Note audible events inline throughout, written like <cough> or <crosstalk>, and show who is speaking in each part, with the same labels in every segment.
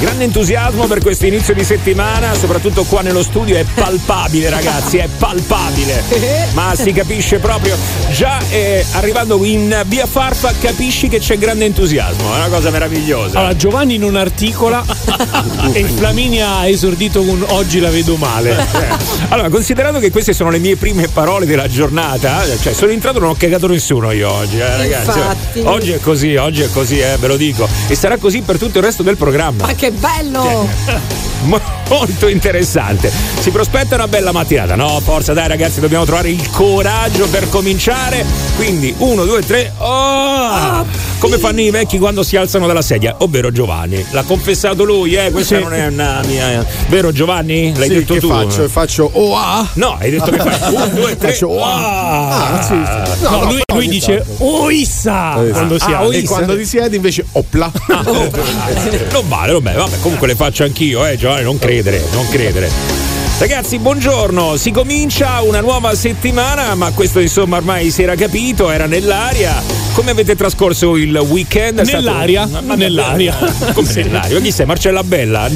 Speaker 1: grande entusiasmo per questo inizio di settimana, soprattutto qua nello studio è palpabile ragazzi, è palpabile, ma si capisce proprio, già eh, arrivando in via Farfa capisci che c'è grande entusiasmo, è una cosa meravigliosa.
Speaker 2: Allora, Giovanni non
Speaker 1: <laughs>
Speaker 2: articola e Flaminia ha esordito con oggi la vedo male.
Speaker 1: Eh, certo. Allora, considerando che queste sono le mie prime parole della giornata, cioè sono entrato e non ho cagato nessuno io oggi, eh, ragazzi.
Speaker 3: Infatti.
Speaker 1: Oggi è così, oggi è così, eh, ve lo dico. E sarà così per tutto il resto del programma.
Speaker 3: Ma che bello!
Speaker 1: Mo- <laughs> Molto interessante. Si prospetta una bella mattinata. No, forza, dai ragazzi, dobbiamo trovare il coraggio per cominciare. Quindi, uno, due, tre. Oh! Come fanno i vecchi quando si alzano dalla sedia, ovvero Giovanni. L'ha confessato lui, eh? Questa
Speaker 2: Sì.
Speaker 1: non è una mia. eh. Vero Giovanni? L'hai
Speaker 4: Sì,
Speaker 1: detto
Speaker 4: che
Speaker 1: tu? eh.
Speaker 4: faccio? Faccio oh ah?
Speaker 1: No, hai detto
Speaker 4: <laughs>
Speaker 1: che fai. Uno, due, tre.
Speaker 4: Faccio
Speaker 1: oh!
Speaker 4: ah. Ah, sì, sì.
Speaker 2: No,
Speaker 4: no,
Speaker 2: lui,
Speaker 4: fa
Speaker 2: lui
Speaker 4: ogni
Speaker 2: dice
Speaker 4: tanto.
Speaker 2: Oissa
Speaker 4: Eh,
Speaker 2: quando si
Speaker 1: Ah,
Speaker 2: alza.
Speaker 4: E
Speaker 1: oissa.
Speaker 4: quando ti siedi invece <laughs> opla.
Speaker 1: <laughs> Non vale, vabbè, vabbè, comunque le faccio anch'io, eh, Giovanni, non credere, non credere. Ragazzi, buongiorno, si comincia una nuova settimana, ma questo insomma ormai si era capito, era nell'aria. Come avete trascorso il weekend? È stato-
Speaker 2: Nell'aria,
Speaker 1: Ma- ma-
Speaker 2: nell'aria. <laughs>
Speaker 1: Come nell'aria? Chi sei? Marcella Bella?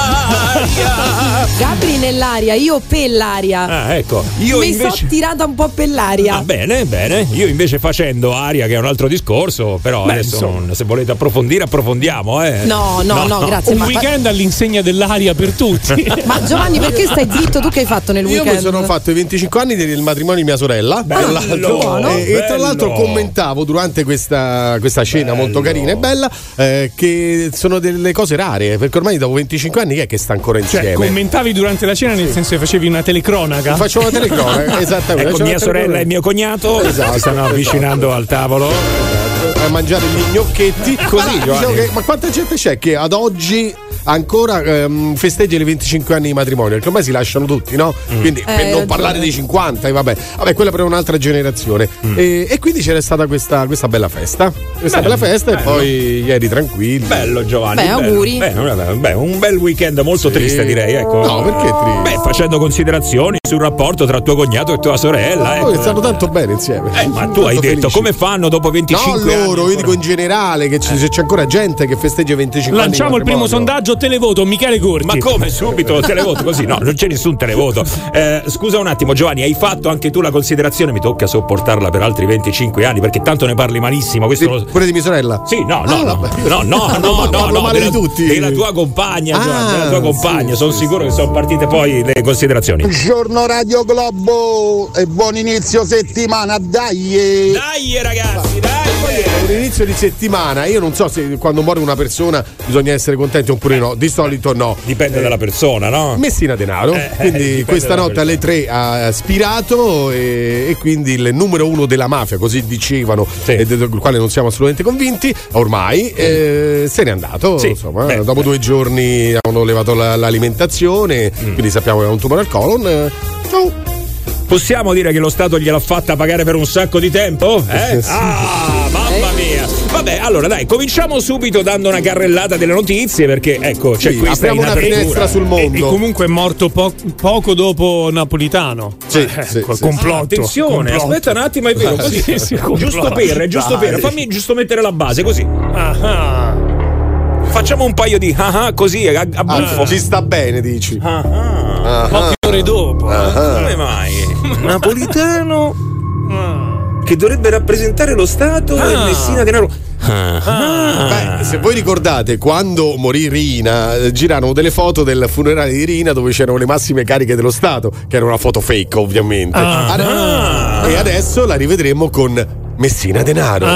Speaker 1: Nell'aria!
Speaker 3: <laughs> Gabri nell'aria, io per l'aria.
Speaker 4: Eh,
Speaker 1: Ah, ecco. Io
Speaker 3: Mi
Speaker 1: invece...
Speaker 3: sono tirata un po' per
Speaker 4: <laughs>
Speaker 1: Ah,
Speaker 3: l'aria.
Speaker 1: bene, bene. Io invece facendo aria, che è un altro discorso, però adesso
Speaker 2: insomma.
Speaker 1: non- se volete approfondire, approfondiamo. Eh.
Speaker 3: No, no, no, grazie.
Speaker 2: Un
Speaker 3: Ma,
Speaker 2: weekend all'insegna dell'aria per tutti.
Speaker 3: ma Giovanni, perché stai zitto? Tu che hai fatto nel
Speaker 4: Io
Speaker 3: weekend?
Speaker 4: mi sono fatto i 25 anni del matrimonio di mia sorella.
Speaker 1: Bello,
Speaker 4: Tra l'altro-
Speaker 1: buono.
Speaker 4: e, e tra
Speaker 1: bello.
Speaker 4: l'altro commentavo durante questa, questa cena
Speaker 1: Bello.
Speaker 4: molto carina e bella eh, che sono delle cose rare perché ormai dopo 25 anni chi è che sta ancora
Speaker 2: Cioè,
Speaker 4: insieme?
Speaker 2: commentavi durante la cena, nel senso che facevi una telecronaca.
Speaker 4: Faccio una
Speaker 2: <laughs>
Speaker 1: <laughs>
Speaker 4: telecronaca, esattamente.
Speaker 1: Ecco
Speaker 4: faccio
Speaker 1: mia
Speaker 4: una
Speaker 1: sorella e mio cognato
Speaker 4: Esatto,
Speaker 1: si stanno
Speaker 4: esatto. Eh,
Speaker 1: avvicinando al tavolo.
Speaker 4: a mangiare
Speaker 5: <laughs>
Speaker 4: gli gnocchetti.
Speaker 1: Così,
Speaker 4: ma,
Speaker 5: Diciamo
Speaker 1: Giovanni.
Speaker 4: diciamo che- ma quanta gente c'è che ad oggi ancora ehm, festeggia i 25 anni di matrimonio? Perché ormai si lasciano tutti, no?
Speaker 1: Mm.
Speaker 4: Quindi per non
Speaker 3: ragione.
Speaker 4: parlare dei 50, e vabbè, vabbè, quella però è un'altra generazione.
Speaker 1: Mm.
Speaker 4: E, e quindi c'era stata questa, questa bella festa. Questa bella festa, e poi ieri tranquilli.
Speaker 1: Bello
Speaker 3: Beh,
Speaker 1: Giovanni. bello.
Speaker 3: auguri.
Speaker 1: Beh, vabbè, beh, un bel weekend molto triste direi. Ecco.
Speaker 4: No, perché triste?
Speaker 1: Beh, facendo considerazioni sul rapporto tra tuo cognato e tua sorella.
Speaker 4: Loro
Speaker 1: Ecco.
Speaker 4: che stanno tanto bene insieme.
Speaker 1: Eh, ma tu
Speaker 4: Tanto
Speaker 1: hai detto
Speaker 4: felici.
Speaker 1: come fanno dopo
Speaker 4: No,
Speaker 1: 25 anni?
Speaker 4: loro, io dico
Speaker 1: ancora? Eh.
Speaker 4: in generale che c'è, c'è ancora gente che festeggia i 25 anni. di
Speaker 2: Lanciamo il primo
Speaker 4: matrimonio.
Speaker 2: sondaggio, televoto, Michele Corti.
Speaker 1: Ma come subito televoto così? No, non c'è nessun
Speaker 2: <laughs>
Speaker 1: televoto. Eh, scusa un attimo, Giovanni, hai fatto anche tu la considerazione? Mi tocca sopportarla per altri 25 anni perché tanto ne parli malissimo. Questo
Speaker 4: Di-
Speaker 1: lo,
Speaker 4: Pure di mia sorella?
Speaker 1: Sì,
Speaker 4: Ah,
Speaker 1: no, no, no,
Speaker 4: vabbè. <laughs>
Speaker 1: no, no,
Speaker 4: Parlo-
Speaker 1: no, no,
Speaker 4: parlo
Speaker 1: no,
Speaker 4: male di tutti.
Speaker 1: della tua compagna,
Speaker 4: Ah,
Speaker 1: Giovanni, della tua compagna,
Speaker 4: sì,
Speaker 1: sono
Speaker 4: sì,
Speaker 1: sicuro che sono partite poi le
Speaker 4: <laughs>
Speaker 1: considerazioni.
Speaker 5: Buongiorno Radio Globo e buon inizio settimana, dai!
Speaker 1: Dai ragazzi, dai!
Speaker 4: È un inizio di settimana, io non so se quando muore una persona bisogna essere contenti oppure no, di solito no. Eh.
Speaker 1: Dipende dalla persona, no?
Speaker 4: Messina Denaro,
Speaker 1: Eh, eh,
Speaker 4: quindi
Speaker 1: dipende
Speaker 4: questa
Speaker 1: dalla
Speaker 4: notte alle 3 ha spirato e, e quindi il numero uno della mafia, così dicevano,
Speaker 1: Sì.
Speaker 4: e del del quale non siamo assolutamente convinti, ormai eh, se n'è andato,
Speaker 1: Sì,
Speaker 4: insomma,
Speaker 1: beh,
Speaker 4: dopo
Speaker 1: beh.
Speaker 4: due giorni hanno levato la- l'alimentazione,
Speaker 1: Mm.
Speaker 4: quindi sappiamo che ha un tumore al colon. eh, ciao.
Speaker 1: Possiamo dire che lo Stato gliel'ha fatta pagare per un sacco di tempo? Eh?
Speaker 4: Sì.
Speaker 1: Ah, mamma mia! Vabbè, allora dai, cominciamo subito dando una carrellata delle notizie perché ecco, c'è
Speaker 2: cioè,
Speaker 4: Sì,
Speaker 1: questa in
Speaker 4: apriamo una
Speaker 1: apertura.
Speaker 4: finestra sul
Speaker 2: E, e
Speaker 4: mondo.
Speaker 2: comunque è morto po- poco dopo Napolitano.
Speaker 4: Sì,
Speaker 2: Eh,
Speaker 4: sì,
Speaker 2: ecco,
Speaker 4: sì,
Speaker 2: complotto.
Speaker 1: Attenzione,
Speaker 2: complotto.
Speaker 1: aspetta un attimo, è vero, così.
Speaker 2: Sì, sì,
Speaker 1: giusto
Speaker 2: complotto.
Speaker 1: per, giusto per, fammi giusto mettere la base, così.
Speaker 2: Ah, ah.
Speaker 1: Facciamo un paio di ah ah così a, a
Speaker 4: Ah,
Speaker 1: buffo.
Speaker 4: ci sta bene, dici. Ah,
Speaker 1: Ah, ah.
Speaker 2: Poche ore dopo.
Speaker 1: eh. Come mai? Napolitano che dovrebbe rappresentare lo Stato
Speaker 2: e Messina
Speaker 1: Denaro.
Speaker 4: Ah,
Speaker 1: Ah.
Speaker 4: Beh, se voi ricordate, quando morì Rina, eh, girarono delle foto del funerale di Rina dove c'erano le massime cariche dello Stato, che era una foto fake ovviamente.
Speaker 1: Ah.
Speaker 4: Ade- E adesso la rivedremo con Messina Denaro.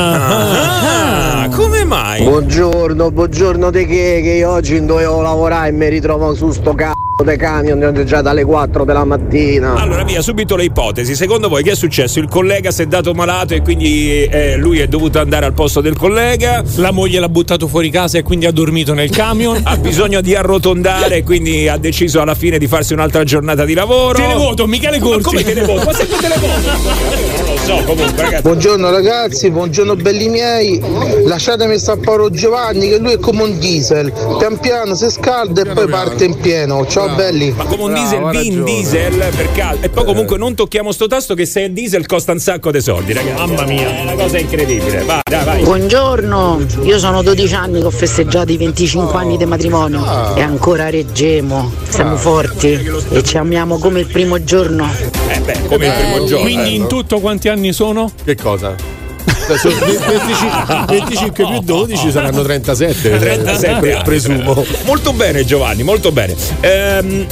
Speaker 1: Ah, come mai?
Speaker 6: Buongiorno, buongiorno te che, che io oggi dovevo lavorare e mi ritrovo su sto c***o di camion è già dalle 4 della mattina.
Speaker 1: Allora via, subito le ipotesi. Secondo voi che è successo? Il collega si è dato malato e quindi eh, lui è dovuto andare al posto del collega?
Speaker 2: La moglie l'ha buttato fuori casa e quindi ha dormito nel camion.
Speaker 1: Ha bisogno di arrotondare e quindi ha deciso alla fine di farsi un'altra giornata di lavoro?
Speaker 2: Televoto, Michele Corti. <laughs>
Speaker 1: Ma come televoto? Ma sempre televoto? Non lo so. so, comunque, ragazzi.
Speaker 7: Buongiorno ragazzi, buongiorno belli miei. Lasciatemi sta Paolo Giovanni che lui è come un diesel. Pian piano si scalda e poi
Speaker 4: piano.
Speaker 7: parte in pieno. Ciao belli.
Speaker 1: Ma come un
Speaker 4: Bravo,
Speaker 1: diesel,
Speaker 4: ha
Speaker 1: Vin
Speaker 4: ragione. Eh.
Speaker 1: Diesel per caldo. E poi comunque non tocchiamo sto tasto che se è diesel costa un sacco di soldi, ragazzi. Mamma mia, è una cosa incredibile. Vai, dai, vai.
Speaker 8: Buongiorno, io sono 12 anni che ho festeggiato i 25 anni di matrimonio
Speaker 1: Ah.
Speaker 8: e ancora reggemo, siamo forti e ci amiamo come il primo giorno.
Speaker 1: Eh beh, come il primo giorno. ecco.
Speaker 2: Quindi in tutto quanti anni sono?
Speaker 4: Che cosa?
Speaker 1: <laughs>
Speaker 4: Adesso, 25, 25 più 12 saranno
Speaker 1: <laughs>
Speaker 4: 37,
Speaker 1: 37
Speaker 4: pre-
Speaker 1: anni.
Speaker 4: presumo.
Speaker 1: Molto bene Giovanni, molto bene. Ehm,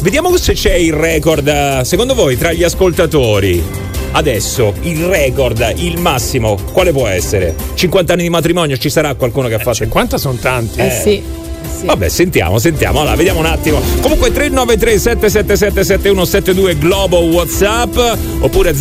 Speaker 1: vediamo se c'è il record, eh, secondo voi, tra gli ascoltatori. Adesso il record, il massimo, quale può essere? 50 anni di matrimonio, ci sarà qualcuno che ha fatto...
Speaker 2: 50 sono tanti.
Speaker 3: Eh sì. sì.
Speaker 1: Vabbè, sentiamo, sentiamo. Allora, ah, vediamo un attimo. Comunque 393 777 7172 Globo WhatsApp oppure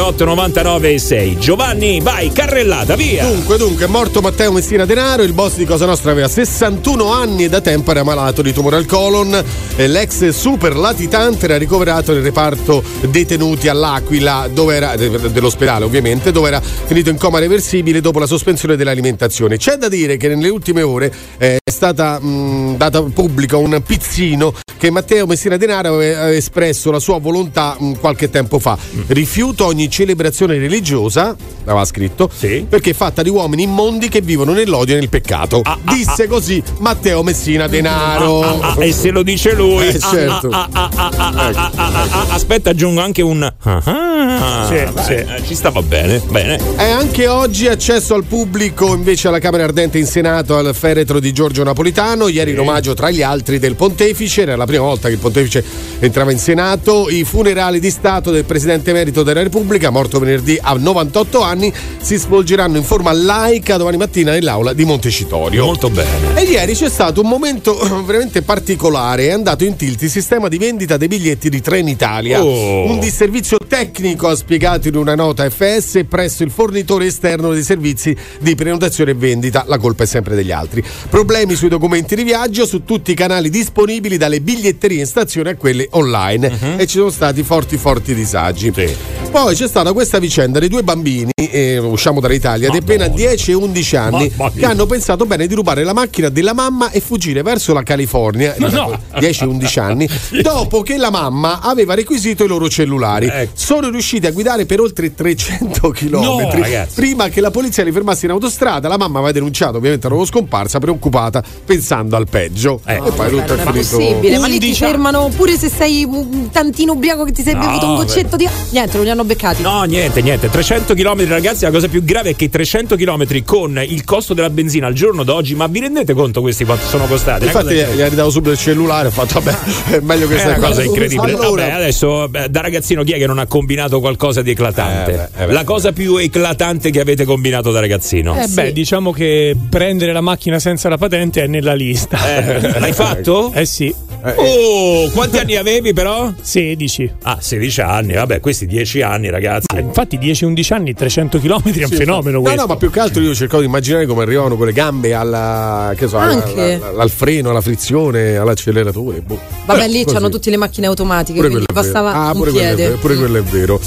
Speaker 1: 0689289986. Giovanni, vai, carrellata, via.
Speaker 4: Dunque, dunque, è morto Matteo Messina Denaro, il boss di Cosa Nostra aveva 61 anni e da tempo era malato di tumore al colon. E L'ex super latitante era ricoverato nel reparto detenuti all'Aquila, dove era, de- dell'ospedale ovviamente, dove era finito in coma reversibile dopo la sospensione dell'alimentazione. C'è da dire che nelle ultime ore eh, è stata mh, data pubblica un pizzino che Matteo Messina Denaro ave- aveva espresso la sua volontà mh, qualche tempo fa.
Speaker 1: Mm.
Speaker 4: Rifiuto ogni celebrazione religiosa, aveva scritto,
Speaker 1: Sì.
Speaker 4: perché è fatta di uomini immondi che vivono nell'odio e nel peccato. Disse così Matteo Messina Denaro.
Speaker 1: Ah, e se lo dice lui,
Speaker 4: Eh,
Speaker 1: ah,
Speaker 4: certo.
Speaker 1: ah, ah, ah, ah, ah, ah, ah, ah, ah. aspetta, aggiungo anche un ah, ah.
Speaker 2: Sì,
Speaker 1: Vai,
Speaker 2: sì.
Speaker 1: eh, ci stava bene, bene.
Speaker 4: E anche oggi accesso al pubblico invece alla Camera Ardente in Senato al feretro di Giorgio Napolitano, ieri in omaggio tra gli altri del pontefice, era la prima volta che il pontefice entrava in Senato, i funerali di Stato del Presidente Emerito della Repubblica, morto venerdì a 98 anni, si svolgeranno in forma laica domani mattina nell'aula di Montecitorio.
Speaker 1: Molto bene.
Speaker 4: E ieri c'è stato un momento <clears throat> veramente particolare, è andato in tilt il sistema di vendita dei biglietti di Trenitalia.
Speaker 1: Oh.
Speaker 4: Un disservizio tecnico ha spiegato in una nota FS presso il fornitore esterno dei servizi di prenotazione e vendita, la colpa è sempre degli altri. Problemi sui documenti di viaggio su tutti i canali disponibili dalle biglietterie in stazione a quelle online e ci sono stati forti forti disagi.
Speaker 1: Mhm. Sì.
Speaker 4: Poi c'è stata questa vicenda dei due bambini, eh, usciamo dall'Italia, di appena 10 e 11 anni,
Speaker 1: Mamma
Speaker 4: che
Speaker 1: mia.
Speaker 4: hanno hanno pensato bene di rubare la macchina della mamma e fuggire verso la California,
Speaker 2: no.
Speaker 4: 10-11
Speaker 1: <laughs>
Speaker 4: anni, dopo che la mamma aveva requisito i loro cellulari.
Speaker 1: Ecco.
Speaker 4: Sono riusciti a guidare per oltre 300 km
Speaker 1: ragazzi.
Speaker 4: prima che la polizia li fermasse in autostrada. La mamma aveva denunciato ovviamente la loro scomparsa, preoccupata, pensando al peggio.
Speaker 1: Eh.
Speaker 4: E poi tutto è
Speaker 3: Non è
Speaker 4: finito.
Speaker 3: possibile, ma lì ti
Speaker 2: 11
Speaker 3: fermano pure se sei un tantino ubriaco che ti sei
Speaker 1: No,
Speaker 3: bevuto un goccetto di. Niente, non li hanno beccati.
Speaker 1: No, niente, niente. 300 km, ragazzi, la cosa più grave è che 300 km con il costo della benzina al giorno d'oggi, ma vi rendete conto questi quanto sono costati? È una
Speaker 4: Infatti eh,
Speaker 1: cosa
Speaker 4: gli ha ridato subito il cellulare, ho fatto vabbè, è meglio che
Speaker 1: È una
Speaker 4: stai
Speaker 1: cosa
Speaker 4: qua.
Speaker 1: incredibile.
Speaker 4: Allora,
Speaker 1: Vabbè, adesso beh, da ragazzino chi è che non ha combinato qualcosa di eclatante?
Speaker 4: Eh, beh, eh, beh.
Speaker 1: La cosa più eclatante che avete combinato da ragazzino.
Speaker 2: Eh beh, diciamo che prendere la macchina senza la patente è nella lista.
Speaker 1: Eh,
Speaker 2: <laughs>
Speaker 1: l'hai fatto?
Speaker 2: Eh sì,
Speaker 1: Oh,
Speaker 2: <laughs>
Speaker 1: quanti anni avevi però?
Speaker 2: 16.
Speaker 1: Ah, 16 anni, vabbè, questi 10 anni, ragazzi.
Speaker 2: Ah, infatti 10-11 anni, 300 km è un fenomeno
Speaker 4: No,
Speaker 2: questo.
Speaker 4: no, ma più che altro io cercavo di immaginare come arrivavano con le gambe alla, che so, alla-
Speaker 3: Anche.
Speaker 4: alla- alla- al freno, alla frizione, all'acceleratore. boh.
Speaker 3: Vabbè, lì
Speaker 4: Così.
Speaker 3: c'hanno tutte le macchine automatiche,
Speaker 4: Pure
Speaker 3: quindi
Speaker 4: quello è vero.
Speaker 3: bastava
Speaker 4: Ah,
Speaker 3: un
Speaker 4: pure quello è
Speaker 3: piede.
Speaker 4: vero, pure quello è vero.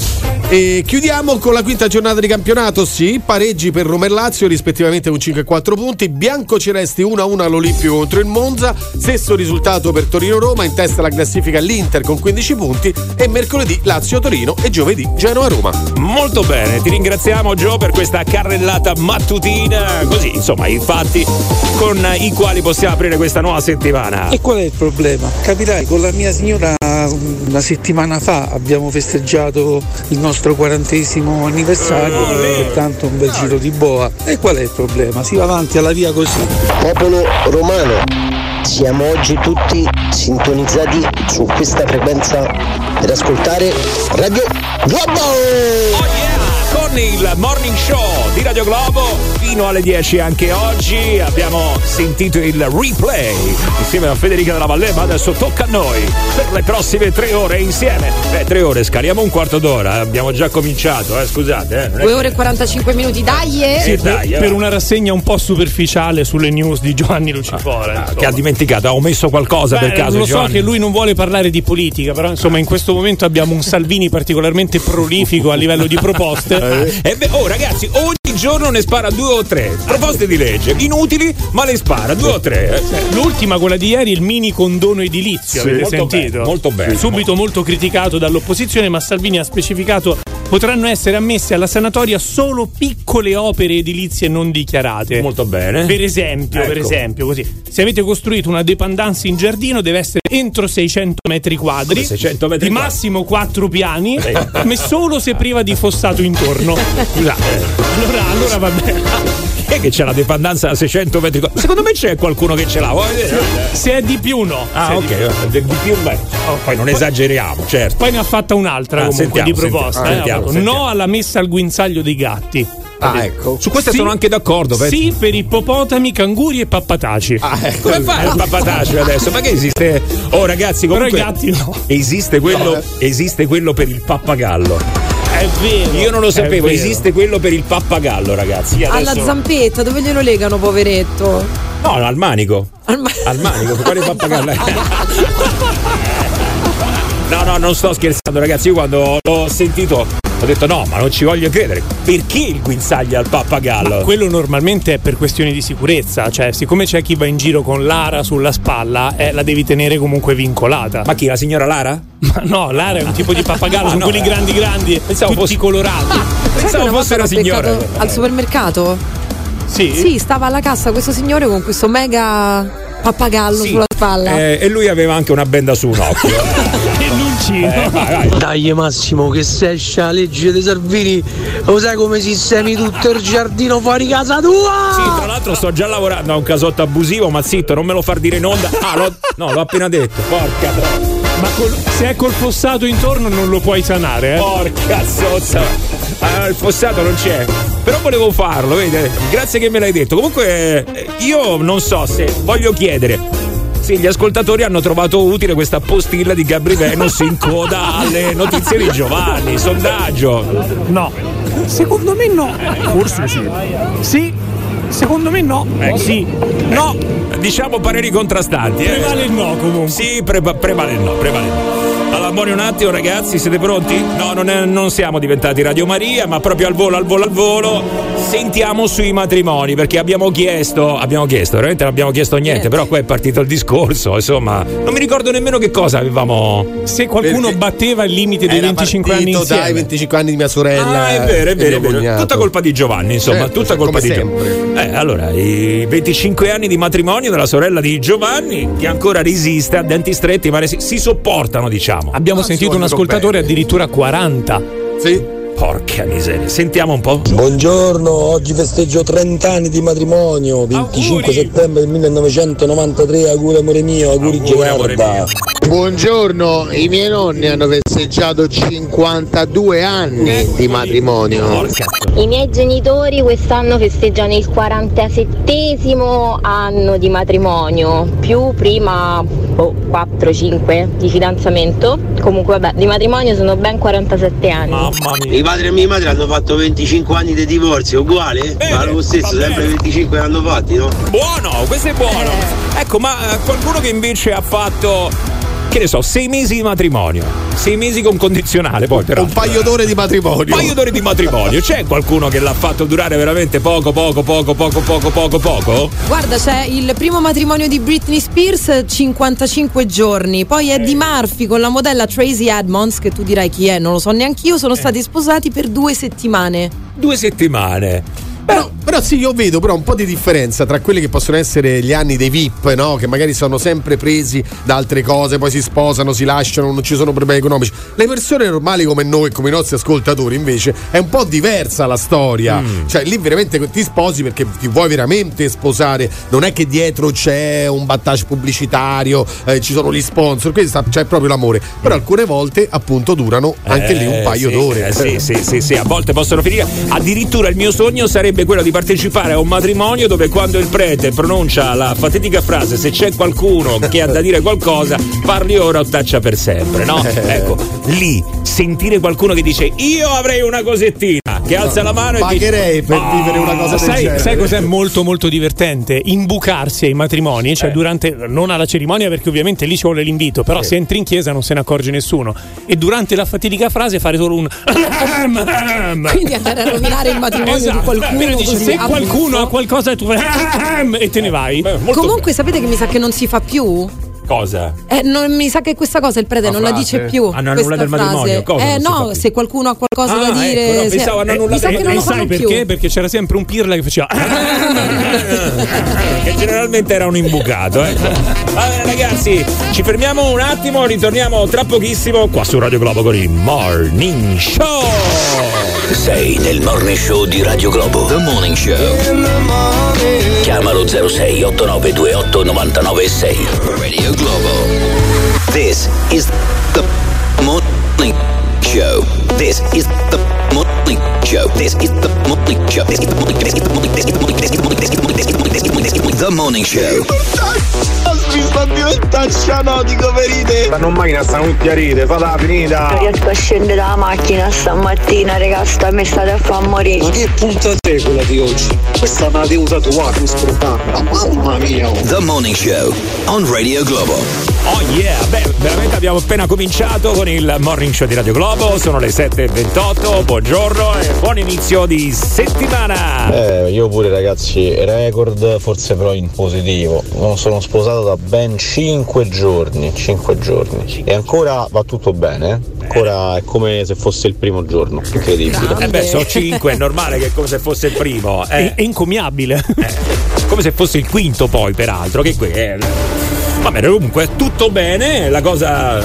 Speaker 4: E chiudiamo con la quinta giornata di campionato. Sì, pareggi per Roma e Lazio, rispettivamente con 5 e 4 punti. Bianco Celesti 1-1 all'Olimpio contro il Monza. Stesso risultato per Torino-Roma. In testa la classifica l'Inter con 15 punti. E mercoledì Lazio-Torino e giovedì Genoa-Roma.
Speaker 1: Molto bene, ti ringraziamo Gio per questa carrellata mattutina, così insomma i fatti con i quali possiamo aprire questa nuova settimana. Oh,
Speaker 9: E qual è il problema? Capirai, con la mia signora mm, una settimana fa abbiamo festeggiato il nostro quarantesimo anniversario, pertanto un bel giro di boa. E qual è il problema? Si va avanti alla via così.
Speaker 10: Popolo romano, siamo oggi tutti sintonizzati su questa frequenza per ascoltare Radio Globo!
Speaker 1: Oh yeah! Con Giovanni, il morning show di Radio Globo fino alle 10 anche oggi. Abbiamo sentito il replay insieme a Federica della Valle, ma adesso tocca a noi per le prossime tre ore insieme. Beh, tre ore, scaliamo un quarto d'ora, eh, abbiamo già cominciato, eh, scusate. Eh, non è
Speaker 3: 2 ore e 45 minuti, dai! eh.
Speaker 1: Sì,
Speaker 2: per,
Speaker 1: dai, eh.
Speaker 2: per una rassegna un po' superficiale sulle news di Giovanni Lucifora.
Speaker 1: Ah, che- che ha dimenticato, ha omesso qualcosa per
Speaker 2: Beh,
Speaker 1: caso.
Speaker 2: Lo so
Speaker 1: Giovanni?
Speaker 2: che lui non vuole parlare di politica, però insomma in questo momento abbiamo un Salvini particolarmente prolifico a livello di proposte.
Speaker 1: <laughs> Eh beh, oh ragazzi, ogni giorno ne spara due o tre. Proposte di legge, inutili, ma le spara due o tre. eh.
Speaker 2: L'ultima, quella di ieri, il mini condono edilizio,
Speaker 1: Sì.
Speaker 2: avete
Speaker 1: Molto
Speaker 2: sentito?
Speaker 1: bello, molto bello.
Speaker 2: Subito molto criticato dall'opposizione, ma Salvini ha specificato potranno essere ammesse alla sanatoria solo piccole opere edilizie non dichiarate.
Speaker 1: Molto bene.
Speaker 2: Per esempio, per
Speaker 1: Ecco.
Speaker 2: esempio, così. Se avete costruito una dependenza in giardino deve essere entro 600 metri quadri,
Speaker 1: Come 600 metri
Speaker 2: di
Speaker 1: quadri?
Speaker 2: massimo 4 piani,
Speaker 1: Sì.
Speaker 2: ma solo se priva di fossato intorno.
Speaker 1: Scusate.
Speaker 2: Allora, allora va bene.
Speaker 1: Chi è che c'è la dependenza da 600 metri quadri? Secondo me c'è qualcuno che ce l'ha. vuoi vedere?
Speaker 2: Se è di più no. Se
Speaker 1: Ah,
Speaker 2: è di
Speaker 1: ok. eh, Di di più, beh. Poi non esageriamo, certo.
Speaker 2: Poi ne ha fatta un'altra
Speaker 1: Ah,
Speaker 2: comunque
Speaker 1: sentiamo,
Speaker 2: di
Speaker 1: sentiamo,
Speaker 2: proposta.
Speaker 1: ah,
Speaker 2: eh,
Speaker 1: sentiamo,
Speaker 2: appunto.
Speaker 1: sentiamo.
Speaker 2: No alla messa al guinzaglio dei gatti.
Speaker 4: Ah, ecco.
Speaker 1: Su queste
Speaker 2: Sì.
Speaker 1: sono anche d'accordo. penso. Ah,
Speaker 2: Sì per ippopotami, canguri e pappataci. <laughs>
Speaker 1: ecco, Come fai il papataccio Eh, adesso? Ma che esiste? Oh, ragazzi,
Speaker 2: Però i
Speaker 1: comunque.
Speaker 2: gatti no. eh.
Speaker 1: Esiste quello, esiste quello per il pappagallo.
Speaker 2: È vero.
Speaker 1: Io non lo
Speaker 2: Eh, è
Speaker 1: sapevo,
Speaker 2: vero.
Speaker 1: esiste quello per il pappagallo, ragazzi. Io
Speaker 3: Alla
Speaker 1: adesso-
Speaker 3: zampetta, dove glielo legano, poveretto?
Speaker 1: No, no, al manico.
Speaker 3: Al ma-
Speaker 1: Al manico, quale pappagallo? No, no, non sto scherzando, ragazzi. Io quando l'ho sentito ho detto no, ma non ci voglio credere. Perché il guinzaglio al pappagallo?
Speaker 2: Quello normalmente è per questioni di sicurezza, cioè siccome c'è chi va in giro con l'ara sulla spalla, eh, la devi tenere comunque vincolata.
Speaker 1: Ma chi, la signora Lara?
Speaker 2: Ma no, l'ara è un tipo di pappagallo,
Speaker 1: Ah,
Speaker 2: sono
Speaker 1: no,
Speaker 2: quelli
Speaker 1: eh.
Speaker 2: grandi grandi,
Speaker 1: Pensavo
Speaker 2: tutti
Speaker 1: fosse-
Speaker 2: colorati.
Speaker 3: Sai che
Speaker 1: Pensavo
Speaker 3: una volta
Speaker 1: fosse una
Speaker 3: l'ho
Speaker 1: signora.
Speaker 3: beccato al supermercato?
Speaker 2: Sì.
Speaker 3: Sì, stava alla cassa questo signore con questo mega pappagallo
Speaker 1: Sì.
Speaker 3: sulla spalla.
Speaker 1: Eh, e lui aveva anche una benda su un occhio.
Speaker 2: L'uncino.
Speaker 1: Eh, vai, vai.
Speaker 6: Dai Massimo che se esce la legge dei Salvini lo sai come sistemi tutto il giardino fuori casa tua?
Speaker 1: Sì, tra l'altro sto già lavorando a un casotto abusivo, ma zitto, non me lo far dire in onda. Ah, l'ho- no, l'ho appena detto. Porca tro-
Speaker 2: Ma col- se è col fossato intorno non lo puoi sanare, eh.
Speaker 1: Porca zozza. Ah, il fossato non c'è. Però volevo farlo, vedi? Grazie che me l'hai detto. Comunque, eh, io non so se voglio chiedere. se gli ascoltatori hanno trovato utile questa postilla di Gabri Venus in coda alle notizie di Giovanni. Sondaggio.
Speaker 2: No. Secondo me no. Forse sì. Sì. Secondo me no. Sì. No.
Speaker 1: Ecco. Diciamo pareri contrastanti. Eh.
Speaker 2: Prevale il no comunque.
Speaker 1: Sì, pre- prevale il no, prevale il no. Allora, buoni un attimo, ragazzi, siete pronti? No, non, è- non siamo diventati Radio Maria, ma proprio al volo, al volo, al volo. Sentiamo sui matrimoni, perché abbiamo chiesto, abbiamo chiesto, veramente non abbiamo chiesto niente, però qua è partito il discorso, insomma, non mi ricordo nemmeno che cosa avevamo.
Speaker 2: Se qualcuno
Speaker 4: Perché-
Speaker 2: batteva il limite dei
Speaker 4: Era
Speaker 2: 25 anni
Speaker 4: partito
Speaker 2: insieme.
Speaker 4: dai 25 anni di mia sorella.
Speaker 1: Ah, è vero, è
Speaker 4: e
Speaker 1: vero, è
Speaker 4: mio
Speaker 1: vero.
Speaker 4: cognato.
Speaker 1: Tutta colpa di Giovanni, insomma,
Speaker 4: Certo,
Speaker 1: tutta colpa
Speaker 4: come
Speaker 1: di Giovanni. Eh, allora, i 25 anni di matrimonio della sorella di Giovanni, che ancora resiste a denti stretti, ma resi- si sopportano, diciamo.
Speaker 2: Abbiamo
Speaker 4: Non si
Speaker 2: sentito un
Speaker 4: Ah, vogliono
Speaker 2: ascoltatore
Speaker 4: bene.
Speaker 2: addirittura 40.
Speaker 4: Sì.
Speaker 1: Porca miseria, sentiamo un po'.
Speaker 10: Buongiorno, oggi festeggio 30 anni di matrimonio, 25
Speaker 2: Auguri.
Speaker 10: settembre del 1993, auguri amore mio, auguri,
Speaker 1: Auguri, amore
Speaker 10: Gerarda.
Speaker 5: Buongiorno, i miei nonni hanno festeggiato 52 anni di matrimonio.
Speaker 1: Porca.
Speaker 11: I miei genitori quest'anno festeggiano il 47esimo anno di matrimonio, più prima boh, 4-5 di fidanzamento. Comunque vabbè, di matrimonio sono ben 47 anni.
Speaker 1: Mamma mia.
Speaker 6: I padri e mia madre hanno fatto 25 anni di divorzio, uguale?
Speaker 1: Eh, Ma lo stesso, va bene. sempre
Speaker 6: 25 hanno fatti, no?
Speaker 1: Buono, questo è buono. Ecco, ma eh, qualcuno che invece ha fatto, che ne so, sei mesi di matrimonio, sei mesi con condizionale poi però.
Speaker 4: Un paio d'ore di matrimonio.
Speaker 1: Un paio d'ore di matrimonio, c'è qualcuno che l'ha fatto durare veramente poco, poco, poco, poco, poco, poco, poco?
Speaker 3: Guarda, c'è il primo matrimonio di Britney Spears, 55 giorni. Poi è
Speaker 1: Eh.
Speaker 3: di Murphy con la modella Tracy Edmonds, che tu
Speaker 1: Eh.
Speaker 3: dirai chi è, non lo so neanch'io. Sono stati sposati per due settimane.
Speaker 1: Due settimane.
Speaker 4: Però, però sì, io vedo però un po' di differenza tra quelli che possono essere gli anni dei VIP, no? Che magari sono sempre presi da altre cose, poi si sposano, si lasciano, non ci sono problemi economici. Le persone normali come noi, come i nostri ascoltatori, invece, è un po' diversa la storia.
Speaker 1: Mm.
Speaker 4: Cioè, lì veramente ti sposi perché ti vuoi veramente sposare. Non è che dietro c'è un battage pubblicitario, eh, ci sono gli sponsor, quindi sta- c'è proprio l'amore. Però alcune volte appunto durano anche
Speaker 1: Mm. Eh,
Speaker 4: lì un paio
Speaker 1: sì,
Speaker 4: d'ore.
Speaker 1: eh, sì, sì, sì, sì, a volte possono finire. Addirittura il mio sogno sarebbe quello di partecipare a un matrimonio dove quando il prete pronuncia la fatetica frase se c'è qualcuno che ha da dire qualcosa, parli ora o taccia per sempre, no?
Speaker 4: Eh.
Speaker 1: Ecco, lì sentire qualcuno che dice io avrei una cosettina, che alza la mano e dice "Ah,
Speaker 4: Pagherei per vivere una cosa del
Speaker 2: Ah, sai,
Speaker 4: genere.
Speaker 2: sai cos'è molto molto divertente? Imbucarsi ai matrimoni,
Speaker 4: Eh.
Speaker 2: cioè durante non alla cerimonia perché ovviamente lì ci vuole l'invito, però se entri in chiesa non se ne accorge nessuno e durante la fatidica frase fare solo un
Speaker 3: Quindi andare a rovinare il matrimonio
Speaker 2: Esatto.
Speaker 3: di qualcuno
Speaker 2: Appena dici,
Speaker 3: così,
Speaker 2: se
Speaker 3: a
Speaker 2: qualcuno ha qualcosa e tu fai e te ne vai.
Speaker 3: Comunque sapete che mi sa che non si fa più?
Speaker 1: cosa?
Speaker 3: Eh, non- mi sa che questa cosa il prete
Speaker 1: La
Speaker 3: non la
Speaker 1: frase?
Speaker 3: dice più.
Speaker 1: Hanno annullato
Speaker 3: questa
Speaker 1: il matrimonio,
Speaker 3: frase.
Speaker 1: cosa
Speaker 3: eh
Speaker 1: non si fa
Speaker 3: no,
Speaker 1: più?
Speaker 3: se qualcuno ha qualcosa
Speaker 1: Ah,
Speaker 3: da dire.
Speaker 1: ecco, no,
Speaker 3: se-
Speaker 1: pensavo hanno
Speaker 3: eh, mi
Speaker 1: annullato
Speaker 3: sa
Speaker 1: il-
Speaker 3: che non
Speaker 2: e
Speaker 3: lo
Speaker 2: sai
Speaker 3: fanno
Speaker 2: perché?
Speaker 3: più.
Speaker 2: Perché c'era sempre un pirla che faceva
Speaker 1: <laughs> che generalmente era un imbucato, ecco. Allora ragazzi, ci fermiamo un attimo, ritorniamo tra pochissimo qua su Radio Globo con il Morning Show.
Speaker 12: Sei nel morning show di Radio Globo. The Morning Show. Chiamalo 06 8928 996. Radio Globo. This is the morning show. This is the morning show. This is the morning show. This is the morning show. This is the morning This is the morning This is the morning This is the morning This is the morning This is the morning This is the morning The morning show.
Speaker 13: Ci sta diventando dico verite Ma non macchina stanno tutti a ride, fatela
Speaker 14: Non
Speaker 13: finita
Speaker 14: riesco a scendere dalla macchina stamattina, raga, sta mi state a far morire.
Speaker 13: E puntata è quella di oggi? Questa me la devo tatuare, mi scordata Mamma mia oh.
Speaker 12: The morning show on Radio Globo.
Speaker 1: Oh yeah, beh, veramente abbiamo appena cominciato con il Morning Show di Radio Globo, sono le 7.28, buongiorno e buon inizio di settimana.
Speaker 15: Eh, io pure ragazzi, record forse però in positivo. Non sono sposato da ben 5 giorni, 5 giorni. E ancora va tutto bene, eh. ancora è come se fosse il primo giorno, incredibile.
Speaker 1: Eh beh, sono 5, è normale che è come se fosse il primo. eh.
Speaker 2: è incommiabile.
Speaker 1: come se fosse il quinto poi peraltro che qui è va bene comunque tutto bene la cosa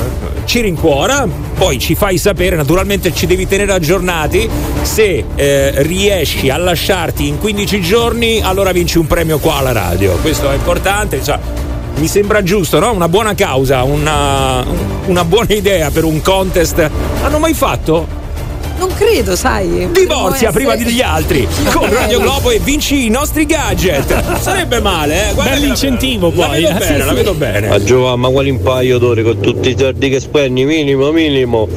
Speaker 1: ci rincuora poi ci fai sapere naturalmente ci devi tenere aggiornati se eh, riesci a lasciarti in 15 giorni allora vinci un premio qua alla radio questo è importante insomma, mi sembra giusto, no? Una buona causa, una, una buona idea per un contest. L'hanno mai fatto?
Speaker 3: Non credo, sai.
Speaker 1: Divorzia prima degli altri con Radio Globo e vinci i nostri gadget. Sarebbe male, eh? Guarda che la-
Speaker 2: Bell'incentivo poi. eh.
Speaker 1: vedo bene, la vedo bene.
Speaker 16: A Giovanni, ma quali un paio d'ore con tutti i soldi che spendi? Minimo, minimo.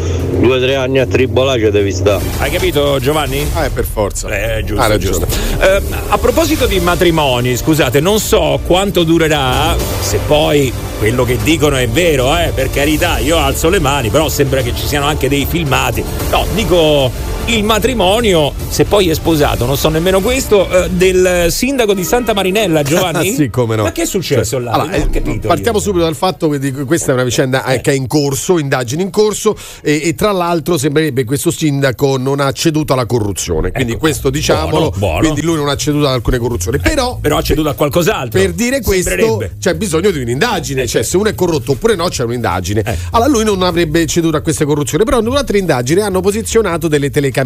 Speaker 16: Due o tre anni a tribolaccio devi stare.
Speaker 1: Hai capito Giovanni?
Speaker 4: Ah, è per forza.
Speaker 1: Eh, giusto,
Speaker 4: Ha ragione.
Speaker 1: giusto. Eh, a proposito di matrimoni, scusate, non so quanto durerà, se poi quello che dicono è vero, eh, per carità, io alzo le mani, però sembra che ci siano anche dei filmati. No, dico il matrimonio, se poi è sposato, non so nemmeno questo, eh, del sindaco di
Speaker 4: <laughs>
Speaker 1: Santa Marinella, Giovanni?
Speaker 4: sì, come no.
Speaker 1: Ma che è successo
Speaker 4: Cioè,
Speaker 1: là?
Speaker 4: allora,
Speaker 1: Non ho
Speaker 4: eh,
Speaker 1: capito
Speaker 4: Partiamo
Speaker 1: io.
Speaker 4: subito dal fatto che di- questa è una vicenda eh, che è in corso, indagini in corso, e, e tra l'altro sembrerebbe che questo sindaco non ha ceduto alla corruzione. Quindi questo diciamolo,
Speaker 1: Ecco. Buono, buono.
Speaker 4: quindi lui non ha ceduto ad alcune corruzioni. Però,
Speaker 1: Però ha ceduto a qualcos'altro.
Speaker 4: per dire questo
Speaker 1: Sembrerebbe.
Speaker 4: c'è bisogno di un'indagine, cioè se uno è corrotto oppure no c'è un'indagine.
Speaker 1: Eh,
Speaker 4: Allora lui non avrebbe ceduto a queste corruzioni, però durante l'indagine hanno posizionato delle telecamerine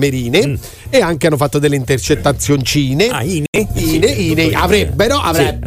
Speaker 4: e anche hanno fatto delle intercettazioncine.
Speaker 1: Mm. Ah, INE?
Speaker 4: INE, INE, avrebbero, avrebbero,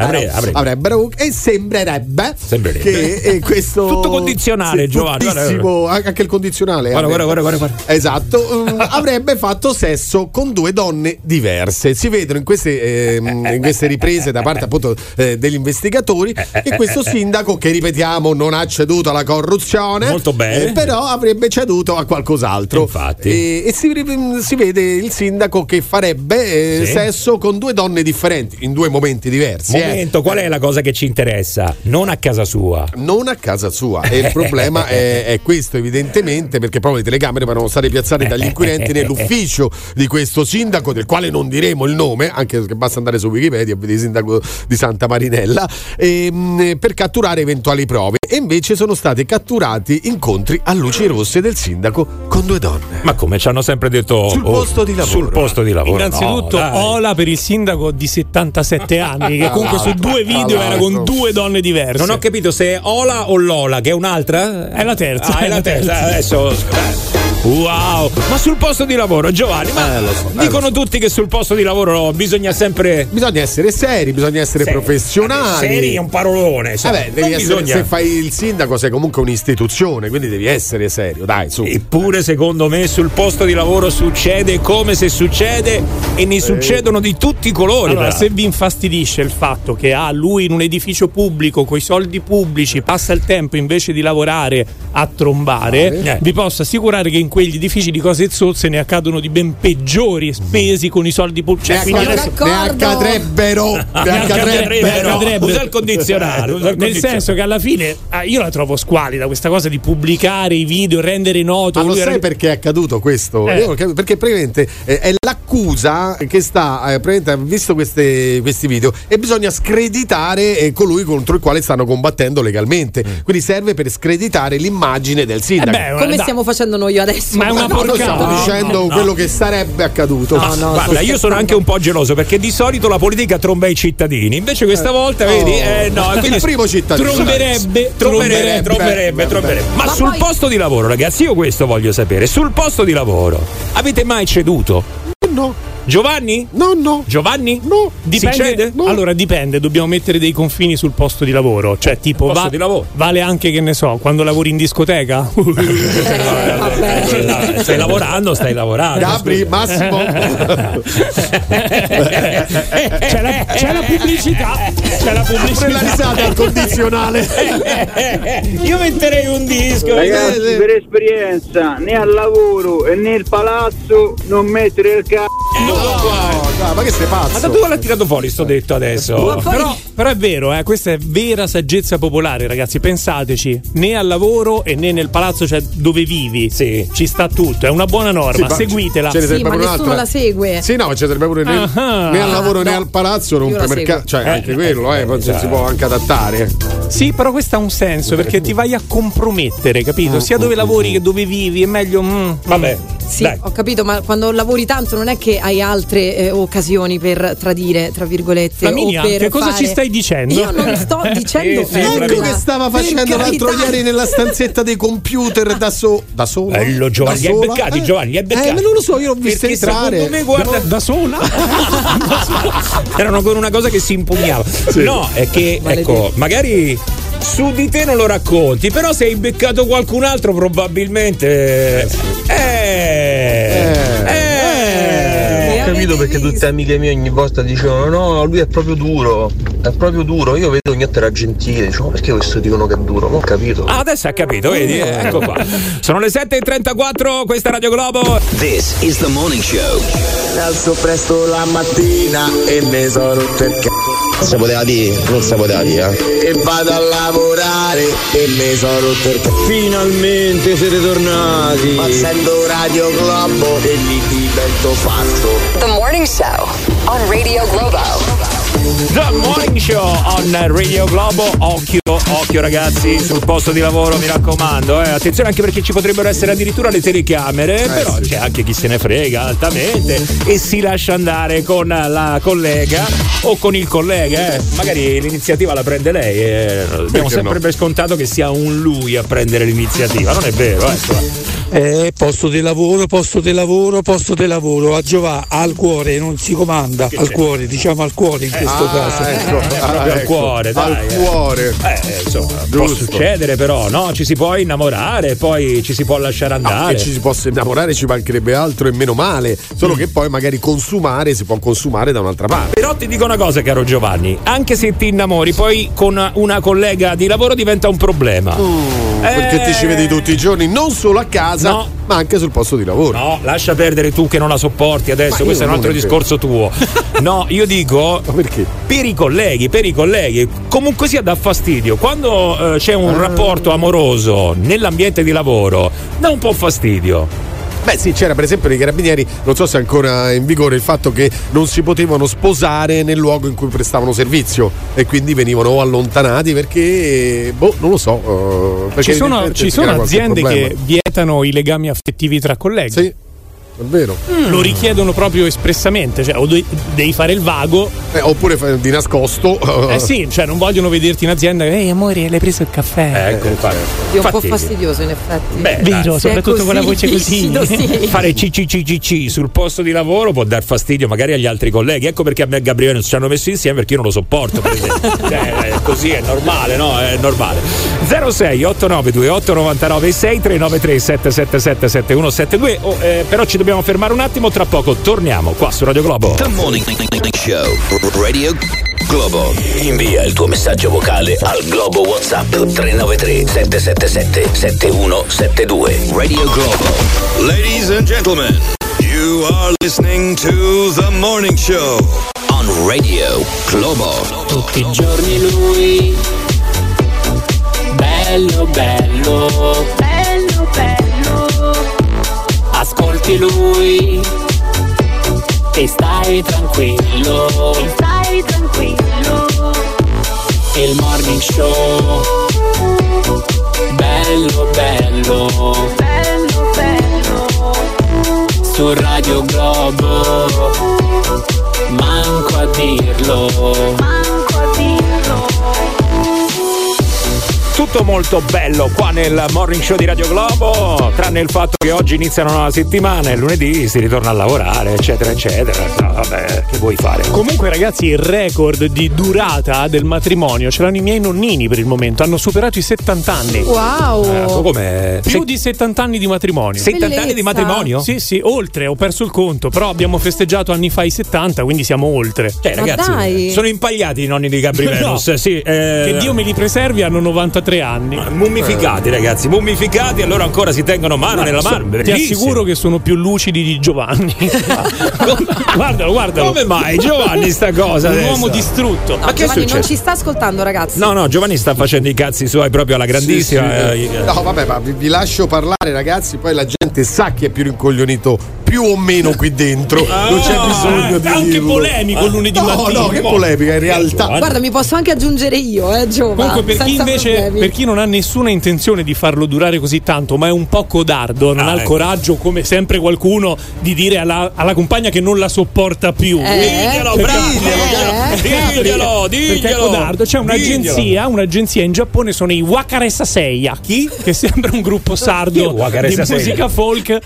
Speaker 1: avre- avrebbero.
Speaker 4: avrebbero e sembrerebbe,
Speaker 1: Sembrerebbe.
Speaker 4: che eh, questo...
Speaker 1: <laughs> Tutto condizionale, Giovanni, guarda,
Speaker 4: tuttissimo, anche il condizionale.
Speaker 1: Guarda,
Speaker 4: avrebbe.
Speaker 1: guarda, guarda, guarda. <laughs>
Speaker 4: Esatto, um, avrebbe fatto sesso con due donne diverse. Si vedono in queste, ehm, in queste riprese da parte appunto eh, degli investigatori
Speaker 1: Eh,
Speaker 4: che
Speaker 1: <laughs>
Speaker 4: questo sindaco, che ripetiamo non ha ceduto alla corruzione,
Speaker 1: Molto bene.
Speaker 4: eh, però avrebbe ceduto a qualcos'altro.
Speaker 1: Infatti.
Speaker 4: E, e si, ri- si vede il sindaco che farebbe eh,
Speaker 1: Sì.
Speaker 4: sesso con due donne differenti, in due momenti diversi. eh.
Speaker 1: Momento, qual è la cosa che ci interessa? Non a casa sua.
Speaker 4: Non a casa sua. E il problema è, è questo, evidentemente, perché proprio le telecamere erano state piazzate dagli inquirenti nell'ufficio di questo sindaco, del quale non diremo il nome, anche perché basta andare su Wikipedia e vedere il sindaco di Santa Marinella, ehm, per catturare eventuali prove e invece sono stati catturati incontri a luci rosse del sindaco con due donne.
Speaker 1: Ma come ci hanno sempre detto
Speaker 4: Sul
Speaker 1: oh,
Speaker 4: posto di lavoro.
Speaker 1: Sul posto di lavoro.
Speaker 2: Innanzitutto,
Speaker 1: no, dai.
Speaker 2: Ola per il sindaco di 77 anni, che comunque
Speaker 1: Ah,
Speaker 2: su due video era con due donne diverse.
Speaker 1: Non ho capito se è Ola o Lola, che è un'altra?
Speaker 2: È la terza.
Speaker 1: Ah, è la terza. Adesso Wow, ma sul posto di lavoro, Giovanni, ma dicono tutti che sul posto di lavoro bisogna sempre
Speaker 4: Bisogna essere seri, bisogna essere
Speaker 1: Seri.
Speaker 4: professionali.
Speaker 1: Seri è un parolone, Eh, sai.
Speaker 4: Vabbè, devi
Speaker 1: Non
Speaker 4: essere-
Speaker 1: bisogna-
Speaker 4: se fai il sindaco sei comunque un'istituzione, quindi devi essere serio, dai, su.
Speaker 1: Eppure, secondo me, sul posto di lavoro succede come se succede e ne succedono di tutti i colori.
Speaker 2: Allora,
Speaker 1: però.
Speaker 2: se vi infastidisce il fatto che ah, lui in un edificio pubblico coi soldi pubblici passa il tempo invece di lavorare a trombare,
Speaker 1: Eh.
Speaker 2: vi posso assicurare che in quegli edifici di cose zozze ne accadono di ben
Speaker 1: Mm.
Speaker 2: peggiori spesi con i soldi pubblici. Cioè,
Speaker 4: Ne accad- Cioè, ne
Speaker 2: <laughs>
Speaker 4: accadrebbero, ne accadrebbero.
Speaker 1: Usa il condizionale, usa il
Speaker 2: Nel
Speaker 1: condizionale.
Speaker 2: senso che alla fine ah, io la trovo squalida questa cosa di pubblicare i video, rendere noto.
Speaker 4: Ma lo
Speaker 2: lui era-
Speaker 4: sai perché è accaduto questo?
Speaker 2: Eh.
Speaker 4: Io non capisco, perché praticamente eh, è l'accusa che sta, eh, praticamente ha visto queste- questi video e bisogna screditare eh, colui contro il quale stanno combattendo legalmente. Quindi serve per screditare l'immagine del sindaco.
Speaker 1: Eh
Speaker 3: Come stiamo facendo noi adesso?
Speaker 4: Ma è
Speaker 3: <laughs>
Speaker 4: una
Speaker 3: No, no,
Speaker 4: porcata.
Speaker 3: stavo
Speaker 4: Sto dicendo quello che sarebbe accaduto.
Speaker 1: Ma guarda, io sono anche un po' geloso perché di solito la politica tromba i cittadini, invece questa volta,
Speaker 4: oh.
Speaker 1: vedi, eh, no,
Speaker 4: <laughs> Il
Speaker 1: quindi
Speaker 4: primo cittadino.
Speaker 1: Tromberebbe, tromberebbe,
Speaker 4: Tromberebbe.
Speaker 1: tromberebbe, tromberebbe. Ma,
Speaker 4: Ma
Speaker 1: sul
Speaker 4: poi-
Speaker 1: posto di lavoro, ragazzi, io questo voglio sapere. Sul posto di lavoro avete
Speaker 4: <laughs>
Speaker 1: mai ceduto?
Speaker 4: No.
Speaker 1: Giovanni?
Speaker 4: No, no.
Speaker 1: Giovanni?
Speaker 4: No.
Speaker 1: Si cede?
Speaker 2: Dipende, Allora dipende, dobbiamo mettere dei confini sul posto di lavoro, cioè tipo
Speaker 1: Posto
Speaker 2: va-
Speaker 1: di lavoro.
Speaker 2: vale anche che ne so, quando lavori
Speaker 4: <laughs>
Speaker 2: in discoteca.
Speaker 4: Eh,
Speaker 1: Stai lavorando, stai lavorando.
Speaker 4: Gabri, Massimo.
Speaker 1: Eh,
Speaker 2: c'è, la, c'è
Speaker 1: eh,
Speaker 2: la pubblicità, c'è la
Speaker 4: Pure la
Speaker 2: pubblicità.
Speaker 4: risata al condizionale.
Speaker 1: <laughs> Io metterei un disco.
Speaker 17: Ragazzi, per esperienza, né al lavoro e né al palazzo non mettere il cazzo.
Speaker 4: dai, ma che sei pazzo?
Speaker 1: Ma da dove l'ha tirato fuori sto detto adesso?
Speaker 2: Però, però è vero, eh, questa è vera saggezza popolare, ragazzi. Pensateci, né al lavoro e né nel palazzo cioè, dove vivi ci sta tutto. È una buona
Speaker 4: Sì,
Speaker 2: norma,
Speaker 4: ma
Speaker 2: seguitela.
Speaker 4: ce ne
Speaker 3: Sì,
Speaker 4: sarebbe
Speaker 3: ma
Speaker 4: pure
Speaker 3: nessuno
Speaker 4: un'altra.
Speaker 3: la segue.
Speaker 4: Sì, no, ma ci sarebbe pure né,
Speaker 2: Ah.
Speaker 4: né al lavoro né
Speaker 2: No.
Speaker 4: al palazzo,
Speaker 2: Io la
Speaker 4: rompemercato.
Speaker 2: seguo.
Speaker 4: Cioè, anche quello, eh, poi si può anche adattare.
Speaker 2: Sì, però questo ha un senso perché ti vai a compromettere, capito? Sia dove lavori che dove vivi, è meglio. mm,
Speaker 1: Vabbè,
Speaker 3: Sì, ho capito, ma quando lavori tanto non è che hai altre eh, occasioni per tradire, tra virgolette.
Speaker 2: Flaminia,
Speaker 3: o per
Speaker 2: che cosa
Speaker 3: fare-
Speaker 2: ci stai dicendo?
Speaker 3: Io non sto dicendo
Speaker 2: Sì, sì, Ecco
Speaker 4: Ecco
Speaker 3: nulla.
Speaker 4: che stava
Speaker 3: Per
Speaker 4: facendo l'altro
Speaker 3: carità.
Speaker 4: ieri nella stanzetta dei computer da, so- da solo.
Speaker 1: Bello, Giovanni,
Speaker 4: Da
Speaker 1: li hai
Speaker 4: sola?
Speaker 1: beccati,
Speaker 4: Eh.
Speaker 1: Giovanni, li hai beccati.
Speaker 4: Eh, ma non lo so, io l'ho visto
Speaker 1: Perché
Speaker 4: entrare.
Speaker 1: secondo me, guarda,
Speaker 4: No.
Speaker 2: da sola?
Speaker 1: <laughs> Erano con una cosa che si impugnava. No, è
Speaker 4: Ah,
Speaker 1: che, ecco, magari su di te non lo racconti, però se hai beccato qualcun altro probabilmente... Eh...
Speaker 18: Ho capito perché tutte amiche mie ogni volta dicevano no, lui è proprio duro, è proprio duro, io vedo ogni volta era gentile, dicevo perché questo dicono che è duro, non ho capito.
Speaker 1: Ah, adesso ha capito, vedi?
Speaker 4: Oh.
Speaker 1: Eh, Ecco qua. Sono le 7.34, questa è Radio Globo.
Speaker 12: This is the morning show.
Speaker 19: Alzo presto la mattina e mi sono rotto il c***o
Speaker 18: Se poteva dire, non si poteva dire, eh.
Speaker 19: E vado a lavorare e mi sono rotto il c***o
Speaker 18: Finalmente siete tornati!
Speaker 19: Passando Radio Globo e mi divento pazzo
Speaker 20: The Morning Show on Radio Globo.
Speaker 1: The Morning Show on Radio Globo. Occhio, occhio ragazzi, sul posto di lavoro, mi raccomando. eh. Attenzione anche perché ci potrebbero essere addirittura le telecamere, però c'è anche chi se ne frega altamente e si lascia andare con la collega o con il collega. eh. Magari l'iniziativa la prende lei. eh. Abbiamo
Speaker 16: Perché
Speaker 1: sempre
Speaker 16: no?
Speaker 1: per scontato che sia un lui a prendere l'iniziativa, non è vero? eh.
Speaker 9: Eh, posto di lavoro, posto di lavoro, posto di lavoro. A Giova al cuore non si comanda, al
Speaker 1: c'è?
Speaker 9: cuore, diciamo al cuore in questo
Speaker 1: ah,
Speaker 9: caso.
Speaker 1: ecco, eh, proprio al cuore, dai, eh. Eh, insomma, può
Speaker 4: Giusto.
Speaker 1: succedere però, no? Ci si può innamorare, poi ci si può lasciare andare. Mm.
Speaker 4: Che Ah, ci si possa innamorare ci mancherebbe altro e meno male, solo che poi magari consumare si può consumare da un'altra parte.
Speaker 1: Però ti dico una cosa, caro Giovanni, anche se ti innamori, poi con una collega di lavoro diventa un problema.
Speaker 4: Perché ti ci
Speaker 1: Eh.
Speaker 4: vedi tutti i giorni, non solo a casa, ma anche sul posto di lavoro.
Speaker 1: No, lascia perdere tu che non la sopporti
Speaker 4: Ma
Speaker 1: adesso,
Speaker 4: io
Speaker 1: questo è un
Speaker 4: non
Speaker 1: altro
Speaker 4: è vero.
Speaker 1: discorso tuo. No, io
Speaker 4: <laughs>
Speaker 1: dico per i colleghi, per i colleghi, comunque sia dà fastidio.
Speaker 4: Ah.
Speaker 1: Quando eh, c'è un rapporto amoroso nell'ambiente di lavoro, dà un po' fastidio.
Speaker 4: Beh, sì, c'era per esempio nei carabinieri, non so se è ancora in vigore, il fatto che non si potevano sposare nel luogo in cui prestavano servizio e quindi venivano allontanati perché, boh, non lo so. eh, perché
Speaker 2: Ci sono,
Speaker 4: evidentemente
Speaker 2: ci
Speaker 4: si
Speaker 2: sono
Speaker 4: crea qualche
Speaker 2: aziende
Speaker 4: problema.
Speaker 2: che vietano i legami affettivi tra colleghi.
Speaker 4: Sì, è vero.
Speaker 2: Lo richiedono proprio espressamente, cioè o de- devi fare il vago.
Speaker 4: Eh, oppure di nascosto.
Speaker 2: Eh sì, cioè non vogliono vederti in azienda. Ehi amore, l'hai preso il caffè? Eh, cioè,
Speaker 1: Ecco, infatti.
Speaker 3: È un po'
Speaker 1: Infatti,
Speaker 3: fastidioso in effetti.
Speaker 1: Beh,
Speaker 2: Vero,
Speaker 1: dai.
Speaker 2: soprattutto con la voce <laughs> così.
Speaker 1: Fare CCCCC sul posto di lavoro può dar fastidio magari agli altri colleghi. Ecco perché a me e Gabriele non ci hanno messo insieme perché io non lo
Speaker 4: <laughs>
Speaker 1: sopporto. per esempio. Cioè, eh, così è normale, no? È normale. 06 8928 99 6 393 777 7172. Oh, eh, però ci dobbiamo fermare un attimo, tra poco torniamo qua su Radio Globo.
Speaker 12: The Morning Show Radio Globo. Invia il tuo messaggio vocale al Globo WhatsApp 393 777 7172. Radio Globo. Ladies and gentlemen, you are listening to The Morning Show on Radio Globo.
Speaker 21: Tutti i giorni lui Bello bello Bello bello Ascolti lui E stai tranquillo E stai tranquillo Il morning show Bello bello Bello bello Su Radio Globo Manco a dirlo Manco a dirlo
Speaker 1: Tutto molto bello qua nel morning show di Radio Globo, tranne il fatto che oggi inizia una nuova settimana e lunedì si ritorna a lavorare, eccetera, eccetera. No, vabbè, che vuoi fare?
Speaker 2: Comunque, ragazzi, il record di durata del matrimonio ce l'hanno i miei nonnini per il momento. Hanno superato i 70 anni. Eh,
Speaker 3: Wow.
Speaker 1: Ecco com'è?
Speaker 2: Più di 70 anni di matrimonio.
Speaker 1: 70 anni di Bellezza. matrimonio?
Speaker 2: Sì, sì, oltre, ho perso il conto, però abbiamo festeggiato anni fa i 70, quindi siamo oltre.
Speaker 1: Cioè, ragazzi, sono impagliati i nonni di Gabri Venus.
Speaker 2: <laughs> No.
Speaker 1: Sì, eh,
Speaker 2: Che Dio me li preservi, hanno 93 anni.
Speaker 1: Mummificati, ragazzi, mummificati, allora ancora si tengono mano
Speaker 2: Ma
Speaker 1: nella
Speaker 2: so-
Speaker 1: mano.
Speaker 2: Ti
Speaker 1: Bellissimo.
Speaker 2: assicuro che sono più lucidi di
Speaker 1: <laughs>
Speaker 2: Giovanni. guardalo, guardalo.
Speaker 1: Come mai, Giovanni, sta cosa?
Speaker 2: Un
Speaker 1: adesso?
Speaker 2: uomo distrutto.
Speaker 3: No,
Speaker 1: Ma che è
Speaker 3: Giovanni non
Speaker 1: successo?
Speaker 3: ci sta ascoltando, ragazzi.
Speaker 1: No, no, Giovanni sta facendo i cazzi suoi proprio alla grandissima.
Speaker 4: Sì, sì.
Speaker 1: eh,
Speaker 4: No, vabbè, ma vi, vi lascio parlare, ragazzi. Poi la gente sa chi è più rincoglionito più o meno qui
Speaker 2: <laughs>
Speaker 4: dentro. non c'è bisogno di.
Speaker 2: Ah, anche
Speaker 4: dirlo. Eh.
Speaker 2: polemico lunedì
Speaker 4: no,
Speaker 2: mattina.
Speaker 4: No, che polemica, in realtà.
Speaker 3: Guarda, mi posso anche aggiungere io, eh, Giovanni.
Speaker 2: Comunque, per chi invece per chi non ha nessuna intenzione di farlo durare così tanto, ma è un po' codardo, non
Speaker 1: Ah,
Speaker 2: ha il
Speaker 1: ecco.
Speaker 2: coraggio, come sempre qualcuno, di dire alla, alla compagna che non la sopporta più.
Speaker 1: Diglielo, bravo,
Speaker 2: Eh.
Speaker 1: diglielo, diglielo,
Speaker 2: Perché è
Speaker 1: diglielo.
Speaker 2: codardo c'è un'agenzia,
Speaker 1: Diglielo.
Speaker 2: un'agenzia in Giappone sono i Wakaressa Seiya, chi? Che sembra un gruppo
Speaker 1: Chi è
Speaker 2: sardo di
Speaker 1: Wakaressa Seiya?
Speaker 2: musica
Speaker 1: <laughs>
Speaker 2: folk.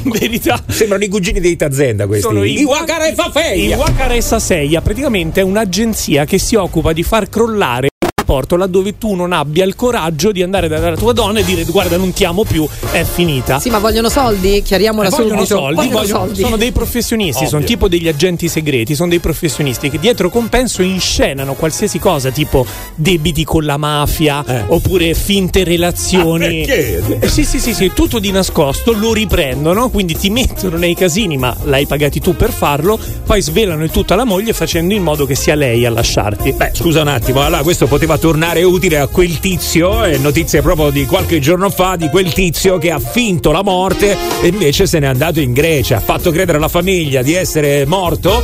Speaker 2: in verità
Speaker 1: Sembrano i cugini dei Tazenda questi.
Speaker 2: sono i
Speaker 1: Wakaressa Feia.
Speaker 2: I Wakaressa Seia praticamente è un'agenzia che si occupa di far crollare un rapporto laddove tu non abbia il coraggio di andare dalla tua donna e dire guarda non ti amo più, è finita.
Speaker 3: Sì, ma vogliono soldi? Chiariamola
Speaker 2: Eh, vogliono
Speaker 3: subito.
Speaker 2: soldi, vogliono- sono dei professionisti, sono tipo degli agenti segreti, sono dei professionisti che dietro compenso inscenano qualsiasi cosa, tipo debiti con la mafia, oppure finte relazioni.
Speaker 1: Ah, perché?
Speaker 2: Eh, Sì, sì, sì, sì, tutto di nascosto, lo riprendono, quindi ti mettono nei casini, ma l'hai pagati tu per farlo, poi svelano il tutto alla moglie facendo in modo che sia lei a lasciarti.
Speaker 1: Beh, scusa un attimo, allora questo poteva tornare utile a quel tizio, e notizie proprio di qualche giorno fa, di quel tizio che ha finto la morte e invece se n'è andato in Grecia, ha fatto credere alla famiglia di essere morto,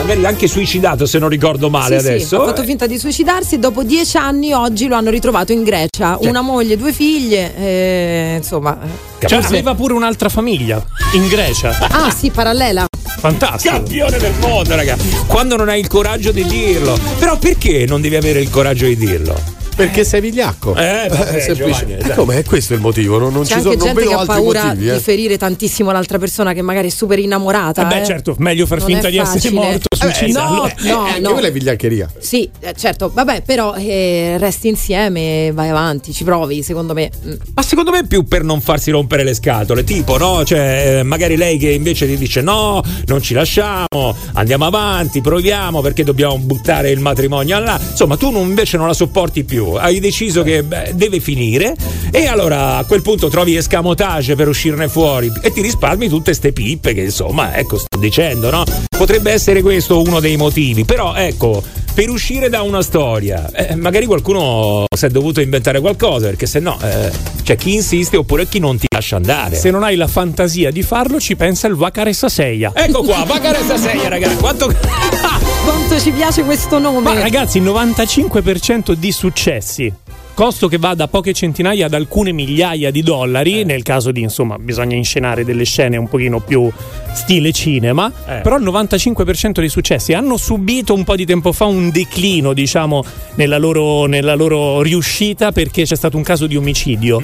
Speaker 1: magari anche suicidato se non ricordo male
Speaker 3: Sì, sì,
Speaker 1: adesso.
Speaker 3: ha fatto finta di suicidarsi e dopo dieci anni oggi lo hanno ritrovato in Grecia. Una moglie, due figlie, eh, insomma.
Speaker 2: Cioè, aveva pure un'altra famiglia in Grecia.
Speaker 3: Ah sì, parallela.
Speaker 2: Fantastico.
Speaker 1: Campione Eh, del mondo, raga. Quando non hai il coraggio di dirlo. Però perché non devi avere il coraggio di dirlo?
Speaker 4: Perché sei vigliacco.
Speaker 1: Eh, vabbè,
Speaker 4: È semplice.
Speaker 1: Giovanni,
Speaker 4: Eh,
Speaker 1: dai.
Speaker 4: come è questo il motivo? Non, non
Speaker 3: C'è
Speaker 4: ci sono
Speaker 3: anche
Speaker 4: non
Speaker 3: gente
Speaker 4: vedo
Speaker 3: che ha
Speaker 4: altri
Speaker 3: paura
Speaker 4: motivi.
Speaker 3: di
Speaker 4: eh.
Speaker 3: ferire tantissimo l'altra persona che magari è super innamorata.
Speaker 2: Eh beh,
Speaker 3: eh.
Speaker 2: certo, meglio far
Speaker 3: Non
Speaker 2: finta
Speaker 3: è
Speaker 2: di essere
Speaker 3: facile.
Speaker 2: morto,
Speaker 3: Eh, beh,
Speaker 2: suicidarlo.
Speaker 3: No,
Speaker 2: Eh, eh,
Speaker 3: no,
Speaker 4: Anche
Speaker 3: no.
Speaker 4: quella è vigliaccheria.
Speaker 3: Sì, eh, certo, vabbè, però eh, resti insieme, vai avanti, ci provi, secondo me. Mm.
Speaker 1: Ma secondo me è più per non farsi rompere le scatole, tipo, no? Cioè, eh, magari lei che invece ti dice no, non ci lasciamo, andiamo avanti, proviamo perché dobbiamo buttare il matrimonio là. Insomma, tu non- invece non la sopporti più, hai deciso che beh, deve finire e allora a quel punto trovi escamotage per uscirne fuori e ti risparmi tutte ste pippe che insomma, ecco, sto dicendo, no? Potrebbe essere questo uno dei motivi, però ecco, per uscire da una storia. Eh, magari qualcuno si è dovuto inventare qualcosa, perché se no eh, c'è chi insiste oppure chi non ti lascia andare.
Speaker 2: Se non hai la fantasia di farlo, ci pensa il Vacare Saseia.
Speaker 1: Ecco qua, Vacare Saseia, ragazzi. Quanto...
Speaker 3: <laughs> Quanto ci piace questo nome?
Speaker 2: <laughs> Ma ragazzi, 95% di successi. Costo che va da poche centinaia ad alcune migliaia di
Speaker 1: Eh.
Speaker 2: dollari, nel caso di insomma bisogna inscenare delle scene un pochino più stile cinema,
Speaker 1: Eh.
Speaker 2: però il 95% dei successi hanno subito un po' di tempo fa un declino diciamo nella loro, nella loro riuscita perché c'è stato un caso di omicidio.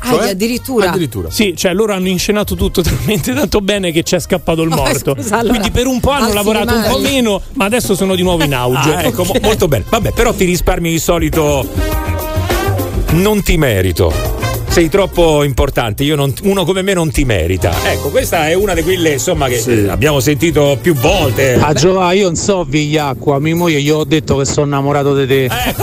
Speaker 3: Ah,
Speaker 4: Cioè?
Speaker 3: addirittura.
Speaker 2: Sì, cioè loro hanno inscenato tutto <laughs> talmente tanto bene che c'è scappato il
Speaker 3: Oh,
Speaker 2: morto.
Speaker 3: scusa, allora.
Speaker 2: Quindi per un po' hanno
Speaker 3: Alzi le
Speaker 2: lavorato un po'
Speaker 3: mani.
Speaker 2: meno, ma adesso sono di
Speaker 1: <laughs>
Speaker 2: nuovo in auge.
Speaker 1: Ah, ecco, mo- molto bene. Vabbè, però ti risparmi di solito. Non ti merito. Sei troppo importante, io non- uno come me non ti merita. Ecco, questa è una di quelle insomma che eh, abbiamo sentito più volte.
Speaker 9: A Ah, Giova io non so vigliacqua, mia moglie gli ho detto che sono innamorato di te.
Speaker 1: Eh,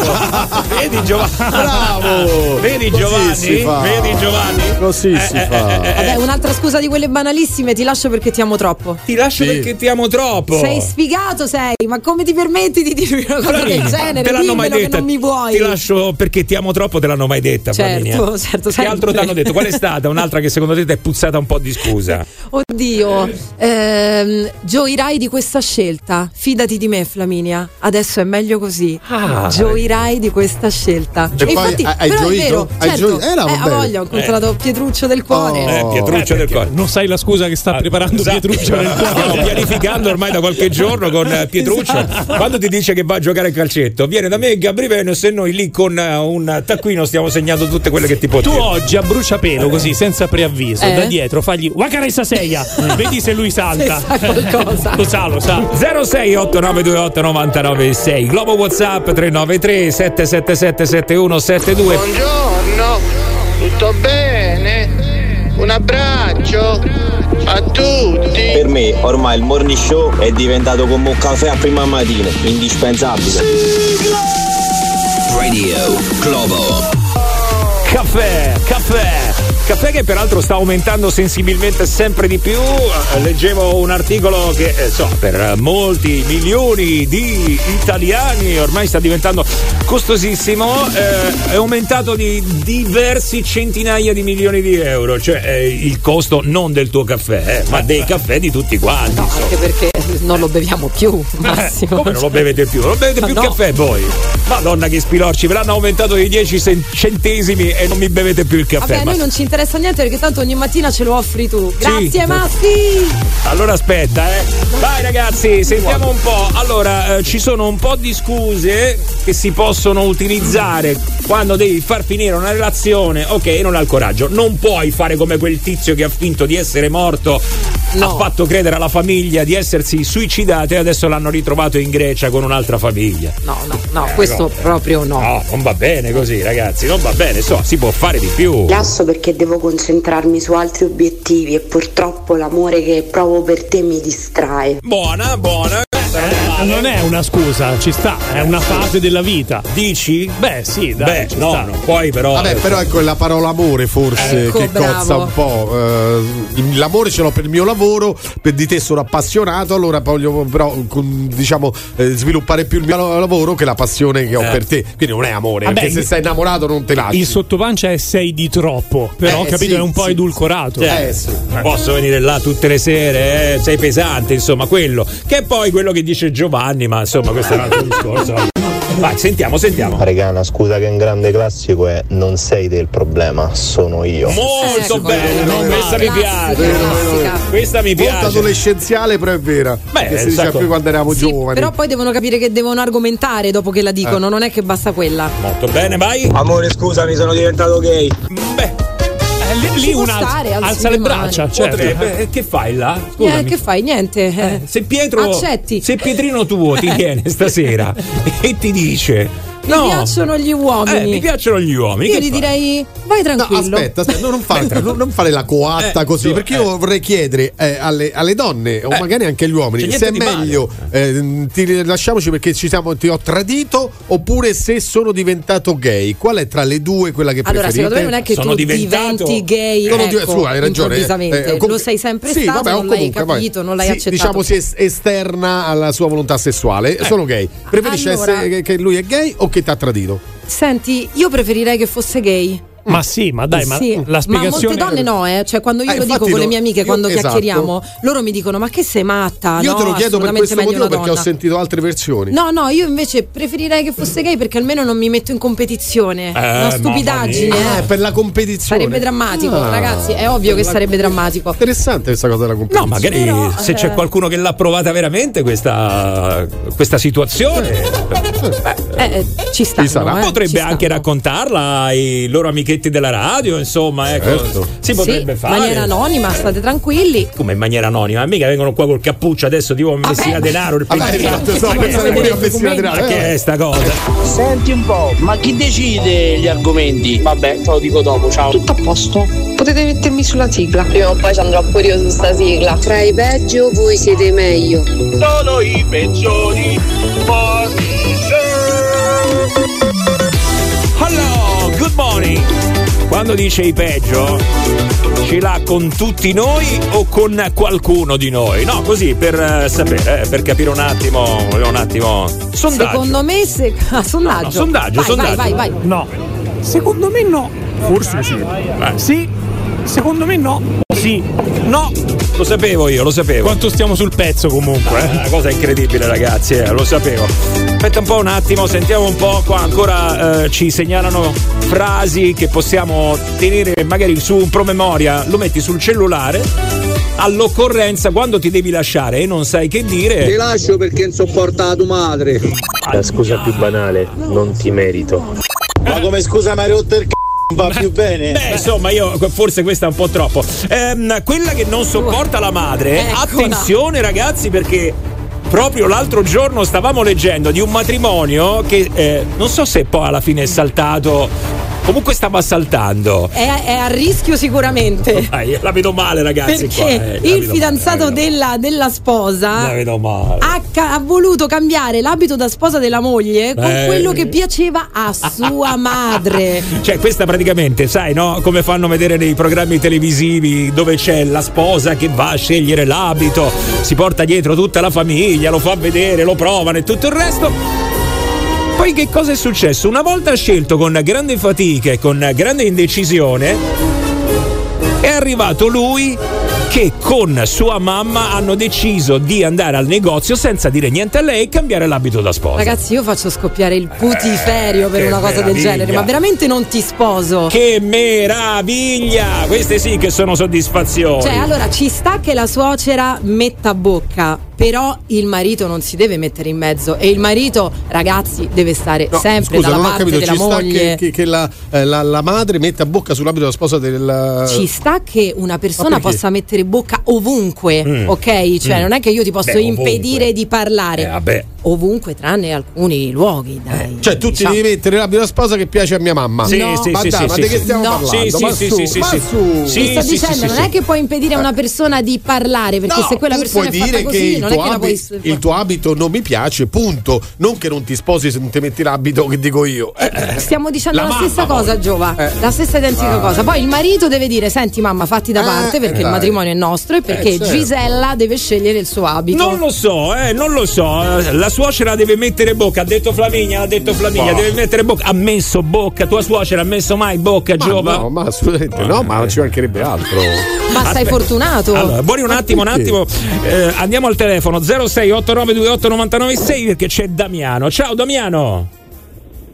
Speaker 1: Vedi Giovanni, bravo! <laughs> Vedi
Speaker 9: si
Speaker 1: Giovanni,
Speaker 9: fa.
Speaker 1: vedi Giovanni. Eh,
Speaker 4: Così
Speaker 1: si fa.
Speaker 3: Vabbè, un'altra scusa di quelle banalissime, ti lascio perché ti amo troppo.
Speaker 1: Ti lascio perché ti amo troppo.
Speaker 3: Sei sfigato, sei, ma come ti permetti di dirmi una cosa del genere?
Speaker 1: te l'hanno
Speaker 3: Dimmelo
Speaker 1: mai
Speaker 3: che
Speaker 1: detta.
Speaker 3: non mi vuoi.
Speaker 1: Ti lascio perché ti amo troppo, te l'hanno mai detta.
Speaker 3: Certo,
Speaker 1: Flavinia.
Speaker 3: certo,
Speaker 1: Che altro
Speaker 3: sempre.
Speaker 1: ti hanno detto? Qual è stata? Un'altra che secondo te ti è puzzata un po'
Speaker 2: <laughs>
Speaker 1: di scusa.
Speaker 3: Oddio, ehm, gioirai di questa scelta. Fidati di me, Flaminia. Adesso è meglio così.
Speaker 4: Ah.
Speaker 3: gioirai di questa scelta.
Speaker 4: E poi hai- hai
Speaker 3: però
Speaker 4: gioito?
Speaker 3: È vero,
Speaker 4: Hai
Speaker 3: certo,
Speaker 4: gioito? Eh,
Speaker 3: eh,
Speaker 4: no, va
Speaker 3: ha
Speaker 4: bene.
Speaker 3: voglia, ho incontrato Pietruccio del cuore.
Speaker 2: Oh.
Speaker 9: Oh.
Speaker 1: Eh, Pietruccio del Ah, cuore.
Speaker 2: Non sai la scusa che sta preparando Pietruccio nel cuore.
Speaker 1: Esatto.
Speaker 2: Esatto.
Speaker 1: Stiamo pianificando ormai da qualche giorno
Speaker 2: <laughs>
Speaker 1: con eh, Pietruccio.
Speaker 3: Esatto.
Speaker 1: Quando ti dice che va a giocare a calcetto, viene da me e Gabriveno. Se noi lì con eh, un taccuino stiamo segnando tutte quelle che ti può
Speaker 2: Tu
Speaker 1: dire.
Speaker 2: oggi a bruciapelo così, senza preavviso,
Speaker 1: Eh?
Speaker 2: da dietro fagli Wacaressa
Speaker 1: <laughs>
Speaker 2: Seia, vedi se lui salta.
Speaker 1: Se sa qualcosa.
Speaker 2: <laughs> lo sa, lo sa.
Speaker 1: 06892896 Globo Whatsapp 393 777 7172
Speaker 7: Buongiorno, tutto bene? Un abbraccio a tutti.
Speaker 16: Per me ormai il morning show è diventato come un caffè a prima mattina, indispensabile.
Speaker 12: Radio Globo.
Speaker 1: Caffè, caffè, caffè che peraltro sta aumentando sensibilmente sempre di più. Eh, Leggevo un articolo che eh, so, per eh, molti milioni di italiani ormai sta diventando costosissimo. eh, è aumentato di diversi centinaia di milioni di euro, cioè eh, il costo non del tuo caffè, eh, ma dei caffè di tutti quanti. insomma.
Speaker 3: Anche perché non lo beviamo più, Massimo.
Speaker 1: Eh, come non lo bevete più? Non bevete
Speaker 3: Ma
Speaker 1: più
Speaker 3: no.
Speaker 1: il caffè voi? Madonna che spilorci, ve l'hanno aumentato di 10 sen- centesimi e non mi bevete più il caffè.
Speaker 3: Vabbè, a
Speaker 1: ma-
Speaker 3: noi non ci interessa niente perché tanto ogni mattina ce lo offri tu. Grazie, Massi!
Speaker 1: Allora aspetta, eh. Vai ragazzi, sentiamo un po'. Allora, eh, ci sono un po' di scuse che si possono utilizzare quando devi far finire una relazione. Ok, non ha il coraggio. Non puoi fare come quel tizio che ha finto di essere morto. Ha fatto credere alla famiglia di essersi suicidata e adesso l'hanno ritrovato in Grecia con un'altra famiglia.
Speaker 3: No, no, no,
Speaker 1: Eh,
Speaker 3: questo
Speaker 1: no.
Speaker 3: proprio no.
Speaker 1: No, non va bene così, ragazzi. Non va bene, so, si può fare di più.
Speaker 22: Lasso perché devo concentrarmi su altri obiettivi e purtroppo l'amore che provo per te mi distrae.
Speaker 1: Buona, buona.
Speaker 2: Non è una scusa, ci sta, è una fase della vita.
Speaker 1: Dici?
Speaker 2: Beh, sì, dai.
Speaker 1: Beh, no, no, poi però. eh,
Speaker 4: Vabbè, però ecco la parola amore
Speaker 3: Eh,
Speaker 4: forse
Speaker 2: Ecco,
Speaker 4: che
Speaker 2: bravo.
Speaker 4: cozza un po'. Eh, l'amore ce l'ho per il mio lavoro, per di te sono appassionato, allora voglio però con- diciamo eh, sviluppare più il mio la- lavoro che la passione che ho
Speaker 2: Eh.
Speaker 4: per te. Quindi non è amore,
Speaker 3: Ah,
Speaker 2: Vabbè,
Speaker 4: perché se
Speaker 2: il-
Speaker 4: sei innamorato non te lasci.
Speaker 2: Il sottopancia è 6 di troppo, però
Speaker 4: Eh,
Speaker 2: capito
Speaker 4: sì,
Speaker 2: è un po'
Speaker 4: sì.
Speaker 2: edulcorato.
Speaker 1: Cioè, Posso venire là tutte le sere, eh? sei pesante, insomma, quello. Che è poi quello che dice Giovanni, ma insomma, questo è un altro discorso. Vai, sentiamo, sentiamo.
Speaker 15: Regà, una scusa che è un grande classico è non sei del problema, sono io.
Speaker 1: <laughs>
Speaker 3: ecco,
Speaker 1: Molto bello, questa mi piace. Questa mi
Speaker 4: Molto
Speaker 1: piace.
Speaker 4: adolescenziale, però è vera. che si
Speaker 1: un
Speaker 4: diceva
Speaker 1: sacco-
Speaker 4: più quando eravamo giovani.
Speaker 3: Però poi devono capire che devono argomentare dopo che la dicono,
Speaker 4: Eh.
Speaker 3: non è che basta quella.
Speaker 1: Molto bene, vai.
Speaker 16: Amore, scusa, mi sono diventato gay.
Speaker 2: lì
Speaker 3: Ci può
Speaker 2: un alzo-
Speaker 3: stare, alzi
Speaker 2: alza le
Speaker 3: mani.
Speaker 2: braccia, certo.
Speaker 1: Potrebbe, eh, che fai là? Scusami.
Speaker 3: Eh, che fai? Niente. eh.
Speaker 1: Se Pietro,
Speaker 3: Accetti. <laughs>
Speaker 1: se Pietrino tuo ti viene stasera e ti dice No.
Speaker 3: Mi piacciono gli uomini.
Speaker 1: Eh, mi piacciono gli uomini.
Speaker 3: Io
Speaker 1: che
Speaker 3: gli
Speaker 1: fai?
Speaker 3: direi, vai tranquillo.
Speaker 4: Aspetta, aspetta, no, non
Speaker 3: <laughs>
Speaker 4: fare, non- non fare la coatta
Speaker 1: Eh,
Speaker 4: così,
Speaker 1: tu-
Speaker 4: perché io
Speaker 1: eh.
Speaker 4: vorrei chiedere eh, alle, alle donne o
Speaker 1: Eh,
Speaker 4: magari anche agli uomini
Speaker 1: c'è
Speaker 4: se
Speaker 1: niente
Speaker 4: è
Speaker 1: di male.
Speaker 4: meglio eh, ti- lasciamoci perché ci siamo, ti ho tradito oppure se sono diventato gay. Qual è tra le due quella che
Speaker 3: Allora,
Speaker 4: preferite?
Speaker 3: secondo me non è che tu diventi gay
Speaker 4: Sono
Speaker 3: ecco,
Speaker 4: div- scusa, hai ragione. eh,
Speaker 3: improvvisamente.
Speaker 4: eh, com-
Speaker 3: Lo sei sempre
Speaker 4: sì,
Speaker 3: stato,
Speaker 4: vabbè, o
Speaker 3: non l'hai
Speaker 4: comunque, poi,
Speaker 3: capito, non l'hai
Speaker 4: sì,
Speaker 3: accettato.
Speaker 4: Diciamo si es- esterna alla sua volontà sessuale, sono gay. Preferisce
Speaker 3: Allora-
Speaker 4: essere- che- che lui è gay o che ti ha tradito?
Speaker 3: Senti, io preferirei che fosse gay.
Speaker 2: Ma sì,
Speaker 1: Ah,
Speaker 2: ma dai, ma
Speaker 3: Eh Sì.
Speaker 2: la spiegazione.
Speaker 3: Ma molte donne no, eh. Cioè, quando io
Speaker 4: Ah,
Speaker 2: Eh,
Speaker 3: lo dico
Speaker 2: infatti
Speaker 3: con le
Speaker 2: lo-
Speaker 3: mie amiche,
Speaker 2: io-
Speaker 3: quando
Speaker 2: esatto.
Speaker 3: chiacchieriamo, loro mi dicono: Ma che sei matta?
Speaker 4: Io
Speaker 3: Ah, No,
Speaker 4: te lo chiedo per
Speaker 3: assolutamente
Speaker 4: questo
Speaker 3: meglio
Speaker 4: motivo
Speaker 3: una
Speaker 4: perché ho
Speaker 3: donna.
Speaker 4: sentito altre versioni.
Speaker 3: No, no, io invece preferirei che fosse gay perché almeno non mi metto in competizione.
Speaker 1: Eh,
Speaker 3: Una stupidaggine, eh.
Speaker 4: Ah, per la competizione.
Speaker 3: Sarebbe drammatico,
Speaker 4: Ah.
Speaker 3: ragazzi, è ovvio che sarebbe drammatico.
Speaker 4: Interessante questa cosa della
Speaker 1: No,
Speaker 4: competizione.
Speaker 1: magari se
Speaker 3: eh,
Speaker 1: c'è qualcuno che l'ha provata veramente questa, questa situazione,
Speaker 3: Eh, eh, ci sta.
Speaker 1: Ci sarà. potrebbe anche raccontarla ai loro amichetti della radio, insomma, ecco.
Speaker 4: Certo.
Speaker 1: si potrebbe fare.
Speaker 3: In maniera anonima, state tranquilli.
Speaker 1: Come in maniera anonima, mica vengono qua col cappuccio adesso tipo Messina Denaro, il
Speaker 4: Vabbè,
Speaker 1: pentinato.
Speaker 4: esatto, stavo
Speaker 1: Ma che-
Speaker 4: pensando pure io a Messina Denaro,
Speaker 1: Ma che
Speaker 4: eh.
Speaker 1: è sta cosa?
Speaker 8: Senti un po', ma chi decide gli argomenti? Vabbè, te lo dico dopo, ciao. Tutto a posto.
Speaker 10: Potete mettermi sulla sigla? Prima o poi ci andrò pure io su sta sigla. Tra i peggio voi siete meglio.
Speaker 13: Sono i peggiori
Speaker 1: Hello, good morning. Quando dice i peggio, ce l'ha con tutti noi o con qualcuno di noi? No, così per eh, sapere, eh, per capire un attimo, volevo un attimo. Sondaggio.
Speaker 3: Secondo me, se... <laughs> ah, sondaggio.
Speaker 1: No, no, sondaggio,
Speaker 3: vai,
Speaker 1: sondaggio.
Speaker 3: Vai, vai, vai.
Speaker 2: No. Secondo me no. Forse sì.
Speaker 1: Eh.
Speaker 2: Sì. Secondo me no. Sì. No.
Speaker 1: Lo sapevo io, lo sapevo.
Speaker 2: Quanto stiamo sul pezzo comunque.
Speaker 1: È una Eh, cosa incredibile, ragazzi, eh, lo sapevo. Aspetta un po' un attimo, sentiamo un po'. Qua ancora eh, ci segnalano frasi che possiamo tenere magari su un promemoria, lo metti sul cellulare. All'occorrenza, quando ti devi lasciare e non sai che dire.
Speaker 8: Ti lascio perché non sopporta tua madre.
Speaker 1: La Eh, scusa più banale, non ti merito.
Speaker 8: Ma come scusa Mario rotto il c***o, va più bene?
Speaker 1: Beh, insomma, io forse questa è un po' troppo. Ehm, quella che non sopporta la madre,
Speaker 8: Eccola.
Speaker 1: attenzione ragazzi perché proprio l'altro giorno stavamo leggendo di un matrimonio che eh, non so se poi alla fine è saltato, comunque stava saltando.
Speaker 3: È, è a rischio
Speaker 1: <laughs>
Speaker 3: sicuramente.
Speaker 1: Dai, la vedo male ragazzi. qua, eh,
Speaker 3: Eh. Perché
Speaker 1: la
Speaker 3: il
Speaker 1: vedo
Speaker 3: fidanzato della, della
Speaker 1: male,
Speaker 3: sposa
Speaker 1: La vedo male.
Speaker 3: ha, ca- ha voluto cambiare l'abito da sposa della moglie con
Speaker 1: Eh.
Speaker 3: quello che piaceva a
Speaker 4: <laughs>
Speaker 3: sua madre.
Speaker 1: Cioè, questa praticamente, sai, no? Come fanno vedere nei programmi televisivi dove c'è la sposa che va a scegliere l'abito, si porta dietro tutta la famiglia, lo fa vedere, lo provano e tutto il resto. Poi che cosa è successo? Una volta scelto con grande fatica e con grande indecisione, è arrivato lui che con sua mamma hanno deciso di andare al negozio senza dire niente a lei e cambiare l'abito da sposa.
Speaker 3: Ragazzi, io faccio scoppiare
Speaker 4: Eh,
Speaker 3: il putiferio per
Speaker 1: che
Speaker 3: una cosa del
Speaker 1: meraviglia.
Speaker 3: genere, ma veramente non ti sposo.
Speaker 1: Che meraviglia! Queste sì che sono soddisfazioni.
Speaker 3: Cioè, allora ci sta che la suocera metta bocca, però il marito non si deve mettere in mezzo. E il marito, ragazzi, deve stare
Speaker 4: No,
Speaker 3: sempre
Speaker 4: scusa,
Speaker 3: dalla
Speaker 4: non ho
Speaker 3: parte
Speaker 4: capito,
Speaker 3: della
Speaker 4: ci sta
Speaker 3: moglie.
Speaker 4: che, che- che la, eh, la- la madre mette a bocca sull'abito della sposa
Speaker 1: Eh,
Speaker 4: del.
Speaker 3: Ci sta che una persona
Speaker 4: perché?
Speaker 3: possa mettere bocca ovunque,
Speaker 4: Mm.
Speaker 3: ok? Cioè,
Speaker 4: Mm.
Speaker 3: non è che io ti posso
Speaker 4: Beh, ovunque.
Speaker 3: impedire di parlare.
Speaker 4: Eh, vabbè.
Speaker 3: Ovunque, tranne alcuni luoghi, dai.
Speaker 4: Cioè, tu ti
Speaker 3: Diciamo.
Speaker 4: devi mettere l'abito della sposa che piace a mia mamma.
Speaker 1: Sì,
Speaker 4: No.
Speaker 1: sì,
Speaker 4: ma
Speaker 1: sì,
Speaker 4: dai,
Speaker 1: sì,
Speaker 4: ma
Speaker 1: sì,
Speaker 4: di
Speaker 1: sì.
Speaker 4: che stiamo
Speaker 1: No.
Speaker 4: parlando?
Speaker 1: Sì,
Speaker 4: ma
Speaker 1: sì,
Speaker 4: su,
Speaker 1: sì, sì,
Speaker 4: ma
Speaker 1: sì.
Speaker 4: su.
Speaker 1: Mm. Sì,
Speaker 3: Ti sto dicendo, non è che puoi impedire a una persona di parlare, perché se quella
Speaker 4: tu
Speaker 3: persona
Speaker 4: puoi
Speaker 3: è fatta
Speaker 4: dire
Speaker 3: così,
Speaker 4: che, il
Speaker 3: non è
Speaker 4: tuo,
Speaker 3: che la puoi.
Speaker 4: abito, il tuo abito non mi piace, punto. Non che non ti sposi se non ti metti l'abito che dico io. Eh, eh.
Speaker 3: Stiamo dicendo
Speaker 4: La
Speaker 3: la,
Speaker 4: mamma
Speaker 3: stessa cosa, Giova.
Speaker 4: Eh.
Speaker 3: La stessa identica
Speaker 4: Ah.
Speaker 3: cosa. Poi il marito deve dire: Senti, mamma, fatti da
Speaker 1: Eh,
Speaker 3: parte perché il
Speaker 1: dai.
Speaker 3: matrimonio è nostro e perché
Speaker 1: Eh, certo.
Speaker 3: Gisella deve scegliere il suo abito.
Speaker 1: Non lo so, eh, non lo so. La suocera deve mettere bocca, ha detto Flaminia, ha detto Flaminia,
Speaker 4: Ma-
Speaker 1: deve mettere bocca. Ha messo bocca, tua suocera ha messo mai bocca, Giova?
Speaker 4: No, ma assolutamente no, ma ci mancherebbe altro.
Speaker 3: Ma sei fortunato.
Speaker 1: Allora, Bori un attimo, un attimo. Eh, andiamo al telefono 0689289996 perché c'è Damiano. Ciao Damiano.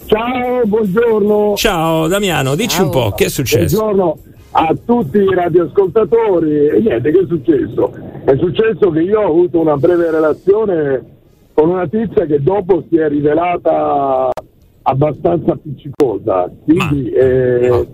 Speaker 23: Ciao, Eh, buongiorno.
Speaker 1: Ciao Damiano, dici un po' che è successo.
Speaker 23: Buongiorno a tutti i radioascoltatori. E niente, che è successo? È successo che io ho avuto una breve relazione con una tizia che dopo si è rivelata abbastanza appiccicosa. Quindi eh,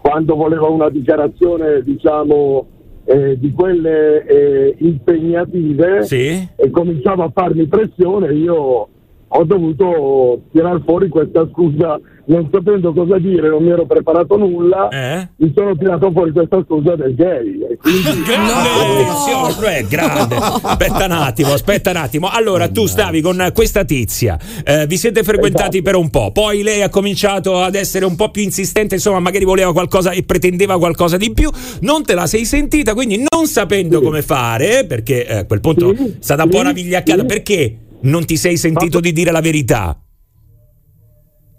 Speaker 23: quando voleva una dichiarazione, diciamo, eh, di quelle eh, impegnative
Speaker 1: Sì.
Speaker 23: e cominciava a farmi pressione, io ho dovuto tirar fuori questa scusa, non sapendo cosa dire, non mi ero preparato nulla,
Speaker 1: Eh?
Speaker 23: mi sono tirato fuori questa scusa del gay. E quindi-
Speaker 1: Attenzione, però Cioè, è grande. Aspetta un attimo, aspetta un attimo. Allora, tu stavi con questa tizia, eh, vi siete frequentati per un po', poi lei ha cominciato ad essere un po' più insistente, insomma, magari voleva qualcosa e pretendeva qualcosa di più, non te la sei sentita, quindi non sapendo come fare, perché eh, a quel punto è stata un po' una vigliaccata, perché non ti sei sentito di dire la verità?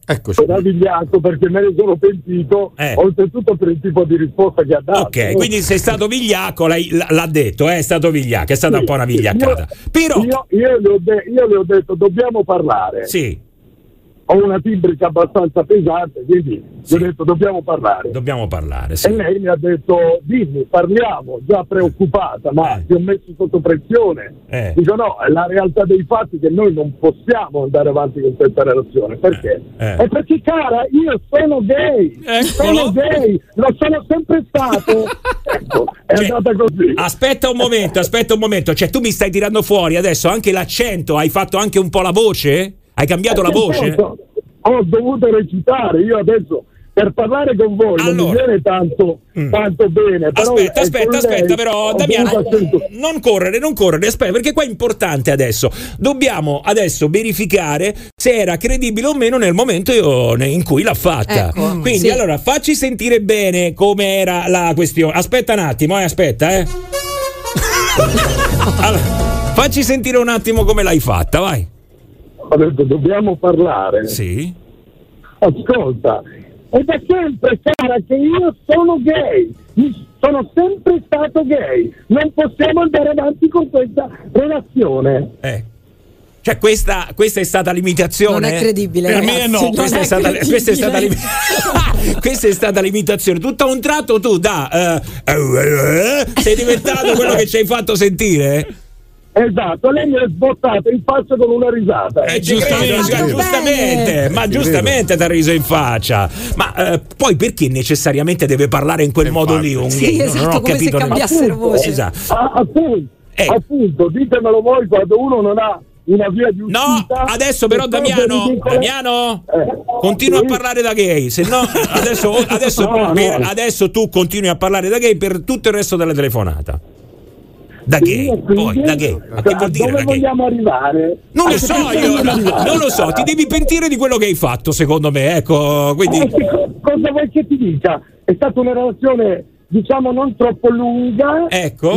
Speaker 1: Ecco,
Speaker 23: Eccoci. Meravigliato perché me ne sono pentito, oltretutto per il tipo di risposta che ha dato.
Speaker 1: Eh. Ok, quindi sei stato vigliacco, l'hai- l- l'ha detto, eh, è stato vigliacco, è stata un po' una vigliaccata.
Speaker 23: Io, io le ho de- io le ho detto dobbiamo parlare.
Speaker 1: Sì.
Speaker 23: Ho una timbrica abbastanza pesante, quindi gli ho detto dobbiamo parlare.
Speaker 1: Dobbiamo parlare, Eh, sì.
Speaker 23: E lei mi ha detto dimmi, parliamo, già preoccupata, ma ti ho messo sotto pressione.
Speaker 1: Eh.
Speaker 23: Dico no, è la realtà dei fatti che noi non possiamo andare avanti con questa relazione. Perché?
Speaker 1: Eh.
Speaker 23: È perché cara, io sono gay, sono gay, lo sono sempre stato. ecco, è andata così.
Speaker 1: Cioè, Aspetta un momento, aspetta un momento. Cioè, tu mi stai tirando fuori adesso anche l'accento, hai fatto anche un po' la voce? Hai cambiato la
Speaker 23: Eh,
Speaker 1: voce?
Speaker 23: certo. Ho dovuto recitare io adesso per parlare con voi non mi viene tanto, tanto bene. Però
Speaker 1: Mm. Aspetta,
Speaker 23: è
Speaker 1: aspetta,
Speaker 23: con
Speaker 1: aspetta,
Speaker 23: lei
Speaker 1: però
Speaker 23: ho
Speaker 1: Damiano,
Speaker 23: dovuto accentu-
Speaker 1: non correre, non correre, aspetta, perché qua è importante adesso. Dobbiamo adesso verificare se era credibile o meno nel momento io- ne- in cui l'ha fatta.
Speaker 5: Ecco,
Speaker 1: Quindi
Speaker 5: sì.
Speaker 1: allora facci sentire bene come era la questione. Aspetta un attimo, eh, aspetta,
Speaker 5: <laughs>
Speaker 1: eh. Allora, facci sentire un attimo come l'hai fatta, vai.
Speaker 23: Ho detto dobbiamo parlare.
Speaker 1: Sì.
Speaker 23: Ascolta, è da sempre cara che io sono gay. Mi- Sono sempre stato gay. Non possiamo andare avanti con questa relazione.
Speaker 1: Eh. Cioè, questa, questa è stata l'imitazione.
Speaker 23: Non è credibile,
Speaker 1: Per
Speaker 23: ragazzi,
Speaker 1: me no.
Speaker 23: non
Speaker 1: Questa è,
Speaker 23: è
Speaker 1: stata,
Speaker 23: credibile.
Speaker 1: questa, è stata l'im- <laughs> questa è stata l'imitazione. Tutto a un tratto tu da. eh, eh, eh, sei diventato quello che ci hai fatto sentire.
Speaker 23: Esatto, lei mi è sbottata in faccia con una risata.
Speaker 1: Eh, giustamente,
Speaker 23: Ti credo, Eh.
Speaker 1: giustamente, ma giustamente ti ha riso in faccia. Ma eh, poi perché necessariamente deve parlare in quel modo lì? Un
Speaker 23: Sì,
Speaker 1: gay? No,
Speaker 23: esatto,
Speaker 1: non ho
Speaker 23: come se
Speaker 1: capito neanche.
Speaker 23: cambiassero voce.
Speaker 1: Esatto. Eh.
Speaker 23: Ah, appunto, appunto, ditemelo voi quando uno non ha una via di uscita.
Speaker 1: No, adesso però
Speaker 23: Queste cose
Speaker 1: Damiano,
Speaker 23: ridicole-
Speaker 1: Damiano, continua a parlare da gay, se no adesso, adesso-
Speaker 23: No, no.
Speaker 1: per- adesso tu continui a parlare da gay per tutto il resto della telefonata. Da gay, poi da gay. Ma che
Speaker 23: Cioè,
Speaker 1: vuol dire da
Speaker 23: dove
Speaker 1: gay?
Speaker 23: vogliamo arrivare?
Speaker 1: Non
Speaker 23: A
Speaker 1: lo
Speaker 23: che
Speaker 1: so
Speaker 23: punto
Speaker 1: io,
Speaker 23: vogliamo arrivare?
Speaker 1: non lo so, ti devi pentire di quello che hai fatto secondo me, ecco, quindi...
Speaker 23: Eh, che co- cosa vuoi che ti dica? È stata una relazione, diciamo, non troppo lunga,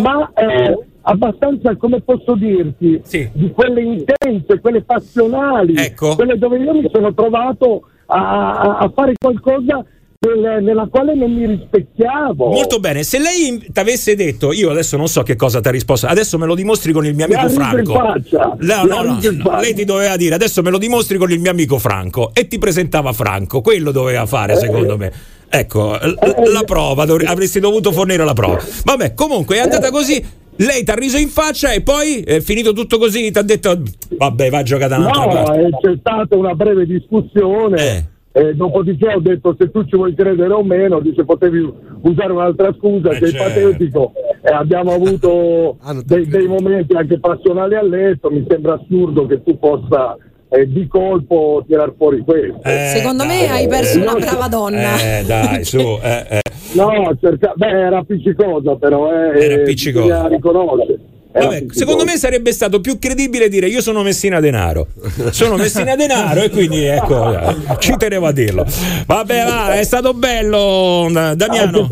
Speaker 23: ma eh, abbastanza, come posso dirti, di quelle intense, quelle passionali, quelle dove io mi sono trovato a, a- a fare qualcosa nel- nella quale non mi rispecchiavo.
Speaker 1: Molto bene, se lei ti avesse detto, io adesso non so che cosa ti ha risposto, adesso me lo dimostri con il mio
Speaker 23: Mi
Speaker 1: amico
Speaker 23: ha riso in
Speaker 1: Franco.
Speaker 23: faccia.
Speaker 1: No,
Speaker 23: Mi
Speaker 1: no,
Speaker 23: ha
Speaker 1: no,
Speaker 23: riso in
Speaker 1: no,
Speaker 23: faccia.
Speaker 1: lei ti doveva dire adesso me lo dimostri con il mio amico Franco e ti presentava Franco, quello doveva
Speaker 23: Eh.
Speaker 1: fare secondo me. Ecco, l- la prova, dovre- avresti dovuto fornire la prova. Vabbè, comunque è
Speaker 23: Eh.
Speaker 1: andata così, lei ti ha riso in faccia e poi è finito tutto così, ti ha detto vabbè, va a giocare da un'altra
Speaker 23: No,
Speaker 1: parte.
Speaker 23: eh, c'è stata una breve discussione. eh, dopodiché ho detto se tu ci vuoi credere o meno, dice potevi usare un'altra scusa, sei
Speaker 1: certo.
Speaker 23: patetico. E
Speaker 1: <laughs>
Speaker 23: abbiamo avuto dei, dei momenti anche passionali a letto, mi sembra assurdo che tu possa eh, di colpo tirar fuori questo.
Speaker 3: Secondo me hai perso una brava donna.
Speaker 1: Eh, dai, su, eh, eh.
Speaker 23: No, cerca- beh, era appiccicosa però, eh,
Speaker 1: Era appiccicosa.
Speaker 23: bisogna riconoscere. Era
Speaker 1: Vabbè, secondo me sarebbe stato più credibile dire io sono Messina Denaro. Sono Messina Denaro e quindi ecco, eh, ci tenevo a dirlo. Vabbè, va, è stato bello eh, Damiano.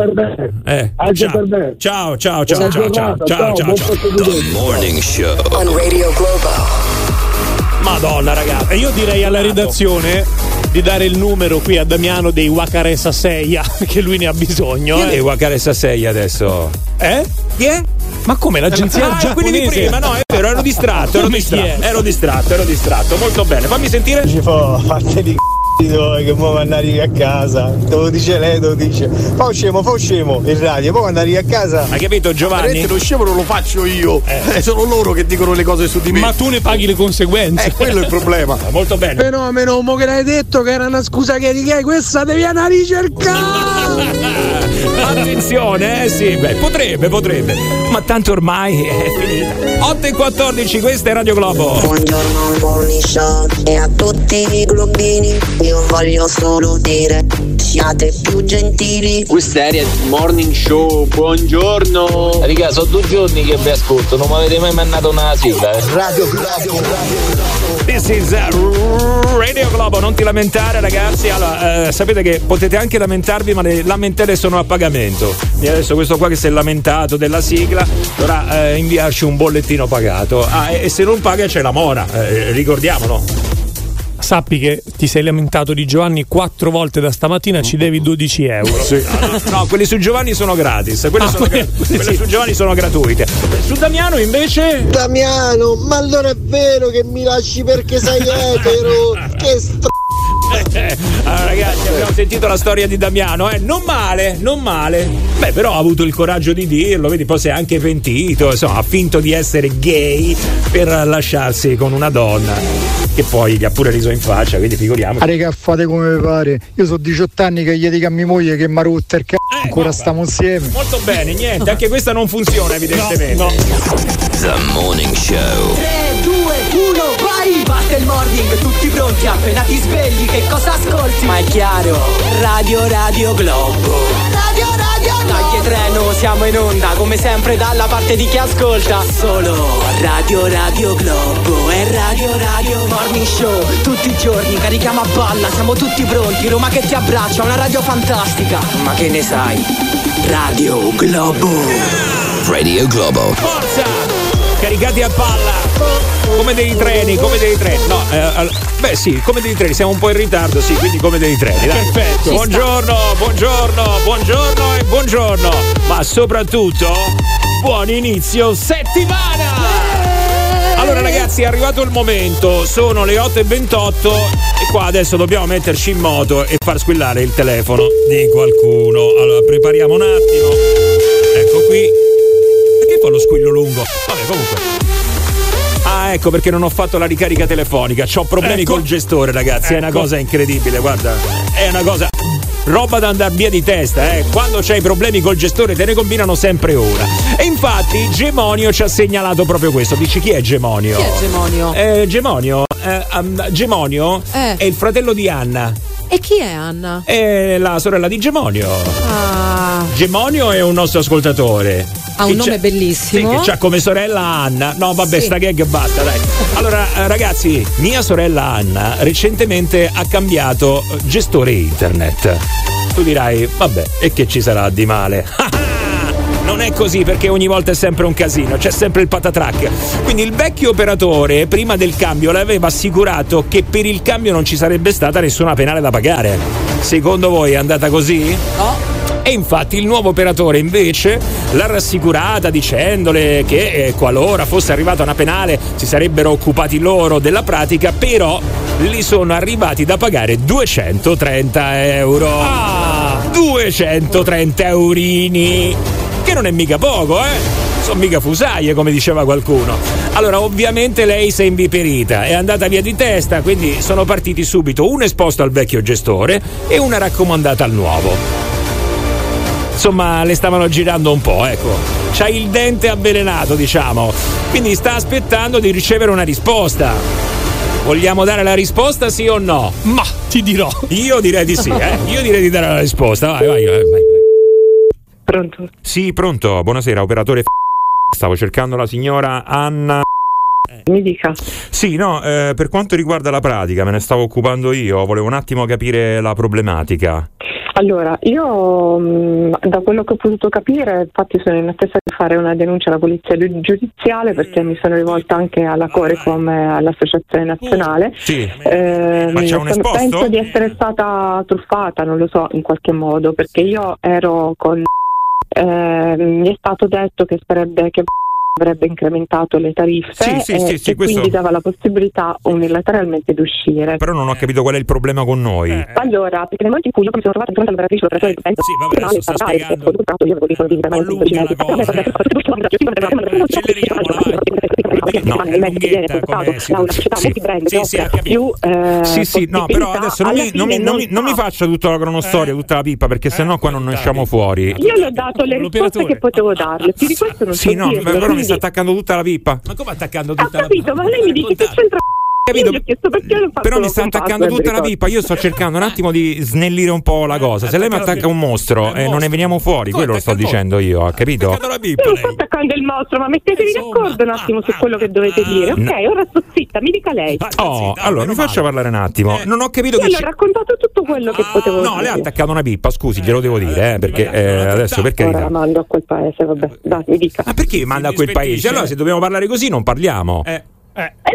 Speaker 1: Eh, ciao. ciao, ciao, ciao, ciao, ciao, ciao, ciao, ciao.
Speaker 12: The morning show.
Speaker 20: On Radio Globo.
Speaker 1: Madonna, ragazzi.
Speaker 2: E io direi alla redazione di dare il numero qui a Damiano dei Wacaresa Seia, <laughs> che lui ne ha bisogno.
Speaker 1: Chi è
Speaker 2: eh.
Speaker 1: Wakare Sassei adesso?
Speaker 2: Eh?
Speaker 1: Chi è?
Speaker 2: Ma come l'agenzia
Speaker 1: Ah,
Speaker 2: giapponese?
Speaker 1: quelli di prima, no, è vero, ero distratto, ero
Speaker 2: Come
Speaker 1: distratto,
Speaker 2: chi è?
Speaker 1: ero distratto, ero distratto. Molto bene, fammi sentire.
Speaker 6: Ci fa parte di c***o
Speaker 5: dove che poi andare a casa te lo dice lei te lo dice fa scemo fa scemo in radio poi andare a casa
Speaker 1: hai capito
Speaker 4: Veramente lo scemo non lo faccio io, Eh, sono loro che dicono le cose su di me.
Speaker 2: Ma tu ne paghi le conseguenze.
Speaker 4: Eh, quello è il problema.
Speaker 1: <laughs> Molto bene.
Speaker 6: Fenomeno, mo che l'hai detto che era una scusa che richiedevi, questa devi andare a
Speaker 1: <laughs>
Speaker 6: ricercare!
Speaker 1: Ah, Attenzione, eh sì, beh, potrebbe, potrebbe, ma tanto ormai è finita. 8 e 14, questa è Radio Globo.
Speaker 20: Buongiorno Bonnie Shot e a tutti i globini Io voglio solo dire siate più gentili
Speaker 8: Questa è Morning Show, buongiorno! Raga, sono due giorni che vi ascolto, non mi avete mai mandato una sigla, eh?
Speaker 5: Radio
Speaker 1: This is eh, Radio Globo, non ti lamentare ragazzi. Allora, eh, sapete che potete anche lamentarvi, ma le lamentele sono a pagamento. E adesso questo qua che si è lamentato della sigla dovrà eh, inviarci un bollettino pagato. Ah, e, e se non paga c'è la mora, eh, ricordiamolo.
Speaker 2: Sappi che ti sei lamentato di Giovanni quattro volte da stamattina, ci devi 12 euro.
Speaker 1: No, quelli su Giovanni sono gratis, quelle,
Speaker 2: Ah,
Speaker 1: sono
Speaker 2: quelle-
Speaker 1: gra- quelle su Giovanni sono gratuite. Su Damiano invece.
Speaker 5: Damiano ma allora è vero che mi lasci perché sei
Speaker 1: <laughs>
Speaker 5: etero che sto
Speaker 1: Eh. Allora, ragazzi, abbiamo sentito la storia di Damiano, eh? Non male, non male. Beh, però ha avuto il coraggio di dirlo, vedi, poi si è anche pentito, insomma, ha finto di essere gay per lasciarsi con una donna. Che poi gli ha pure riso in faccia, quindi figuriamoci.
Speaker 11: Ah, raga, fate come vi pare. Io so 18 anni che gli dico a mia moglie che mi ha rotto il c***o,
Speaker 1: Eh,
Speaker 11: ancora stiamo insieme.
Speaker 1: Molto bene, niente, anche questa non funziona, evidentemente.
Speaker 12: The Morning Show.
Speaker 24: 3, 2, 1, vai! Batte il morning, tutti pronti, appena ti svegli, che cosa ascolti? Ma è chiaro, Radio Radio Globo. Radio Radio Globo! Dai che treno, siamo in onda, come sempre dalla parte di chi ascolta. Solo Radio Radio Globo e Radio Radio Morning Show. Tutti i giorni carichiamo a palla, siamo tutti pronti, Roma che ti abbraccia, una radio fantastica. Ma che ne sai? Radio Globo.
Speaker 12: Radio Globo.
Speaker 1: Forza! Caricati a palla! Come dei treni, come dei treni. No, eh, all- beh sì, come dei treni, siamo un po' in ritardo, sì, quindi come dei treni. Dai.
Speaker 2: Perfetto.
Speaker 1: Buongiorno, buongiorno, buongiorno e buongiorno. Ma soprattutto, buon inizio settimana! Allora ragazzi è arrivato il momento, sono le 8.28 e qua adesso dobbiamo metterci in moto e far squillare il telefono di qualcuno. Allora prepariamo un attimo, ecco qui. Perché fa lo squillo lungo? Vabbè comunque. Ah ecco perché non ho fatto la ricarica telefonica, ho problemi
Speaker 2: Ecco.
Speaker 1: col gestore ragazzi, è una
Speaker 2: Ecco.
Speaker 1: cosa incredibile, guarda, è una cosa... Roba da andare via di testa, eh. Quando c'hai problemi col gestore te ne combinano sempre una. E infatti Gemonio ci ha segnalato proprio questo. Dici chi è Gemonio?
Speaker 3: Chi è Gemonio?
Speaker 1: Eh, Gemonio, eh, um, Gemonio
Speaker 3: Eh.
Speaker 1: è il fratello di Anna,
Speaker 3: E chi è Anna?
Speaker 1: è la sorella di Gemonio.
Speaker 3: Ah,
Speaker 1: Gemonio è un nostro ascoltatore.
Speaker 3: ha un
Speaker 1: Che
Speaker 3: nome
Speaker 1: c'ha- Sì,
Speaker 3: bellissimo.
Speaker 1: che c'ha come sorella Anna. No, vabbè,
Speaker 3: Sì.
Speaker 1: sta gag e basta, dai. Allora, eh, ragazzi, mia sorella Anna recentemente ha cambiato eh, gestore internet. Tu dirai, vabbè, e che ci sarà di male? <laughs> Non è così perché ogni volta è sempre un casino, c'è sempre il patatrack. Quindi il vecchio operatore, prima del cambio, le aveva assicurato che per il cambio non ci sarebbe stata nessuna penale da pagare. Secondo voi è andata così? No. E infatti il nuovo operatore invece l'ha rassicurata dicendole che eh, qualora fosse arrivata una penale si sarebbero occupati loro della pratica, però li sono arrivati da pagare 230 euro. 230 eurini! che non è mica poco, eh? Sono mica fusaie, come diceva qualcuno. Allora, ovviamente lei si è inviperita, è andata via di testa, quindi sono partiti subito un esposto al vecchio gestore e una raccomandata al nuovo. Insomma, le stavano girando un po', ecco. C'ha il dente avvelenato, diciamo. Quindi sta aspettando di ricevere una risposta. Vogliamo dare la risposta, sì o no? Ma ti dirò. Io direi di sì, eh. Io direi di dare la risposta. Vai, vai, vai. vai.
Speaker 25: Pronto?
Speaker 1: Sì, pronto. Buonasera, operatore. f- Stavo cercando la signora Anna.
Speaker 25: Mi dica.
Speaker 1: Sì, no, eh, per quanto riguarda la pratica, me ne stavo occupando io. Volevo un attimo capire la problematica.
Speaker 25: Allora, io mh, da quello che ho potuto capire, infatti sono in attesa di fare una denuncia alla polizia giu- giudiziale perché mi sono rivolta anche alla Corecom e all'Associazione Nazionale.
Speaker 3: Mm.
Speaker 1: Sì.
Speaker 25: Ehm,
Speaker 1: Ma c'è un
Speaker 25: sono-
Speaker 1: esposto?
Speaker 25: penso di essere stata truffata, non lo so, in qualche modo, ehm, perché io ero con... eh, mi è stato detto che sarebbe che avrebbe incrementato le tariffe
Speaker 1: Sì, sì,
Speaker 25: e,
Speaker 1: sì, sì,
Speaker 25: e
Speaker 1: questo-
Speaker 25: quindi dava la possibilità unilateralmente di uscire.
Speaker 1: Però non ho capito qual è il problema con noi.
Speaker 25: Eh, Allora, perché nel momento in cui io mi sono trovata di fronte all'operatrice, l'operatore di penso, Eh, sì, vabbè, adesso sta spiegando. Ho toccato, io avevo di fronte a Cioè, eh,
Speaker 1: Sì, sì, no, però adesso non mi, non mi- non mi- non mi faccia tutta la cronostoria, tutta la pipa, perché sennò qua non ne usciamo fuori.
Speaker 25: Io le ho dato le risposte che potevo darle, più di questo non
Speaker 1: Sì,
Speaker 25: so
Speaker 1: no, ma-
Speaker 25: dirlo,
Speaker 1: però mi
Speaker 25: quindi-
Speaker 1: sta attaccando tutta la pipa. Ma come attaccando tutta la pipa?
Speaker 25: Capito, ma lei mi dice che c'entra
Speaker 1: Capito?
Speaker 25: Io gli ho chiesto perché non fa
Speaker 1: Però
Speaker 25: solo
Speaker 1: mi sta
Speaker 25: con
Speaker 1: attaccando
Speaker 25: password,
Speaker 1: tutta la
Speaker 25: ricordo.
Speaker 1: pipa. Io sto cercando un attimo di snellire un po' la cosa. Se lei mi attacca un Eh, mostro e non ne veniamo fuori, quello lo sto dicendo io, ha capito?
Speaker 25: Io non sto attaccando il mostro, ma mettetevi d'accordo un attimo
Speaker 1: ah,
Speaker 25: su quello che dovete dire. Ok, ora sto zitta, mi dica lei.
Speaker 1: Oh, allora mi faccia parlare un attimo. Non ho capito
Speaker 25: Io
Speaker 1: che
Speaker 25: le ho
Speaker 1: ci... Ah,
Speaker 25: raccontato tutto quello che potevo dire.
Speaker 1: No, Eh, lei ha attaccato una pippa, scusi, glielo devo dire, eh, perché eh, adesso per
Speaker 25: Ora la
Speaker 1: carità.
Speaker 25: mando a quel paese, vabbè, dai, mi dica.
Speaker 1: Ma perché manda a quel paese? Allora se dobbiamo parlare così non parliamo.
Speaker 25: Eh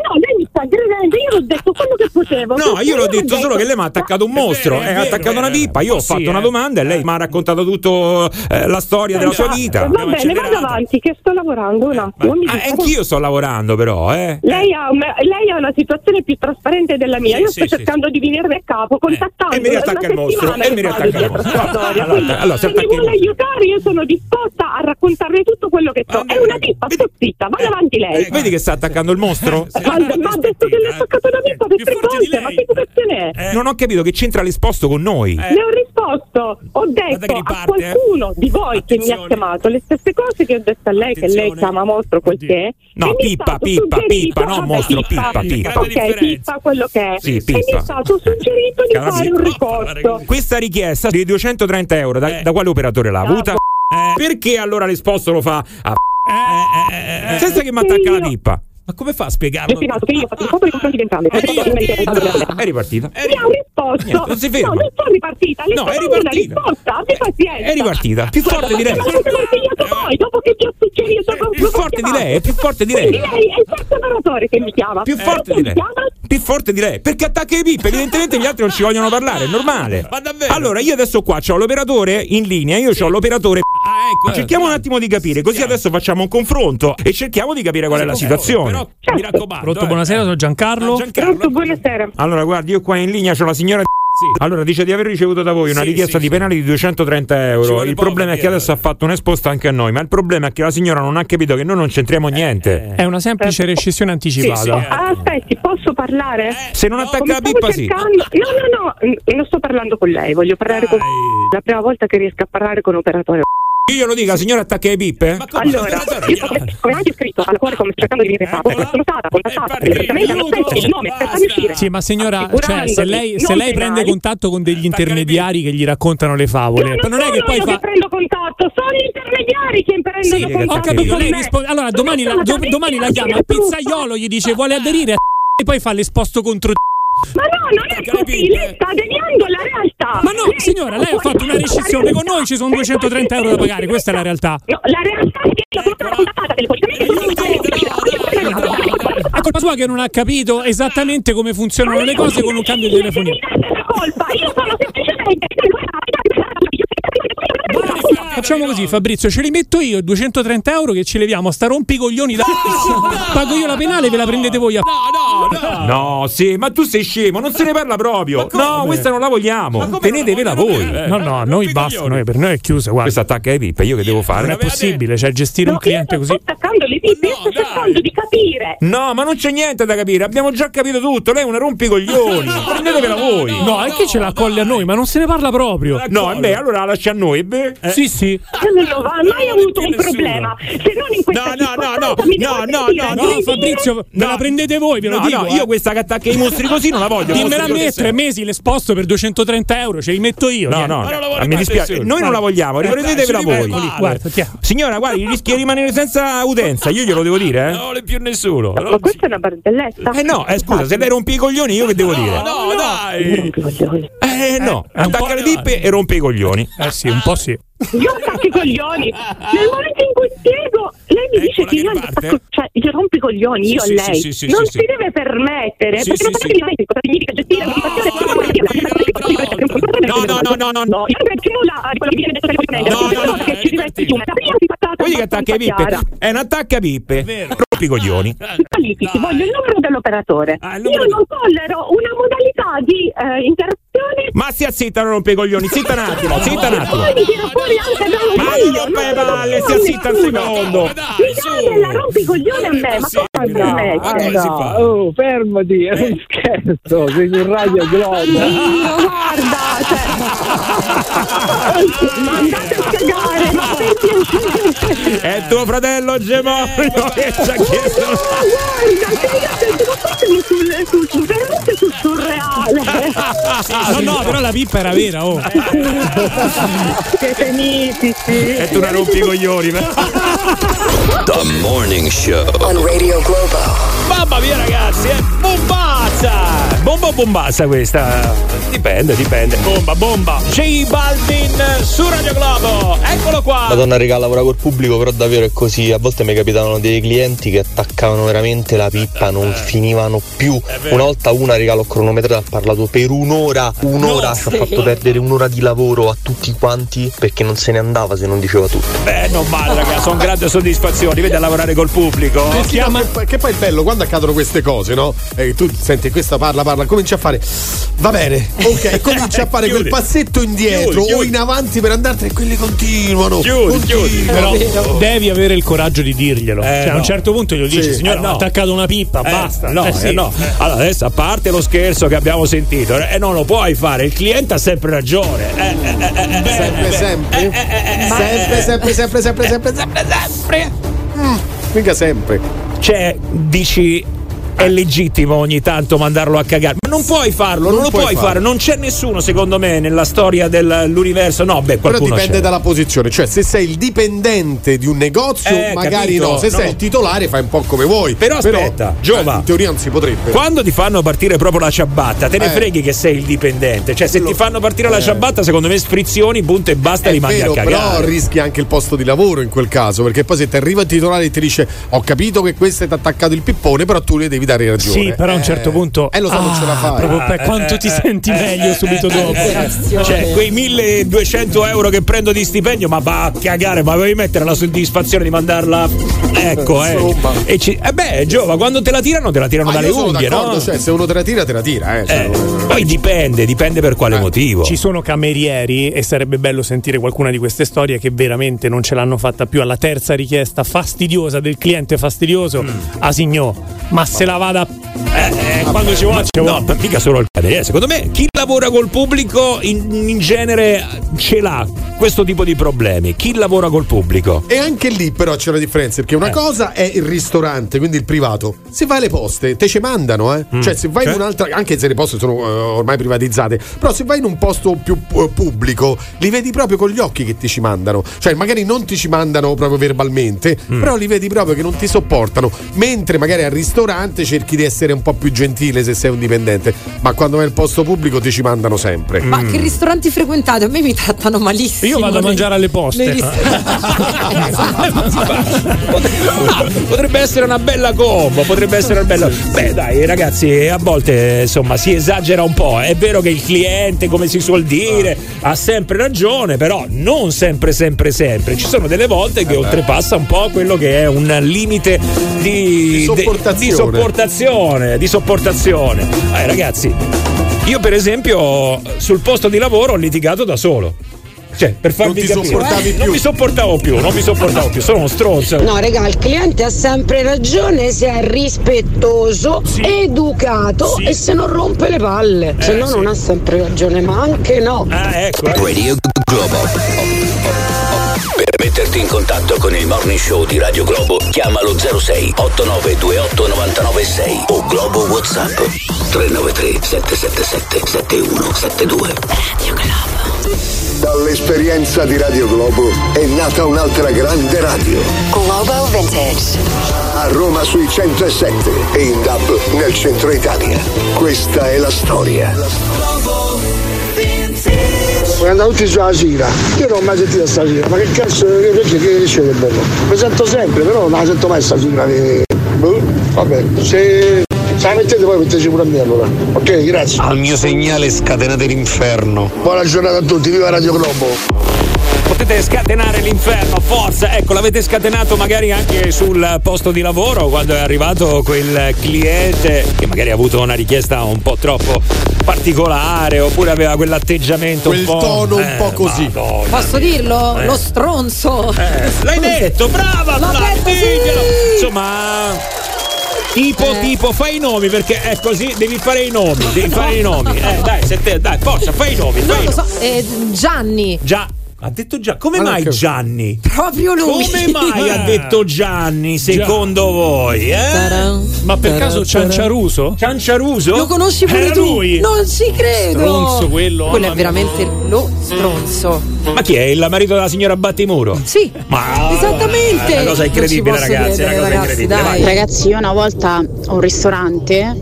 Speaker 25: no, lei mi sta aggredendo, io l'ho detto quello che potevo.
Speaker 1: No, io l'ho detto solo che lei mi ha attaccato un mostro, eh, ha attaccato una pippa, io ho fatto una domanda e lei mi ha raccontato tutta la storia della sua vita.
Speaker 25: Eh, Va bene, vado avanti, che sto lavorando un attimo. mi
Speaker 1: Ah,
Speaker 25: dica-
Speaker 1: anch'io sto lavorando però, eh.
Speaker 25: Lei ha, un- lei ha una situazione più trasparente della mia.
Speaker 1: Sì,
Speaker 25: Io
Speaker 1: sì,
Speaker 25: sto
Speaker 1: sì, Eh,
Speaker 25: cercando di venirne a capo, contattando.
Speaker 1: E mi riattacca il mostro, e mi riattacca il mostro. Allora, allora, se
Speaker 25: Se mi
Speaker 1: attacchi il
Speaker 25: vuole
Speaker 1: mostro.
Speaker 25: aiutare, io sono disposta a raccontarle tutto quello che so. È una pippa, sto zitta,
Speaker 1: Eh,
Speaker 25: vada avanti lei.
Speaker 1: Vedi che sta attaccando il mostro?
Speaker 25: Ma ma ha detto che le ho
Speaker 1: eh.
Speaker 25: attaccato una pippa per tre volte, ma che situazione è?
Speaker 1: Non ho capito che c'entra l'esposto con noi.
Speaker 25: Le ho risposto, ho detto a
Speaker 1: eh.
Speaker 25: qualcuno di voi che mi ha chiamato le stesse cose che ho detto a lei, che lei chiama mostro quel che è.
Speaker 1: No,
Speaker 25: e mi è
Speaker 1: pippa,
Speaker 25: stato
Speaker 1: pippa,
Speaker 25: suggerito-
Speaker 1: pippa, no,
Speaker 25: vabbè,
Speaker 1: mostro, pippa, pippa.
Speaker 25: Ok, pippa quello che è.
Speaker 1: Sì,
Speaker 25: E mi
Speaker 1: pippa.
Speaker 25: è stato suggerito di
Speaker 1: Cazzo.
Speaker 25: fare un ricorso.
Speaker 1: Questa richiesta di 230 euro, da, da quale operatore l'ha avuta? Perché allora l'esposto lo fa a eh, senza che mi attacca la pippa? Ma come fa a spiegarlo?
Speaker 25: Destinato che io ho fatto un po' di confronti di entrambe. perché poi non mi è interessato di
Speaker 1: È ripartita.
Speaker 25: lei. Mi ha risposto.
Speaker 1: Niente, non si ferma.
Speaker 25: No, non sono ripartita. Le
Speaker 1: No,
Speaker 25: sto
Speaker 1: è
Speaker 25: dando una
Speaker 1: ripartita. Eh,
Speaker 25: risposta. Abbi pazienza.
Speaker 1: È ripartita. Più forte di lei.
Speaker 25: Ma avete consigliato voi dopo che ti ho suggerito.
Speaker 1: Più forte di lei, è più forte di
Speaker 25: Quindi
Speaker 1: lei.
Speaker 25: lei è il terzo operatore che mi chiama. Eh,
Speaker 1: Più forte di lei. Più forte di lei. Perché attacca le pippe? Evidentemente gli altri non ci vogliono parlare, è normale. Ma davvero? Allora, io adesso qua ho l'operatore in linea, io ho l'operatore. Cerchiamo un attimo di capire, così adesso facciamo un confronto e cerchiamo di capire qual è la situazione.
Speaker 2: Mi raccomando. Pronto, buonasera, sono Giancarlo.
Speaker 25: Pronto, buonasera.
Speaker 1: Allora, guardi, io qua in linea c'ho la signora. Allora, dice di aver ricevuto da voi una
Speaker 2: Sì,
Speaker 1: richiesta di penale di 230 euro. Il problema è che adesso ha fatto un'esposta anche a noi, ma il problema è che la signora non ha capito che noi non c'entriamo niente.
Speaker 2: È una semplice rescissione anticipata.
Speaker 1: Eh, Certo. Sì, sì, eh.
Speaker 25: Ah, aspetti, posso parlare?
Speaker 1: Se non attacca
Speaker 25: Come
Speaker 1: la
Speaker 25: stavo
Speaker 1: pippa, Eh, sì.
Speaker 25: cercando- No, no, no, mm, non sto parlando con lei, voglio parlare con la prima volta che riesco a parlare con un operatore.
Speaker 1: Io glielo dico, la signora attacca le pippe?
Speaker 25: Allora, io come, come anche scritto al cuore come cercando di
Speaker 1: Eh,
Speaker 25: venire capo, sono stata contattata direttamente allo stesso il nome per farmi uscire.
Speaker 2: Sì, ma signora, cioè,
Speaker 25: Assicurandomi,
Speaker 2: se lei, se
Speaker 25: Ah, non
Speaker 2: lei prende
Speaker 25: penali.
Speaker 2: contatto con degli intermediari che gli raccontano le favole,
Speaker 25: Io
Speaker 2: ma non è che
Speaker 25: sono
Speaker 2: poi
Speaker 25: io
Speaker 2: fa.
Speaker 25: prendo contatto, sono gli intermediari che prendono
Speaker 2: Sì,
Speaker 25: contatto.
Speaker 2: ho capito.
Speaker 25: con
Speaker 2: Lei
Speaker 25: me.
Speaker 2: rispo- Allora, domani la,
Speaker 25: Sono
Speaker 2: do-
Speaker 25: stata
Speaker 2: domani la
Speaker 25: vittima di
Speaker 2: chiama il
Speaker 25: tutto.
Speaker 2: pizzaiolo, gli dice vuole aderire a <laughs> e poi fa l'esposto <laughs> contro
Speaker 25: Ma no, non è così, lei sta deviando la realtà.
Speaker 2: Ma no,
Speaker 25: Lei
Speaker 2: signora,
Speaker 25: sta
Speaker 2: lei ha fatto una
Speaker 25: fuori dalla
Speaker 2: rescissione con
Speaker 25: realtà.
Speaker 2: noi, ci sono 230 euro da pagare, questa è la realtà.
Speaker 25: No, la realtà è che io
Speaker 2: Ecco,
Speaker 25: sono stata contattata
Speaker 2: eh,
Speaker 25: telefonicamente con un
Speaker 2: È colpa sua che non ha capito esattamente come funzionano le cose con un cambio di telefonino. eh, Facciamo così, Fabrizio, ce li metto io 230 euro che ci leviamo a sta rompicoglioni da. Pago io la penale e ve la prendete voi a.
Speaker 1: No, sì, ma tu sei scemo, non se ne parla proprio. No, questa non la vogliamo. Eh, Tenetevela voi.
Speaker 2: No, no, noi basta, noi- per noi è chiusa. Guarda.
Speaker 1: Questa attacca ai pippe, io che devo fare?
Speaker 2: Non è possibile, cioè gestire un cliente così.
Speaker 25: attaccando
Speaker 2: eh,
Speaker 25: le pipe, sto cercando di capire.
Speaker 1: No, ma non c'è niente da capire, abbiamo già capito tutto. Lei è una rompicoglioni. Prendetevela voi.
Speaker 2: No, è che ce la colle a noi, ma non se ne parla proprio. Eh.
Speaker 1: No, e beh, allora la lasci a noi, eh, beh.
Speaker 2: Sì, sì.
Speaker 25: Io non ho mai avuto un problema, se non in questa
Speaker 1: No, no, no,
Speaker 25: circostanza mi devo sentire
Speaker 1: no, no, no,
Speaker 2: No,
Speaker 25: aggredire.
Speaker 2: Fabrizio, ve la prendete voi, ve lo
Speaker 1: No,
Speaker 2: dico.
Speaker 1: no, io questa che attacca i mostri così non la voglio.
Speaker 2: Dimmela a
Speaker 1: Mostri
Speaker 2: me,
Speaker 1: così.
Speaker 2: tre mesi l'esposto per 230 euro, ce li metto io.
Speaker 1: No,
Speaker 2: niente.
Speaker 1: no, no, Ah, mi dispiace. Noi non la vogliamo,
Speaker 2: Guarda,
Speaker 1: riprendetevela
Speaker 2: Eh, ci
Speaker 1: voi.
Speaker 2: rimango lì, Guarda, ti-
Speaker 1: Signora, guardi, rischia di rimanere senza utenza, io glielo devo dire, eh? Non vuole più nessuno.
Speaker 25: Ma questa è una barzelletta.
Speaker 1: Eh no, eh, scusa, se lei rompe i coglioni io che devo dire? No, dai! Eh no, attacca le pippe e rompe i coglioni.
Speaker 2: Eh sì, un po' sì.
Speaker 25: Io attacco i coglioni. Nel momento in cui spiego, lei mi dice che io gli attacco, cioè gli rompo i coglioni io
Speaker 1: Sì,
Speaker 25: a
Speaker 1: sì,
Speaker 25: lei.
Speaker 1: sì, sì, sì,
Speaker 25: non
Speaker 1: sì,
Speaker 25: si
Speaker 1: sì.
Speaker 25: deve permettere,
Speaker 1: Sì,
Speaker 25: perché non
Speaker 1: sì,
Speaker 25: sapete mai cosa significa gestire la comunicazione. No, no, no, no, no. Io non sono la quella che viene detto telefonicamente. No, no, no, che ci diventi una. La prima si è passata
Speaker 1: vedi che attacca i pippe?
Speaker 14: chiara.
Speaker 1: È un attacca pippe. Rompi i coglioni.
Speaker 14: I qualifichi, voglio il numero dell'operatore. Io non tollero una modalità di eh, interazione.
Speaker 1: Ma stia zitta, non rompi i coglioni. Zitta un attimo, zitta un attimo.
Speaker 14: Poi
Speaker 25: Eh,
Speaker 14: mi tiro fuori anche da un
Speaker 1: Ma non rompe le palle, stia zitta un secondo.
Speaker 14: Mi dà della rompicoglione a me, ma come permette?
Speaker 6: Ma
Speaker 2: Ah,
Speaker 6: ah, come si fa? Oh, fermati, è un
Speaker 2: Eh.
Speaker 6: scherzo, sei su Radio
Speaker 14: Dio,
Speaker 6: Globo.
Speaker 14: guarda, cioè... ma andate a cagare, ma per piacere.
Speaker 1: È tuo fratello Gemonio che ci ha chiesto.
Speaker 14: Fatemi sul, sul, sul, veramente sul surreale.
Speaker 2: No, no, però la pippa era vera, oh.
Speaker 1: Eh.
Speaker 14: Siete miti, sì.
Speaker 1: E tu ne rompi i coglioni.
Speaker 12: The Morning Show.
Speaker 1: On Radio Globo. Mamma mia ragazzi, è bombazza! Ah, Bomba o bombazza questa? Dipende, dipende. Bomba, bomba. J Balvin su Radio Globo. Eccolo qua.
Speaker 16: Madonna regà lavora col pubblico però davvero è così A volte mi capitavano dei clienti che attaccavano veramente la pippa Non finivano più
Speaker 1: Eh, vero.
Speaker 16: Una volta una regà l'ho cronometrata Ha parlato per un'ora Un'ora
Speaker 1: No,
Speaker 16: ci ha
Speaker 1: sì.
Speaker 16: fatto perdere un'ora di lavoro a tutti quanti Perché non se ne andava se non diceva tutto
Speaker 1: Beh, Eh, non male, ragazzi, sono grande soddisfazione. Vedi a lavorare col pubblico.
Speaker 4: Eh sì, no, che, poi- che poi è bello quando accadono queste cose, no? E tu senti questa parla, parla, cominci a fare. Va bene,
Speaker 1: <laughs>
Speaker 4: ok, cominci a fare quel
Speaker 1: Chiudi.
Speaker 4: passetto indietro
Speaker 1: Chiudi,
Speaker 4: o
Speaker 1: chiudi.
Speaker 4: in avanti per andartene e quelli continuano.
Speaker 2: Chiudi,
Speaker 4: continuano.
Speaker 2: chiudi. Però devi avere il coraggio di dirglielo.
Speaker 1: Eh,
Speaker 2: cioè, a
Speaker 1: no.
Speaker 2: un certo punto glielo
Speaker 1: Sì.
Speaker 2: dici, signora,
Speaker 1: Eh,
Speaker 2: ho
Speaker 1: no.
Speaker 2: attaccato una pippa,
Speaker 1: Eh,
Speaker 2: basta.
Speaker 1: No,
Speaker 2: Eh, sì.
Speaker 1: eh, no. Allora, adesso a parte lo scherzo che abbiamo sentito, e non lo puoi fare, il cliente ha sempre ragione. Eh, eh, eh, eh, eh,
Speaker 4: Sempre, sempre. Sempre, sempre, sempre, sempre, sempre, sempre, sempre. Mm, Mica sempre. Eh.
Speaker 1: Cioè, dici. È legittimo ogni tanto mandarlo a cagare, ma non puoi farlo, non,
Speaker 4: Non
Speaker 1: lo puoi,
Speaker 4: puoi
Speaker 1: fare.
Speaker 4: farlo.
Speaker 1: non c'è nessuno secondo me nella storia dell'universo. No, beh,
Speaker 4: Però
Speaker 1: qualcuno
Speaker 4: dipende
Speaker 1: c'è.
Speaker 4: dalla posizione, cioè se sei il dipendente di un negozio,
Speaker 1: Eh,
Speaker 4: magari
Speaker 1: capito,
Speaker 4: no, se
Speaker 1: no.
Speaker 4: sei il titolare fai un po' come vuoi. eh,
Speaker 1: Però aspetta, Giova.
Speaker 4: In teoria non si potrebbe.
Speaker 1: Quando ti fanno partire proprio la ciabatta, te ne
Speaker 4: Eh.
Speaker 1: freghi che sei il dipendente. Cioè, se ti fanno partire la
Speaker 4: Eh.
Speaker 1: ciabatta, secondo me sfrizioni, punto e basta, li
Speaker 4: È
Speaker 1: mandi
Speaker 4: vero,
Speaker 1: a
Speaker 4: però
Speaker 1: cagare.
Speaker 4: rischi anche il posto di lavoro in quel caso, perché poi se ti arriva il titolare e ti dice ho capito che questo ti ha attaccato il pippone, però tu le devi dare ragione.
Speaker 2: Sì, però a un certo punto.
Speaker 4: Eh, lo so, non
Speaker 1: Ah,
Speaker 4: ce la fai.
Speaker 2: Proprio per
Speaker 4: Eh,
Speaker 2: quanto
Speaker 4: eh,
Speaker 2: ti
Speaker 4: eh,
Speaker 2: senti
Speaker 4: eh,
Speaker 2: meglio
Speaker 4: eh,
Speaker 2: subito
Speaker 4: eh,
Speaker 2: dopo.
Speaker 4: eh,
Speaker 1: Cioè, quei 1200 euro che prendo di stipendio, ma va a cagare, ma devi mettere la soddisfazione di mandarla. Ecco, eh.
Speaker 4: Insomma.
Speaker 1: E ci- eh beh, Giova, quando te la tirano, te la tirano
Speaker 4: Ah,
Speaker 1: dalle
Speaker 4: io sono
Speaker 1: unghie,
Speaker 4: d'accordo,
Speaker 1: no?
Speaker 4: cioè, se uno te la tira, te la tira. Eh, cioè,
Speaker 1: Eh, poi dipende, dipende per
Speaker 4: Ah,
Speaker 1: quale motivo.
Speaker 2: Ci sono camerieri e sarebbe bello sentire qualcuna di queste storie che veramente non ce l'hanno fatta più alla terza richiesta fastidiosa del cliente fastidioso.
Speaker 1: Mm.
Speaker 2: Ah signor, ma se la vada eh, eh,
Speaker 4: Ah,
Speaker 2: quando ci vuole, ci
Speaker 1: No, ma mica solo il cameriere. Secondo me Eh, chi lavora col pubblico in, in genere ce l'ha questo tipo di problemi. Chi lavora col pubblico?
Speaker 4: E anche lì però c'è una differenza, perché una
Speaker 1: Eh.
Speaker 4: cosa è il ristorante, quindi il privato. Se vai alle poste, te ce mandano, eh.
Speaker 1: Mm.
Speaker 4: Cioè, se vai
Speaker 1: Cioè?
Speaker 4: in un'altra, anche se le poste sono eh, ormai privatizzate, però se vai in un posto più eh, pubblico, li vedi proprio con gli occhi che ti ci mandano. Cioè, magari non ti ci mandano proprio verbalmente,
Speaker 1: Mm.
Speaker 4: però li vedi proprio che non ti sopportano. Mentre magari al ristorante cerchi di essere un po' più gentile se sei un dipendente, ma quando vai al posto pubblico ti ci mandano sempre.
Speaker 3: Ma
Speaker 1: Mm.
Speaker 3: che ristoranti frequentate? A me mi trattano malissimo.
Speaker 2: Io vado a
Speaker 3: nei-
Speaker 2: mangiare alle poste.
Speaker 1: Ah.
Speaker 3: nei
Speaker 4: Esatto.
Speaker 1: Mm. Ah, Potrebbe essere una bella combo, potrebbe essere una bella. Beh, dai, ragazzi, a volte insomma si esagera un po'. È vero che il cliente, come si suol dire,
Speaker 4: Ah.
Speaker 1: ha sempre ragione, però non sempre, sempre, sempre. Ci sono delle volte
Speaker 4: Eh
Speaker 1: che oltrepassa un po' quello che è un limite di,
Speaker 4: Di
Speaker 1: de-
Speaker 4: sopportazione.
Speaker 1: di sopportazione. Di sopportazione. Eh, ragazzi, io per esempio sul posto di lavoro ho litigato da solo. Cioè, per farvi
Speaker 4: ti
Speaker 1: capire, Eh,
Speaker 4: sopportavi
Speaker 1: non mi sopportavo più, non mi sopportavo più, sono uno stronzo.
Speaker 17: No, raga, il cliente ha sempre ragione se è rispettoso, educato e se non rompe le palle.
Speaker 14: Eh,
Speaker 17: se no non ha sempre ragione, ma anche no.
Speaker 12: Radio Globo. Per metterti in contatto con il morning show di Radio Globo, chiamalo 06 8928 996 o Globo WhatsApp 393 777 7172.
Speaker 18: Dall'esperienza di Radio Globo è nata un'altra grande radio.
Speaker 19: Globo Vintage.
Speaker 18: A Roma sui 107 e in DAB nel centro Italia. Questa è la storia.
Speaker 6: Voglio andare tutti sulla gira. Io non ho mai sentito questa gira, ma che cazzo che che, che, dice che bello? Mi sento sempre, però non la sento mai sta gira. che- boh, Vabbè, se, se la mettete voi metteteci pure a me allora. Ok, grazie.
Speaker 21: Al mio segnale scatenate l'inferno.
Speaker 6: Buona giornata a tutti, viva Radio Globo!
Speaker 1: potete scatenare l'inferno, forza! Ecco, l'avete scatenato magari anche sul posto di lavoro quando è arrivato quel cliente che magari ha avuto una richiesta un po' troppo particolare oppure aveva quell'atteggiamento
Speaker 4: Quel
Speaker 1: un po'.
Speaker 4: tono un
Speaker 1: Eh,
Speaker 4: po' così.
Speaker 1: Madonna.
Speaker 3: Posso dirlo?
Speaker 1: Eh.
Speaker 3: Lo stronzo.
Speaker 1: L'hai detto, brava!
Speaker 3: L'ho
Speaker 1: Flavia,
Speaker 3: detto, sì!
Speaker 1: diglielo! Insomma. Tipo,
Speaker 3: Eh.
Speaker 1: tipo, fai i nomi perché è così, devi fare i nomi, devi fare i nomi. Eh, dai, se te- dai, forza, fai i nomi, fai
Speaker 3: Non
Speaker 1: i
Speaker 3: lo
Speaker 1: nomi.
Speaker 3: so, eh, Gianni.
Speaker 1: Già, ha detto già. Come
Speaker 3: Allora
Speaker 1: mai
Speaker 3: che-
Speaker 1: Gianni?
Speaker 3: Proprio lui.
Speaker 1: Come mai ha detto Gianni, secondo voi? Eh?
Speaker 3: Taran,
Speaker 1: Ma
Speaker 2: per caso Cianciaruso?
Speaker 1: Cianciaruso?
Speaker 3: Lo conosci pure
Speaker 1: Era
Speaker 3: tu?
Speaker 1: lui?
Speaker 3: Non ci credo.
Speaker 1: Stronzo quello,
Speaker 3: Quello è
Speaker 1: mamma
Speaker 3: veramente lo stronzo.
Speaker 1: Ma chi è? Il marito della signora Battimuro?
Speaker 3: Sì.
Speaker 1: Ma
Speaker 3: Esattamente.
Speaker 1: È una cosa
Speaker 3: Non ci
Speaker 1: incredibile,
Speaker 3: posso
Speaker 1: ragazzi.
Speaker 3: credere,
Speaker 1: è una cosa
Speaker 3: ragazzi,
Speaker 1: incredibile. vai.
Speaker 7: Ragazzi, io una volta a un ristorante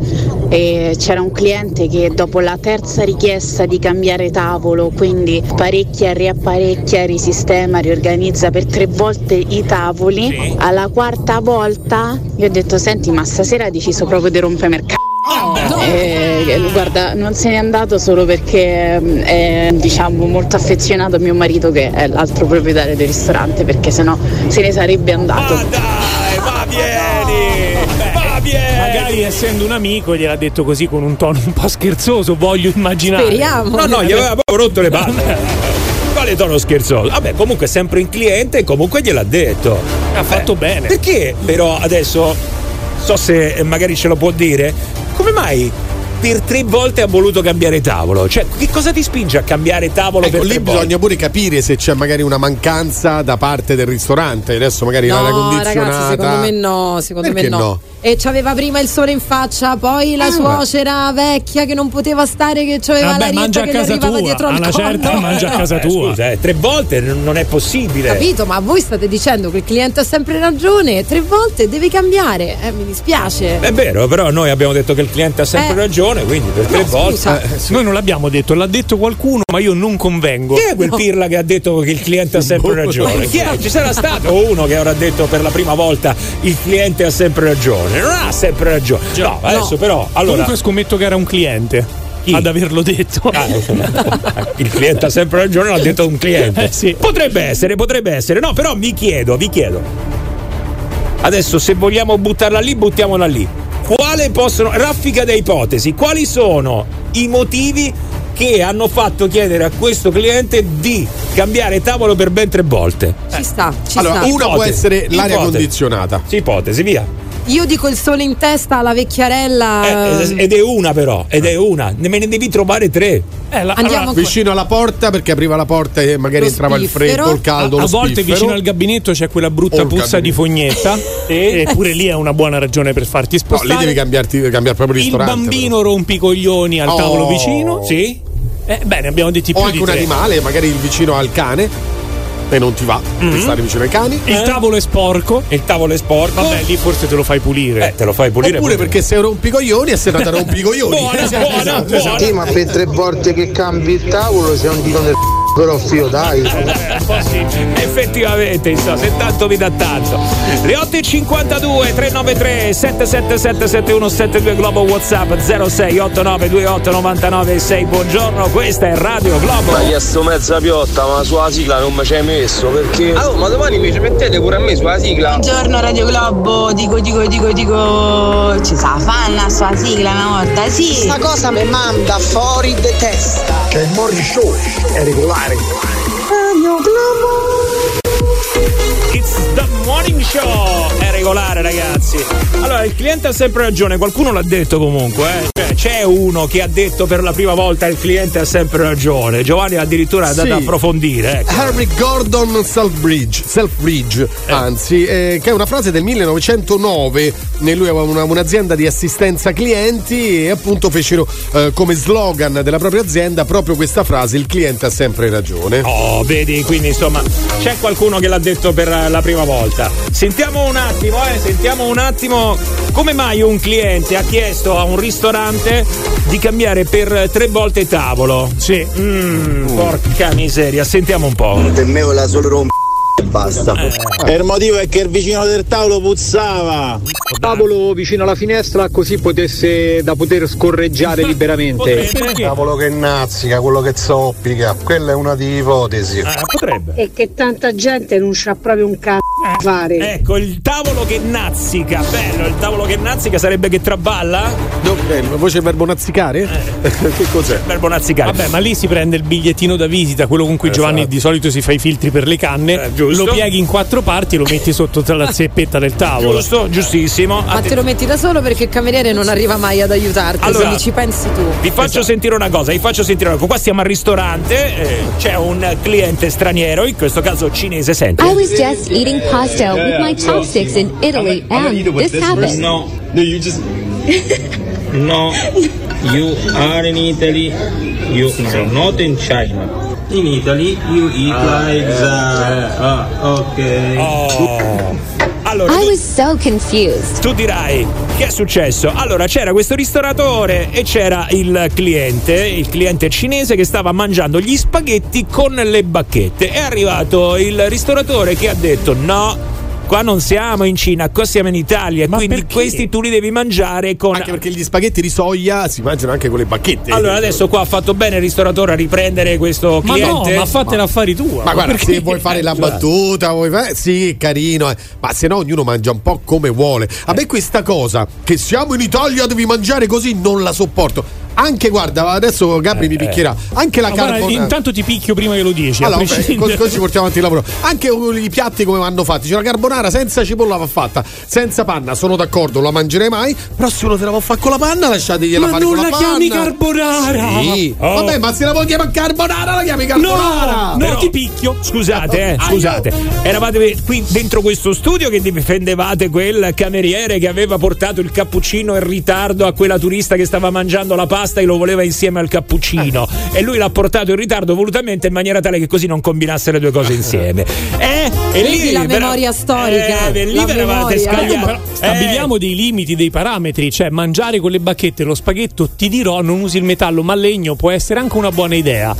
Speaker 7: e c'era un cliente che dopo la terza richiesta di cambiare tavolo, quindi parecchia, riapparecchia, risistema, riorganizza per tre volte i tavoli, alla quarta volta io ho detto senti ma stasera ha deciso proprio di rompermi il c***o Eh, guarda, non se n'è andato solo perché mm, è diciamo molto affezionato a mio marito che è l'altro proprietario del ristorante perché sennò se ne sarebbe andato.
Speaker 2: Magari
Speaker 1: Eh.
Speaker 2: essendo un amico gliel'ha detto così con un tono un po' scherzoso, voglio immaginare.
Speaker 3: Speriamo.
Speaker 1: No, no, gli aveva proprio rotto le palle.
Speaker 2: <laughs>
Speaker 1: Quale tono scherzoso? Vabbè, comunque è sempre in cliente e comunque gliel'ha detto. Ha fatto bene. Perché però adesso, so se eh, magari ce lo può dire, come mai per tre volte ha voluto cambiare tavolo? Cioè, che cosa ti spinge a cambiare tavolo
Speaker 4: Ecco,
Speaker 1: per
Speaker 4: lì
Speaker 1: tre
Speaker 4: bisogna
Speaker 1: volte?
Speaker 4: pure capire se c'è magari una mancanza da parte del ristorante. Adesso magari l'aria
Speaker 3: No,
Speaker 4: condizionata.
Speaker 3: ragazzi, secondo me no, secondo
Speaker 4: Perché
Speaker 3: me no.
Speaker 4: no? Ah,
Speaker 3: E c'aveva prima il sole in faccia, poi la suocera vecchia che non poteva stare, che c'aveva
Speaker 1: Vabbè,
Speaker 3: la riccia
Speaker 1: mangia a
Speaker 3: che gli
Speaker 1: casa
Speaker 3: arrivava
Speaker 1: tua,
Speaker 3: dietro al
Speaker 1: alla
Speaker 3: collo.
Speaker 1: certa mangia a casa tua. Scusa, eh, tre volte n- non è
Speaker 4: Eh,
Speaker 1: possibile.
Speaker 3: Capito, ma voi state dicendo che il cliente ha sempre ragione, tre volte devi cambiare. Eh, mi dispiace.
Speaker 1: È vero, però noi abbiamo detto che il cliente ha sempre
Speaker 3: Eh.
Speaker 1: ragione, quindi per tre volte. Eh,
Speaker 2: Noi non l'abbiamo detto, l'ha detto qualcuno, ma io non convengo. Boh,
Speaker 1: Chi è quel pirla che ha detto che il cliente ha sempre ragione? Chi è? Ci sarà stato uno che avrà detto per la prima volta il cliente ha sempre ragione. Non ha sempre ragione. <laughs> No, adesso
Speaker 2: No.
Speaker 1: però, allora,
Speaker 2: Comunque scommetto che era un cliente ad averlo detto. <laughs>
Speaker 1: Ah, il cliente ha sempre ragione, l'ha detto un
Speaker 4: <laughs>
Speaker 1: cliente.
Speaker 2: Eh, sì.
Speaker 1: Potrebbe essere, potrebbe essere. No, però vi chiedo, vi chiedo. Adesso se vogliamo buttarla lì, buttiamola lì. Quale possono raffica da ipotesi, quali sono i motivi che hanno fatto chiedere a questo cliente di cambiare tavolo per ben tre volte?
Speaker 3: Ci sta, ci
Speaker 4: Allora,
Speaker 3: sta.
Speaker 4: uno può essere l'aria
Speaker 1: Ipotesi.
Speaker 4: condizionata.
Speaker 1: Sì, ipotesi, via.
Speaker 3: Io dico il sole in testa alla vecchiarella. mm,
Speaker 1: Eh, ed è una però, ed è una. Ne me ne devi trovare tre.
Speaker 3: Andiamo allora-
Speaker 4: Eh, vicino alla porta perché apriva la porta e magari
Speaker 3: Lo
Speaker 4: entrava il
Speaker 3: spiffero.
Speaker 4: freddo, il caldo.
Speaker 2: a
Speaker 4: lo
Speaker 2: volte
Speaker 4: spiffero.
Speaker 2: vicino al gabinetto c'è quella
Speaker 4: O
Speaker 2: brutta
Speaker 4: il
Speaker 2: puzza di fognetta, eppure lì è una buona ragione per farti
Speaker 4: No,
Speaker 2: spostare.
Speaker 4: lì devi cambiarti, devi cambiare proprio il
Speaker 2: il
Speaker 4: ristorante.
Speaker 2: bambino rompicoglioni al
Speaker 4: Oh.
Speaker 2: tavolo vicino, sì. Eh, bene, abbiamo detto più
Speaker 4: o
Speaker 2: di
Speaker 4: anche un
Speaker 2: tre.
Speaker 4: animale, magari il vicino al cane. E non ti va di stare vicino ai cani.
Speaker 2: Mm.
Speaker 4: Eh.
Speaker 2: Il tavolo è sporco.
Speaker 1: Il tavolo è sporco.
Speaker 2: Vabbè, lì forse te lo fai pulire.
Speaker 1: Eh, te lo fai pulire.
Speaker 4: Oppure perché sei un rompicoglioni e sei andato
Speaker 2: <laughs>
Speaker 4: a rompicoglioni.
Speaker 1: Buona,
Speaker 4: Sì,
Speaker 1: buona,
Speaker 4: esatto,
Speaker 1: buona.
Speaker 4: esatto.
Speaker 9: Sì, ma per tre volte che cambi il tavolo sei un dito del c***o, però fio dai.
Speaker 1: Eh, un po' sì. Effettivamente, insomma, se tanto vi dà tanto. Le 8.52 393 7777172 Globo WhatsApp 0689289996. Buongiorno, questa è Radio Globo.
Speaker 8: Ma gli ha sto mezza piotta, ma sulla sigla non mi ci hai messo perché. Ah, oh, ma domani mi ci mettete pure a me sulla sigla.
Speaker 7: Buongiorno Radio Globo, dico dico dico dico ci sa fanna sua sigla una volta, sì.
Speaker 10: Questa cosa mi manda fuori di testa.
Speaker 18: C'è il Morning Show, è regolare.
Speaker 10: Radio Globo.
Speaker 1: It's the morning show! È regolare, ragazzi. Allora, il cliente ha sempre ragione, qualcuno l'ha detto comunque, eh. Cioè, c'è uno che ha detto per la prima volta il cliente ha sempre ragione. Giovanni addirittura è andato
Speaker 4: Sì.
Speaker 1: ad approfondire, ecco.
Speaker 4: Harry Gordon Selfridge, Selfridge anzi, eh, che è una frase del 1909. Eh, Lui aveva una- un'azienda di assistenza clienti e appunto fecero eh, come slogan della propria azienda proprio questa frase: il cliente ha sempre ragione.
Speaker 1: Oh, vedi, quindi insomma c'è qualcuno che l'ha detto per eh, la prima volta. Sentiamo un attimo, eh, sentiamo un attimo come mai un cliente ha chiesto a un ristorante di cambiare per eh, tre volte tavolo. Sì. porca miseria, sentiamo un po'. Eh,
Speaker 9: Per me Mm. la solo romp
Speaker 5: e basta. E Eh, il motivo è che il vicino del tavolo puzzava.
Speaker 13: Tavolo vicino alla finestra così potesse da poter scorreggiare
Speaker 1: Eh,
Speaker 13: liberamente.
Speaker 9: Cavolo che nazzica, quello che zoppica, quella è una di ipotesi.
Speaker 1: Ah, potrebbe.
Speaker 15: E che tanta gente non c'ha proprio un cazzo da fare.
Speaker 1: Ecco, il tavolo che nazzica, bello, il tavolo che nazzica sarebbe che traballa? Eh.
Speaker 4: voce verbo nazzicare? <laughs> che cos'è?
Speaker 1: Verbo nazzicare.
Speaker 2: Vabbè, ma lì si prende il bigliettino da visita, quello con cui
Speaker 1: Esatto.
Speaker 2: Giovanni di solito si fa i filtri per le
Speaker 1: Eh,
Speaker 2: canne, lo pieghi in quattro parti e lo metti sotto
Speaker 1: <laughs>
Speaker 2: la zeppetta del tavolo.
Speaker 1: Giusto, giustissimo.
Speaker 3: Ma te lo metti da solo perché il cameriere non arriva mai ad aiutarti,
Speaker 1: Allora-
Speaker 3: quindi ci pensi tu.
Speaker 1: Vi faccio sentire una cosa, vi faccio sentire una cosa. Qua siamo al ristorante, eh, c'è un cliente straniero, in questo caso cinese, senti.
Speaker 21: I was just eating pasta with my chopsticks in Italy, and this happened.
Speaker 22: No, no, you just. no, you are in Italy. You are not in China. In Italy, you eat like that. Ah, okay.
Speaker 1: Oh. Allora,
Speaker 21: I was so confused.
Speaker 1: tu dirai che è successo? Allora c'era questo ristoratore e c'era il cliente, il cliente cinese che stava mangiando gli spaghetti con le bacchette. È arrivato il ristoratore che ha detto no. Qua non siamo in Cina, qua siamo in Italia, quindi questi tu li devi mangiare con
Speaker 4: Anche perché gli spaghetti di soia si mangiano anche con le bacchette.
Speaker 1: Allora adesso qua ha fatto bene il ristoratore a riprendere questo
Speaker 4: Ma no,
Speaker 1: cliente.
Speaker 4: ma fatela
Speaker 2: affari tua.
Speaker 4: Ma Cioè. guarda, se vuoi fare la battuta, vuoi fare... Sì, carino, eh. ma se no ognuno mangia un po' come vuole. A me questa cosa, che siamo in Italia, devi mangiare così, non la sopporto. Anche, guarda, adesso Gabri mi picchierà, anche la
Speaker 2: Ma guarda,
Speaker 4: carbonara...
Speaker 2: intanto ti picchio prima che lo dici. a
Speaker 4: Allora, vabbè,
Speaker 2: prescindere.
Speaker 4: cos- così portiamo avanti il lavoro. Anche uh, i piatti come vanno fatti. C'è la carbonara senza cipolla va fatta, senza panna, sono d'accordo, non la mangerei mai. Però se uno te la può fare con la panna, lasciategliela
Speaker 2: Ma
Speaker 4: fare
Speaker 2: non
Speaker 4: con la,
Speaker 2: la
Speaker 4: panna.
Speaker 2: chiami carbonara!
Speaker 4: Sì.
Speaker 1: Oh.
Speaker 4: Vabbè, ma se la vuoi chiamare carbonara, la chiami carbonara!
Speaker 1: No, ti picchio. Scusate, eh,
Speaker 4: Ah,
Speaker 1: scusate. Eravate qui dentro questo studio che difendevate quel cameriere che aveva portato il cappuccino in ritardo a quella turista che stava mangiando la pasta e lo voleva insieme al cappuccino. E lui l'ha portato in ritardo volutamente in maniera tale che così non combinasse le due cose insieme. <laughs> Eh? E
Speaker 3: Vedi
Speaker 1: lì
Speaker 3: la
Speaker 1: vera-
Speaker 3: memoria storica,
Speaker 1: Eh, e lì
Speaker 3: la
Speaker 1: vi eravate
Speaker 3: memoria.
Speaker 1: scagliati.
Speaker 2: Però
Speaker 4: eh.
Speaker 2: Stabiliamo dei limiti, dei parametri, cioè mangiare con le bacchette lo spaghetto, ti dirò, non usi il metallo, ma il legno può essere anche una buona idea.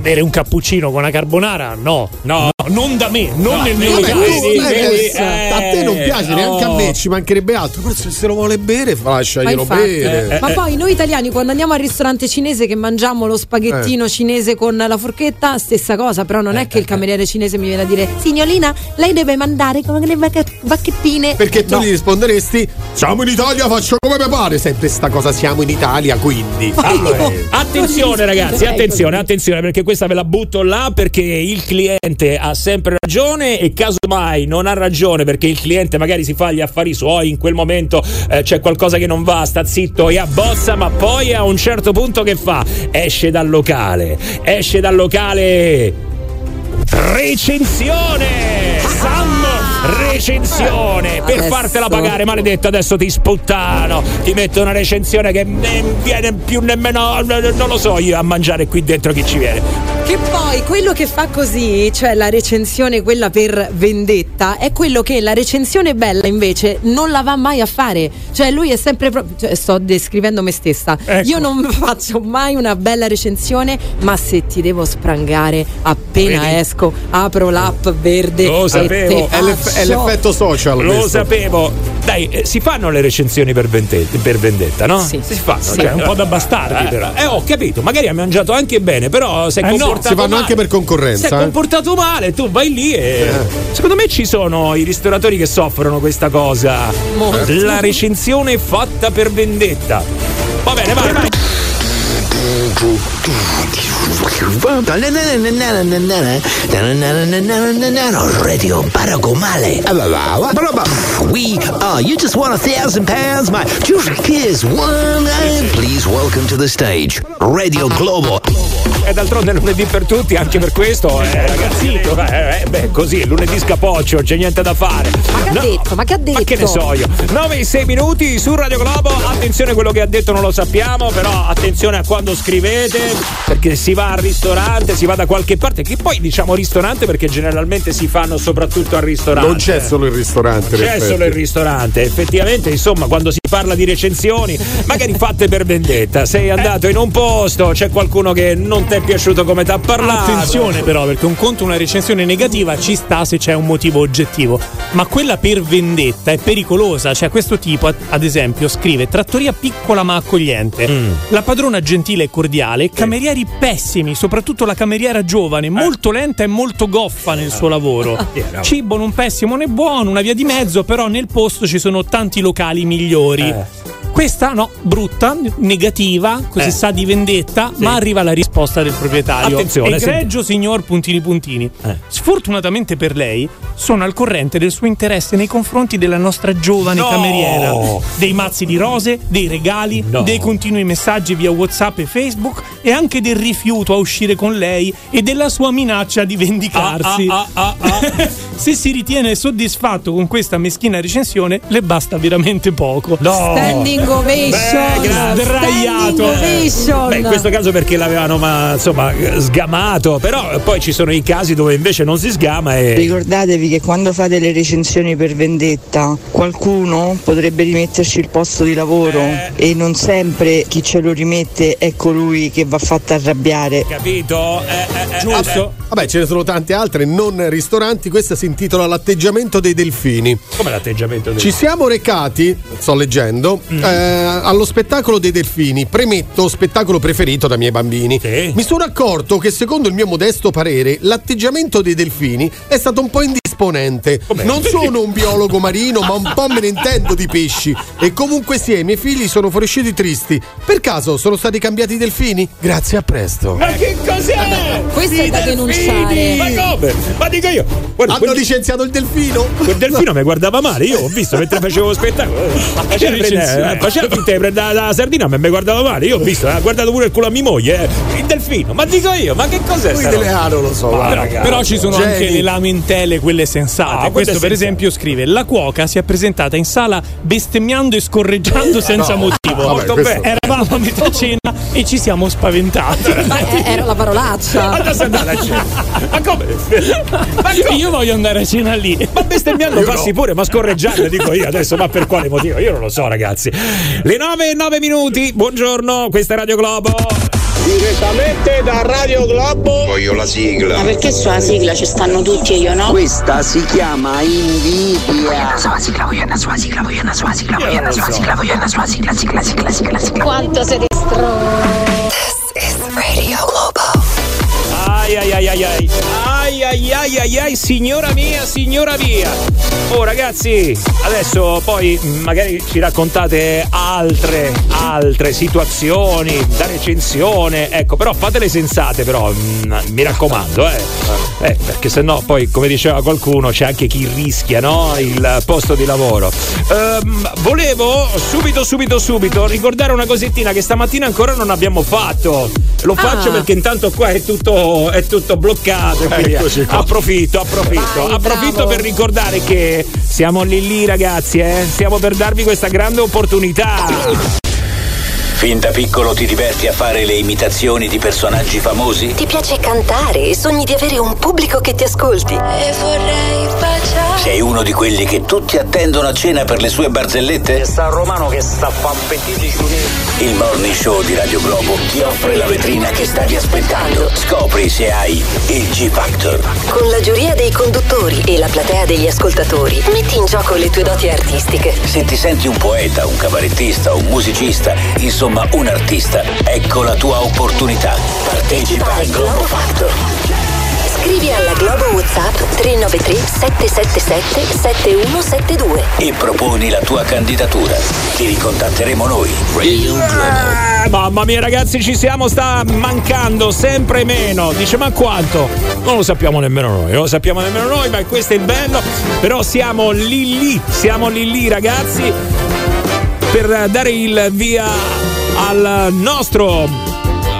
Speaker 2: Bere un cappuccino con una carbonara? No. No, non da me, non nel mio
Speaker 4: Vabbè,
Speaker 2: caso.
Speaker 4: questo è questo. a te non
Speaker 2: eh,
Speaker 4: piace neanche a
Speaker 2: no.
Speaker 4: me, ci mancherebbe altro. Però se se lo vuole bere,
Speaker 3: Ma,
Speaker 4: lasciaglielo
Speaker 3: infatti. eh,
Speaker 4: bere. Eh,
Speaker 3: Ma poi noi italiani quando andiamo al ristorante cinese che mangiamo lo
Speaker 4: Eh.
Speaker 3: spaghettino cinese con la forchetta, stessa cosa, però non è che il cameriere cinese mi viene a dire signorina, lei deve mandare come le bacche- bacchettine.
Speaker 4: Perché tu
Speaker 3: No.
Speaker 4: gli risponderesti: Siamo in Italia, faccio come mi pare. Sempre sta cosa, siamo in Italia, quindi.
Speaker 1: Allora, attenzione ragazzi, attenzione, attenzione perché questa ve la butto là perché il cliente ha sempre ragione e casomai non ha ragione perché il cliente magari si fa gli affari suoi in quel momento eh, c'è qualcosa che non va, sta zitto e abbozza ma poi a un certo punto che fa? Esce dal locale, esce dal locale recensione! Sam recensione per
Speaker 8: Adesso-
Speaker 1: fartela pagare maledetto adesso ti sputtano ti metto una recensione che non viene più nemmeno non lo so io a mangiare qui dentro chi ci viene
Speaker 3: Che poi quello che fa così, cioè la recensione quella per vendetta, è quello che la recensione bella invece non la va mai a fare. Cioè lui è sempre proprio. sto descrivendo me stessa.
Speaker 1: Ecco.
Speaker 3: Io non faccio mai una bella recensione, ma se ti devo sprangare appena
Speaker 1: Vedi?
Speaker 3: esco, apro l'app verde.
Speaker 1: Lo
Speaker 3: e
Speaker 1: sapevo.
Speaker 3: te
Speaker 1: È l'eff- è
Speaker 3: faccio-
Speaker 4: Effetto social.
Speaker 1: lo
Speaker 4: questo.
Speaker 1: sapevo dai eh, si fanno le recensioni per, vente- per vendetta no?
Speaker 2: Sì.
Speaker 1: si fanno
Speaker 2: Sì. Un po' da bastardi, però.
Speaker 1: eh ho capito magari ha mangiato anche bene però si è
Speaker 4: Eh no,
Speaker 1: comportato
Speaker 4: si fanno
Speaker 1: male.
Speaker 4: anche per concorrenza,
Speaker 1: si è
Speaker 4: eh.
Speaker 1: comportato male tu vai lì e secondo me ci sono i ristoratori che soffrono questa cosa
Speaker 8: Molto.
Speaker 1: la recensione fatta per vendetta va bene vai vai
Speaker 23: Radio Paragomale. We
Speaker 12: Ah,
Speaker 23: are. You just won a thousand pounds. My jewelry is one. And please welcome to the stage Radio Globo.
Speaker 1: E d'altronde lunedì per tutti, anche per questo, eh, ragazzi. eh, eh, beh, così, lunedì scapoccio, c'è niente da fare. Ma che ha detto?
Speaker 3: Ma che ha detto?
Speaker 1: Ma che ne so io? 9 e 6 minuti su Radio Globo. Attenzione, quello che ha detto non lo sappiamo, però attenzione a quando scrivete, perché si va al ristorante, si va da qualche parte, che poi diciamo ristorante perché generalmente si fanno soprattutto al ristorante.
Speaker 4: Non c'è solo il ristorante. in
Speaker 1: C'è
Speaker 4: effetti.
Speaker 1: solo il ristorante, effettivamente, insomma, quando si parla di recensioni, magari fatte per vendetta. Sei andato in un posto, c'è qualcuno che non ti è piaciuto come ti ha parlato.
Speaker 2: Attenzione però, perché un conto una recensione negativa ci sta se c'è un motivo oggettivo, ma quella per vendetta è pericolosa, cioè questo tipo ad- ad esempio scrive trattoria piccola ma accogliente,
Speaker 1: Mm.
Speaker 2: la padrona gentile e cordiale, camerieri pessimi, soprattutto la cameriera
Speaker 1: Eh.
Speaker 2: giovane, molto lenta e molto goffa nel suo
Speaker 1: <laughs>
Speaker 2: lavoro,
Speaker 1: Sì, no.
Speaker 2: cibo non pessimo né buono, una via di mezzo, però nel posto ci sono tanti locali migliori. Questa no, brutta, negativa, così
Speaker 1: Eh.
Speaker 2: sa di vendetta, ma arriva la risposta del proprietario.
Speaker 1: Attenzione,
Speaker 2: Egregio signor puntini puntini.
Speaker 1: eh.
Speaker 2: Sfortunatamente per lei sono al corrente del suo interesse nei confronti della nostra giovane
Speaker 1: No!
Speaker 2: cameriera. Dei mazzi di rose, dei regali,
Speaker 1: No.
Speaker 2: dei continui messaggi via Whatsapp e Facebook e anche del rifiuto a uscire con lei e della sua minaccia di vendicarsi.
Speaker 1: Ah,
Speaker 2: <laughs> Se si ritiene soddisfatto con questa meschina recensione, le basta veramente poco.
Speaker 3: Standing ovation. Standing ovation.
Speaker 1: Eh, Beh, in questo caso perché l'avevano ma, insomma sgamato, però poi ci sono i casi dove invece non si sgama e
Speaker 26: Ricordatevi che quando fate le recensioni per vendetta qualcuno potrebbe rimetterci il posto di lavoro e non sempre chi ce lo rimette è colui che va fatta arrabbiare.
Speaker 1: capito? Eh,
Speaker 4: Giusto. Vabbè, ce ne sono tante altre non ristoranti. Questa si intitola L'atteggiamento dei delfini.
Speaker 1: Come l'atteggiamento del
Speaker 4: Ci siamo recati, sto leggendo,
Speaker 1: Mm.
Speaker 4: eh, allo spettacolo dei delfini, premetto spettacolo preferito dai miei bambini. Mi sono accorto che secondo il mio modesto parere l'atteggiamento dei delfini è stato un po' indisponente. Non sono un biologo marino, ma un po' me ne intendo di pesci. E comunque sia, i miei figli sono fuoriusciti tristi. Per caso sono stati cambiati i delfini? Grazie, a presto.
Speaker 1: Ma che cos'è?
Speaker 3: Questo è da denunciare.
Speaker 1: Ma come? Ma dico io. Guarda,
Speaker 4: Hanno licenziato il delfino?
Speaker 1: Quel delfino mi guardava male, io ho visto mentre facevo <laughs> lo spettacolo. eh, Faceva,
Speaker 2: Che
Speaker 1: prendere,
Speaker 2: Ah, recensione.
Speaker 1: eh, faceva finta di prendere la, la sardina, ma mi guardava male, io ho visto, eh, ha guardato pure il culo a mia moglie. eh. Il delfino, ma dico io, ma che cos'è? sta roba? Ma
Speaker 2: però,
Speaker 1: ragazzi, eh.
Speaker 2: però ci sono
Speaker 1: geni.
Speaker 2: anche le lamentele, quelle sensate.
Speaker 1: Ah, quelle
Speaker 2: Questo, per
Speaker 1: sensate.
Speaker 2: esempio, scrive: La cuoca si è presentata in sala bestemmiando e scorreggiando senza
Speaker 1: Eh, No.
Speaker 2: motivo.
Speaker 1: Vabbè,
Speaker 2: Molto
Speaker 1: questo-
Speaker 2: bene. Eravamo a metà cena e ci siamo spaventati.
Speaker 3: <laughs> Ma eh, era la parolaccia.
Speaker 1: Adesso andate a cena. Ma come? <laughs>
Speaker 2: Io voglio andare a cena lì.
Speaker 1: Ma bestemmiando passi pure, ma scorreggiando, dico io adesso, ma per quale motivo? Io non lo so, ragazzi. Le 9 e 9 minuti, buongiorno, questa è Radio Globo.
Speaker 27: Direttamente da Radio Globo.
Speaker 19: Voglio la sigla.
Speaker 7: Ma perché sulla sigla ci stanno tutti e io no?
Speaker 19: Questa si chiama invidia.
Speaker 7: voglio una sua sigla, voglio una sua sigla, sigla, sigla, sigla, sigla. Quanto siete stronzi.
Speaker 24: Radio Globo.
Speaker 1: Ai ai ai ai ai. Ai ai ai ai ai, signora mia, signora mia. Oh ragazzi, adesso poi mh, magari ci raccontate altre, altre situazioni da recensione. Ecco, però fatele sensate però, mh, mi raccomando, eh. Eh, perché sennò poi, come diceva qualcuno, c'è anche chi rischia, no? Il posto di lavoro. Ehm, volevo subito, subito, subito ricordare una cosettina che stamattina ancora non abbiamo fatto. Lo faccio
Speaker 28: Ah.
Speaker 1: perché perché intanto qua è tutto, è tutto bloccato. e quindi
Speaker 28: Eccoci qua.
Speaker 1: Approfitto, approfitto. approfitto per ricordare che siamo lì lì, ragazzi, eh. Stiamo per darvi questa grande opportunità.
Speaker 19: Fin da piccolo ti diverti a fare le imitazioni di personaggi famosi?
Speaker 24: Ti piace cantare e sogni di avere un pubblico che ti ascolti. E vorrei baciare.
Speaker 19: Sei uno di quelli che tutti attendono a cena per le sue barzellette? E sta Romano che sta fampetiti Il morning show di Radio Globo ti offre la vetrina che stavi aspettando. Scopri se hai il G-Factor.
Speaker 24: Con la giuria dei conduttori e la platea degli ascoltatori, metti in gioco le tue doti artistiche.
Speaker 19: Se ti senti un poeta, un cabarettista, un musicista, insomma un artista, ecco la tua opportunità. Partecipa al Globo Factor.
Speaker 24: Scrivi alla Globo WhatsApp 393 777 7172.
Speaker 19: e proponi la tua candidatura. Ti ricontatteremo noi. Radio Globo.
Speaker 1: Eh, mamma mia, ragazzi, ci siamo, sta mancando sempre meno. Dice, ma quanto? Non lo sappiamo nemmeno noi, non lo sappiamo nemmeno noi, ma questo è il bello. Però siamo lì lì, siamo lì lì, ragazzi, per eh, dare il via al nostro.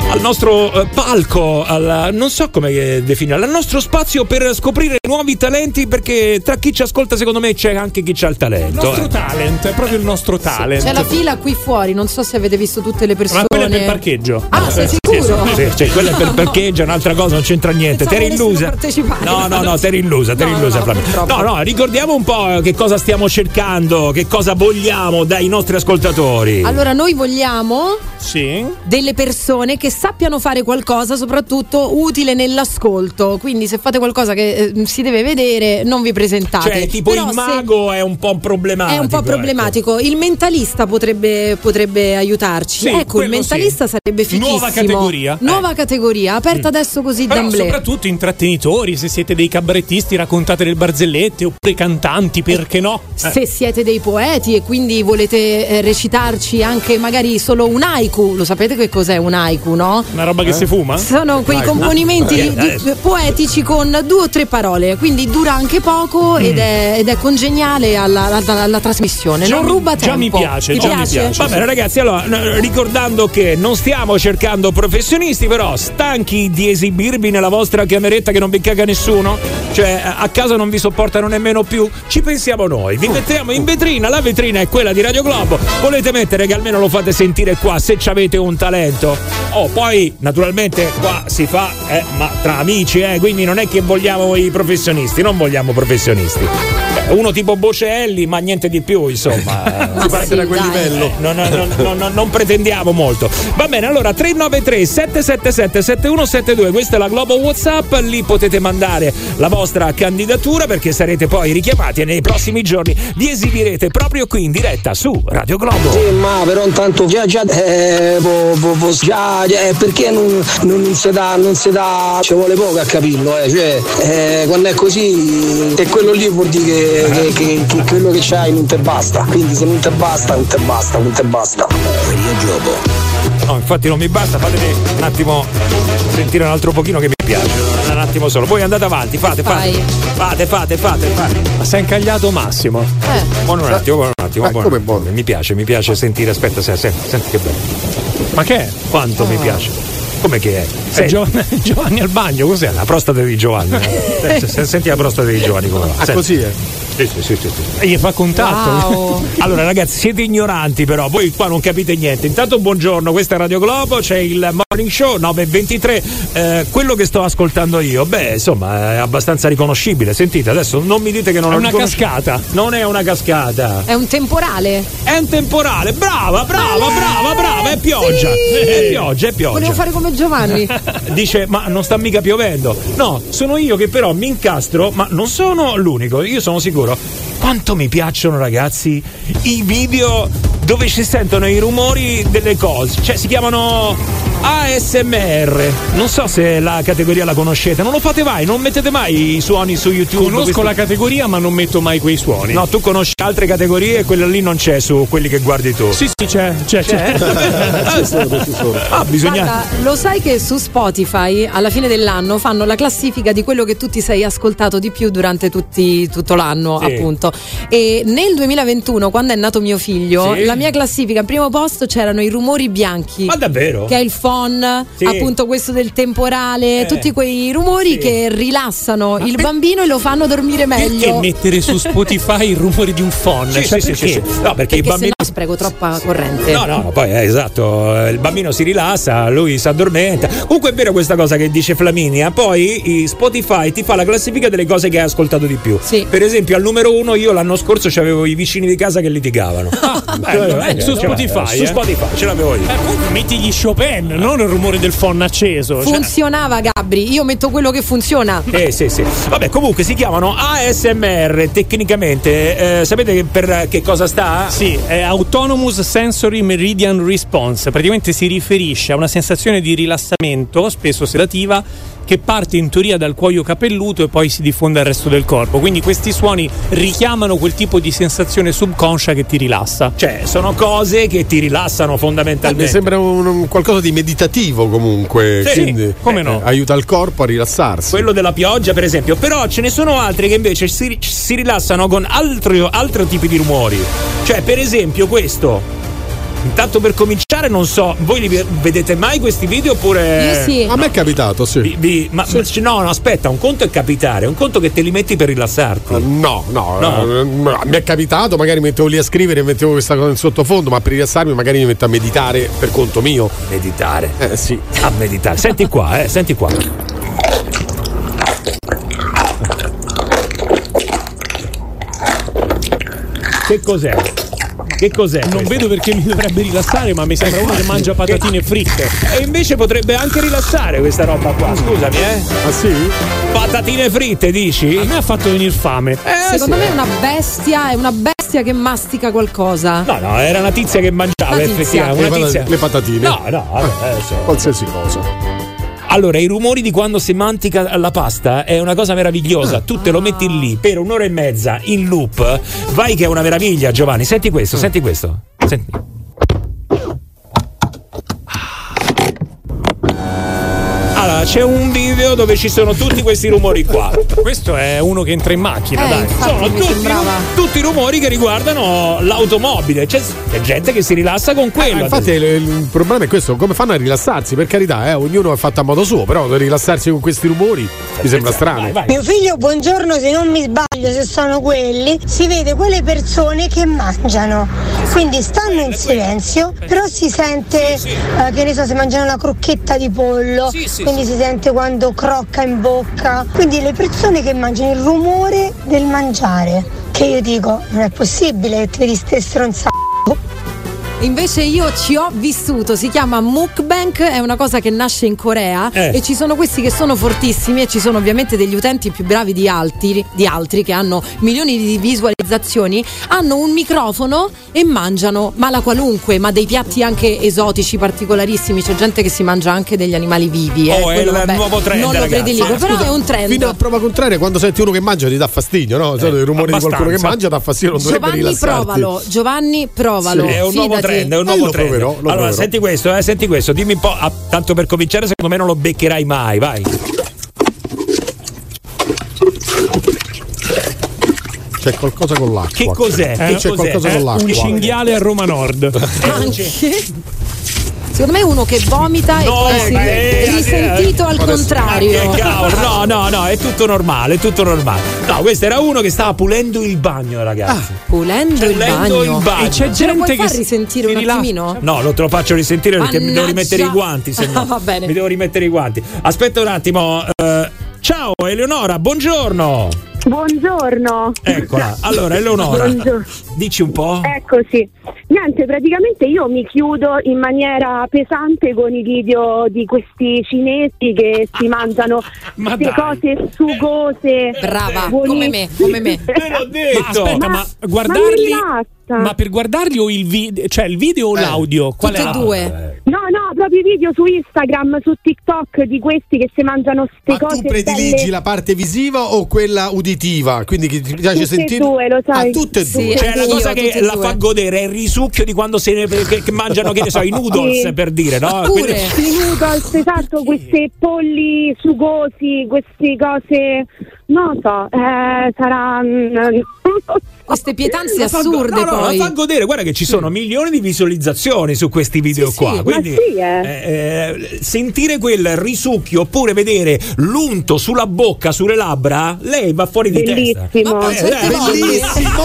Speaker 1: Al nostro eh, palco, al, non so come eh, definirlo, al nostro spazio per scoprire nuovi talenti, perché tra chi ci ascolta, secondo me, c'è anche chi ha il talento.
Speaker 2: Il nostro
Speaker 1: eh.
Speaker 2: talent, è proprio il nostro talent.
Speaker 3: C'è la fila qui fuori, non so se avete visto tutte le persone.
Speaker 2: Ma quella quella è per
Speaker 3: stazione.
Speaker 2: parcheggio.
Speaker 3: Ah, sei sicuro?
Speaker 1: Eh, Sì, sì, cioè, quella è per parcheggio, è un'altra cosa, non c'entra niente. T'eri
Speaker 3: Pensavo volessero
Speaker 1: illusa.
Speaker 3: partecipare.
Speaker 1: No, no, no, t'eri illusa, t'eri illusa. Flavio. No, no, ricordiamo un po' che cosa stiamo cercando, che cosa vogliamo dai nostri ascoltatori.
Speaker 3: <laughs> Allora, noi vogliamo
Speaker 2: sì.
Speaker 3: delle persone che sappiano fare qualcosa, soprattutto utile nell'ascolto. Quindi, se fate qualcosa che eh, si deve vedere, non vi presentate.
Speaker 1: Cioè, tipo
Speaker 3: Però
Speaker 1: il
Speaker 3: se-
Speaker 1: mago è un po' problematico.
Speaker 3: È un po'
Speaker 1: ecco.
Speaker 3: problematico. Il mentalista potrebbe, potrebbe aiutarci.
Speaker 1: Sì, Eh.
Speaker 3: ecco, il
Speaker 2: quello
Speaker 3: mentalista
Speaker 2: sì.
Speaker 3: sarebbe fighissimo.
Speaker 2: Nuova categoria.
Speaker 3: Nuova categoria, aperta
Speaker 1: Mm.
Speaker 3: adesso così
Speaker 2: Però
Speaker 3: d'amblè.
Speaker 2: soprattutto intrattenitori, se siete dei cabarettisti raccontate del barzellette oppure cantanti, perché no? Eh,
Speaker 1: Eh.
Speaker 3: Se siete dei poeti e quindi volete eh, recitarci anche magari solo un haiku, lo sapete che cos'è un haiku, no?
Speaker 2: Una roba che si fuma?
Speaker 3: Sono quei
Speaker 2: Eh? Dai,
Speaker 3: componimenti
Speaker 2: no.
Speaker 3: di- di-
Speaker 2: Eh, eh.
Speaker 3: poetici con due o tre parole, quindi dura anche poco
Speaker 1: Mm.
Speaker 3: ed, è, ed è congeniale alla, alla- alla trasmissione.
Speaker 1: Già
Speaker 3: non
Speaker 1: mi-
Speaker 3: ruba tempo.
Speaker 1: Già mi piace,
Speaker 3: Ti
Speaker 1: già
Speaker 3: piace?
Speaker 1: mi piace. Va bene, ragazzi, allora n- ricordando che non stiamo cercando professionisti, però stanchi di esibirvi nella vostra cameretta che non vi caga nessuno, cioè a a casa non vi sopportano nemmeno più, ci pensiamo noi. Vi mettiamo in vetrina, la vetrina è quella di Radio Globo. Volete mettere che almeno lo fate sentire qua se ci avete un talento. Oh, poi naturalmente qua si fa eh, ma tra amici, eh, quindi non è che vogliamo i professionisti, non vogliamo professionisti. Eh, Uno tipo Bocelli, ma niente di più, insomma.
Speaker 4: Si parte da quel livello.
Speaker 1: No, no, no, no, no, non pretendiamo molto. Va bene, allora 393 777 7172, questa è la Globo WhatsApp, lì potete mandare la vostra candidatura perché sarete poi richiamati e nei prossimi giorni vi esibirete proprio qui in diretta su Radio Globo.
Speaker 9: Sì, ma però intanto già già eh, po- po- po- già, già, eh, perché non, non- non si dà, non si dà, ci vuole poco a capirlo, eh, cioè, eh, quando è così, e quello lì vuol dire che, che- che- che quello che c'hai non te basta, quindi se non te basta, non te basta, non te basta.
Speaker 1: Radio Globo. No, infatti non mi basta, fatemi un attimo sentire un altro pochino che mi piace. Un attimo solo. Voi andate avanti, fate, fate. Fate, fate, fate, fate.
Speaker 2: Ma sei incagliato Massimo.
Speaker 3: Eh.
Speaker 1: Buono un attimo, buono un attimo. buono. Mi piace, mi piace sentire. Aspetta, senti, senti, senti che bello.
Speaker 2: Ma che è?
Speaker 1: Quanto mi piace. Come che è? Eh,
Speaker 2: Sei
Speaker 1: <laughs>
Speaker 2: Giovanni, Giovanni al bagno, cos'è?
Speaker 1: La prostata di <laughs> Giovanni. Eh, se- se- senti la prostata di Giovanni come va.
Speaker 2: Ah, così
Speaker 1: è? Sì, sì, sì, sì, sì.
Speaker 2: E gli fa contatto.
Speaker 1: <laughs> Allora ragazzi siete ignoranti però, voi qua non capite niente. Intanto buongiorno, questa è Radio Globo, c'è il morning show 9.23, eh, quello che sto ascoltando io, beh insomma è abbastanza riconoscibile, sentite adesso non mi dite che non
Speaker 2: È
Speaker 1: ho
Speaker 2: una
Speaker 1: cascata. Non è una cascata.
Speaker 3: È un temporale.
Speaker 1: È un temporale, brava, brava, brava, brava, è pioggia,
Speaker 3: Eh Sì.
Speaker 1: è pioggia, è pioggia.
Speaker 3: Volevo fare come
Speaker 1: <laughs>
Speaker 3: Giovanni.
Speaker 1: Dice, ma non sta mica piovendo. No, sono io che però mi incastro, ma non sono l'unico, io sono sicuro. Quanto mi piacciono, ragazzi, i video dove si sentono i rumori delle cose. Cioè, si chiamano ASMR. Non so se la categoria la conoscete. Non lo fate mai, non mettete mai i suoni su YouTube.
Speaker 2: Conosco la
Speaker 1: categoria, ma non metto mai quei suoni. No, tu conosci altre categorie e quella lì non c'è su quelli che guardi tu.
Speaker 2: Sì, sì, c'è, c'è,
Speaker 1: <laughs>
Speaker 2: c'è. <laughs>
Speaker 1: Ci sono, ci sono. Ah, bisogna.
Speaker 3: Guarda, lo sai che su Spotify alla fine dell'anno fanno la classifica di quello che tu ti sei ascoltato di più durante tutti- tutto l'anno,
Speaker 14: Sì.
Speaker 3: appunto. E nel 2021, quando è nato mio figlio,
Speaker 14: Sì.
Speaker 3: la mia classifica al primo posto c'erano i rumori bianchi.
Speaker 14: Ma davvero?
Speaker 3: Che è il phon,
Speaker 14: Sì.
Speaker 3: appunto questo del temporale,
Speaker 2: Eh.
Speaker 3: tutti quei rumori che rilassano il bambino e lo fanno dormire meglio.
Speaker 2: Perché mettere su Spotify il rumore di un phon?
Speaker 1: Sì,
Speaker 2: Cioè,
Speaker 1: sì, sì,
Speaker 2: perché?
Speaker 1: sì, sì. No, perché i
Speaker 3: Perché se
Speaker 1: bambini-
Speaker 3: no spreco troppa corrente.
Speaker 1: No, no, poi eh, esatto, eh, il bambino si rilassa, lui si addormenta. Comunque è vero questa cosa che dice Flaminia, poi i- Spotify ti fa la classifica delle cose che hai ascoltato di più. Per esempio al numero uno io l'anno scorso c'avevo i vicini di casa che litigavano.
Speaker 2: bello, eh, su
Speaker 1: cioè,
Speaker 2: Spotify,
Speaker 1: Su
Speaker 2: eh.
Speaker 1: Spotify ce l'avevo io.
Speaker 2: Metti gli Chopin, non il rumore del phon acceso. cioè.
Speaker 3: Funzionava Gabri, io metto quello che funziona.
Speaker 1: Eh sì sì. Vabbè, comunque si chiamano ASMR tecnicamente. eh, sapete che per eh, che cosa sta?
Speaker 2: Sì, è Autonomous Sensory Meridian Response. Praticamente si riferisce a una sensazione di rilassamento, spesso sedativa, che parte in teoria dal cuoio capelluto e poi si diffonde al resto del corpo. Quindi questi suoni richiamano quel tipo di sensazione subconscia che ti rilassa.
Speaker 1: Cioè, sono cose che ti rilassano
Speaker 4: Mi
Speaker 1: fondamentalmente.
Speaker 4: sembra un- un qualcosa di meditativo comunque.
Speaker 1: Sì,
Speaker 4: quindi,
Speaker 1: come no.
Speaker 4: eh, aiuta il corpo a rilassarsi.
Speaker 1: quello della pioggia per esempio, però ce ne sono altri che invece si, si rilassano con altri altri tipi di rumori. Cioè, per esempio questo. Intanto per cominciare, non so, voi li ve- vedete mai questi video oppure.
Speaker 4: Io sì. A me è
Speaker 1: capitato, sì. ma, ma- no, no, aspetta, un conto è capitare, un conto che te li metti per rilassarti.
Speaker 4: No, no,
Speaker 1: No.
Speaker 4: eh, mi è capitato, magari mettevo lì a scrivere e mettevo questa cosa in sottofondo, ma per rilassarmi magari mi metto a meditare per conto mio.
Speaker 1: Meditare?
Speaker 4: Eh sì.
Speaker 1: A meditare. Senti qua, eh, senti qua. Che cos'è? Che cos'è?
Speaker 2: Non vedo perché mi dovrebbe rilassare, ma mi sembra uno che mangia patatine fritte.
Speaker 1: E invece potrebbe anche rilassare questa roba qua, scusami, eh.
Speaker 4: Ah sì?
Speaker 1: Patatine fritte, dici? Eh, A
Speaker 2: me ha fatto venire fame.
Speaker 4: Eh,
Speaker 3: Secondo me è una bestia, è una bestia che mastica qualcosa.
Speaker 1: No, no, era una tizia che mangiava,
Speaker 3: Una tizia.
Speaker 1: effettivamente.
Speaker 4: Le
Speaker 1: Una
Speaker 4: pata-
Speaker 1: tizia.
Speaker 4: le patatine.
Speaker 1: No, no, vabbè, adesso.
Speaker 4: eh, Qualsiasi cosa.
Speaker 1: Allora, i rumori di quando si mantica la pasta è una cosa meravigliosa. Tu te lo
Speaker 3: Ah.
Speaker 1: metti lì per un'ora e mezza in loop. Vai che è una meraviglia, Giovanni. Senti questo, senti questo. Senti. Allora, c'è un video dove ci sono tutti questi rumori qua. Questo è uno che entra in macchina,
Speaker 2: Eh,
Speaker 1: dai.
Speaker 2: infatti,
Speaker 1: Sono
Speaker 2: mi
Speaker 1: tutti,
Speaker 2: sembrava.
Speaker 1: tutti i rumori che riguardano l'automobile. C'è, c'è gente che si rilassa con quello.
Speaker 4: Ah, infatti il, il problema è questo, come fanno a rilassarsi? Per carità, eh, ognuno è fatto a modo suo, però rilassarsi con questi rumori
Speaker 1: Eh,
Speaker 4: mi sembra strano.
Speaker 14: Mio figlio, buongiorno, se non mi sbaglio, se sono quelli, si vede quelle persone che mangiano. Quindi stanno in silenzio, però si sente, eh, che ne so, se mangiano una crocchetta di pollo, quindi si sente quando crocca in bocca. Quindi le persone che mangiano il rumore del mangiare, che io dico, non è possibile che ti vedi ste stronzate.
Speaker 3: Invece io ci ho vissuto, si chiama mukbang, è una cosa che nasce in Corea
Speaker 14: Eh.
Speaker 3: e ci sono questi che sono fortissimi e ci sono ovviamente degli utenti più bravi di altri, di altri che hanno milioni di visualizzazioni, hanno un microfono e mangiano ma la qualunque, ma dei piatti anche esotici, particolarissimi, c'è gente che si mangia anche degli animali vivi. eh,
Speaker 4: Oh, è
Speaker 3: quello,
Speaker 4: il
Speaker 3: vabbè,
Speaker 4: nuovo trend,
Speaker 3: Non lo
Speaker 4: ragazzi.
Speaker 3: prediligo,
Speaker 4: Ma
Speaker 3: però
Speaker 4: scusa,
Speaker 3: è un trend.
Speaker 4: Fino a prova contraria, quando senti uno che mangia ti dà fastidio, no? Sai, il rumore
Speaker 1: abbastanza.
Speaker 4: di qualcuno che mangia dà fastidio, non dovrebbe
Speaker 3: Giovanni
Speaker 4: rilassarti.
Speaker 3: provalo, Giovanni provalo.
Speaker 1: Sì, è un nuovo
Speaker 3: fidati.
Speaker 1: trend, è un nuovo
Speaker 4: eh, lo
Speaker 1: trend.
Speaker 4: proverò, lo
Speaker 1: allora,
Speaker 4: proverò.
Speaker 1: senti questo, eh, senti questo, dimmi un po', ah, tanto per cominciare, secondo me non lo beccherai mai, vai.
Speaker 4: C'è qualcosa con l'acqua.
Speaker 1: Che cos'è?
Speaker 4: Qui
Speaker 1: Che
Speaker 4: c'è
Speaker 1: cos'è?
Speaker 4: qualcosa
Speaker 1: Eh,
Speaker 4: con
Speaker 1: un
Speaker 4: l'acqua.
Speaker 2: Un cinghiale a Roma Nord.
Speaker 4: <laughs>
Speaker 3: Anche. Secondo me è uno che vomita e poi si
Speaker 1: eh, eh,
Speaker 3: risentito al
Speaker 1: adesso-
Speaker 3: contrario.
Speaker 1: Ah, che cavolo, no, no, no, è tutto normale, è tutto normale. No, questo era uno che stava pulendo il bagno,
Speaker 4: Ah.
Speaker 1: ragazzi.
Speaker 3: Pulendo il
Speaker 1: Pulendo
Speaker 3: bagno.
Speaker 1: il bagno. E c'è
Speaker 3: Ce lo
Speaker 1: gente
Speaker 3: puoi
Speaker 1: che
Speaker 3: far
Speaker 1: si-
Speaker 3: risentire un attimino?
Speaker 1: No, lo te lo faccio risentire perché mi devo
Speaker 3: Mannaggia.
Speaker 1: rimettere i
Speaker 4: <laughs>
Speaker 1: guanti, se no.
Speaker 3: Va bene.
Speaker 1: Mi devo rimettere i guanti. Aspetta un attimo. eh, ciao Eleonora, buongiorno.
Speaker 16: Buongiorno.
Speaker 14: Eh,
Speaker 1: Eccola. Allora, Eleonora,
Speaker 16: Buongiorno.
Speaker 1: dici un po'.
Speaker 16: Eccoci. Ecco, Niente, praticamente io mi chiudo in maniera pesante con i video di questi cinesi che si mangiano queste cose sugose.
Speaker 3: Brava,
Speaker 16: buonissime.
Speaker 3: come me, come me.
Speaker 16: <laughs>
Speaker 2: Ma aspetta, ma guardarli. Ma, per guardarli o il video, cioè il video o
Speaker 1: Eh.
Speaker 2: l'audio? Qual
Speaker 16: tutte
Speaker 2: è? Ah,
Speaker 16: e due. No, no, proprio i video su Instagram, su TikTok di questi che si mangiano ste cose.
Speaker 4: Tu prediligi
Speaker 16: belle.
Speaker 4: la parte visiva o quella uditiva? Quindi chi ti piace
Speaker 16: Tutte e
Speaker 4: sentire?
Speaker 16: due, lo sai.
Speaker 4: Ah, tutte e due.
Speaker 1: Cioè, la cosa che la fa godere è il risucchio di quando se ne, che, che mangiano, che ne so, i noodles
Speaker 16: Sì.
Speaker 1: per dire, no? Quindi-
Speaker 16: I noodles, esatto, questi polli sugosi, queste cose, non so, eh, sarà...
Speaker 3: Queste
Speaker 16: <laughs>
Speaker 3: pietanze
Speaker 16: La fa-
Speaker 3: assurde
Speaker 16: no, no,
Speaker 3: poi.
Speaker 1: la fa godere, guarda che ci sono milioni di visualizzazioni su questi video qua.
Speaker 16: ma
Speaker 1: Quindi
Speaker 16: sì, eh.
Speaker 1: eh, sentire quel risucchio oppure vedere l'unto sulla bocca, sulle labbra, lei va fuori di
Speaker 16: Bellissimo.
Speaker 1: testa.
Speaker 16: Ma certe volte-
Speaker 1: Eh, bellissimo,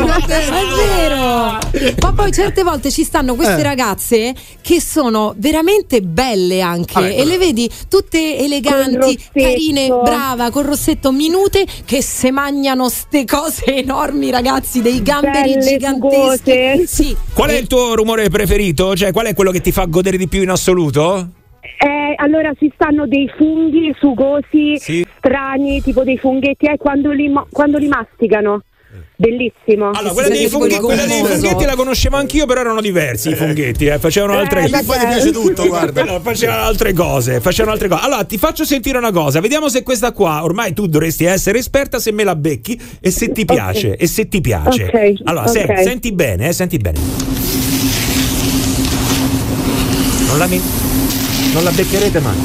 Speaker 3: <laughs>
Speaker 1: <laughs> bellissimo.
Speaker 3: Cioè, È vero. Ma poi certe volte ci stanno queste
Speaker 16: Eh.
Speaker 3: ragazze che sono veramente belle anche
Speaker 16: Vabbè,
Speaker 3: e le vedi tutte eleganti, carine, brava, col rossetto minute che se mangiano ste cose enormi ragazzi, dei gamberi
Speaker 16: Belle,
Speaker 3: giganteschi. Sì.
Speaker 1: Qual è il tuo rumore preferito? Cioè, qual è quello che ti fa godere di più in assoluto?
Speaker 16: Eh, allora ci stanno dei funghi sugosi,
Speaker 1: Sì.
Speaker 16: strani, tipo dei funghetti, eh, quando li, mo- quando li masticano. Bellissimo.
Speaker 1: Allora, quella dei, funghi- quella dei funghetti la conoscevo anch'io, però erano diversi i funghetti, eh, facevano
Speaker 16: Eh,
Speaker 1: altre
Speaker 16: vabbè. Poi ti piace tutto, guarda.
Speaker 1: <laughs> No, facevano altre cose, facevano altre cose. Allora, ti faccio sentire una cosa, vediamo se questa qua, ormai tu dovresti essere esperta se me la becchi e se ti piace, e se ti piace.
Speaker 16: Ok,
Speaker 1: Allora, se-
Speaker 16: ok.
Speaker 1: senti bene, eh, senti bene. Non la, mi- non la beccherete mai.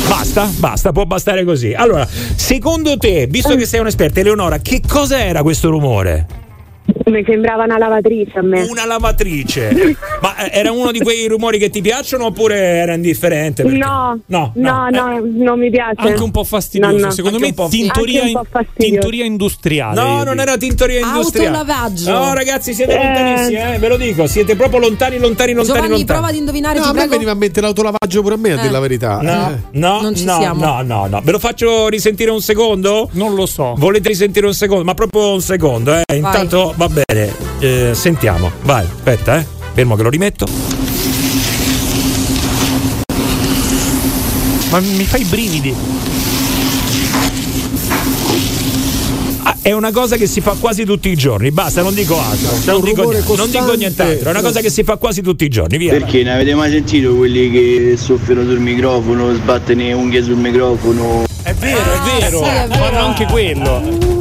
Speaker 1: Basta. Basta? Basta, può bastare così. Allora, secondo te, visto che sei un'esperta, Eleonora, che cosa era questo rumore?
Speaker 16: Mi sembrava una lavatrice a me.
Speaker 1: Una
Speaker 16: <laughs>
Speaker 1: lavatrice. Ma eh, era uno di quei rumori che ti piacciono oppure era indifferente? Perché-
Speaker 16: No, no, no,
Speaker 1: no, eh.
Speaker 16: non mi piace.
Speaker 1: Anche un po' fastidioso, secondo me
Speaker 16: Anche
Speaker 1: tintoria
Speaker 16: un
Speaker 1: in-
Speaker 16: po' fastidioso.
Speaker 2: Tintoria industriale.
Speaker 1: No,
Speaker 2: io
Speaker 1: non
Speaker 2: dico.
Speaker 1: era tintoria industriale.
Speaker 3: Autolavaggio.
Speaker 1: No, ragazzi, siete
Speaker 3: Eh.
Speaker 1: lontanissimi, eh, ve lo dico, siete proprio lontani, lontani, lontani,
Speaker 3: Giovanni,
Speaker 1: lontani.
Speaker 3: prova ad indovinare,
Speaker 4: No,
Speaker 3: ti
Speaker 4: Eh, a me
Speaker 3: prego.
Speaker 4: veniva a mettere l'autolavaggio pure a me, a
Speaker 3: Eh.
Speaker 4: dire la verità.
Speaker 1: No,
Speaker 4: Eh.
Speaker 1: no,
Speaker 3: Non ci
Speaker 1: no,
Speaker 3: siamo.
Speaker 1: no, no, no. Ve lo faccio risentire un secondo?
Speaker 2: Non lo so.
Speaker 1: Volete risentire un secondo? Ma proprio un secondo, eh. Intanto va bene. Eh, sentiamo. Vai, aspetta, eh. Fermo che lo rimetto.
Speaker 2: Ma mi fai i brividi.
Speaker 1: Ah, è una cosa che si fa quasi tutti i giorni. Basta, non dico altro. Non dico,
Speaker 4: rumore
Speaker 1: niente- non dico
Speaker 4: costante.
Speaker 1: nient'altro. È una cosa che si fa quasi tutti i giorni. Via.
Speaker 6: Perché ne avete mai sentito quelli che soffiano sul microfono, sbattono le unghie sul microfono?
Speaker 1: È vero, è vero.
Speaker 2: Fanno anche quello.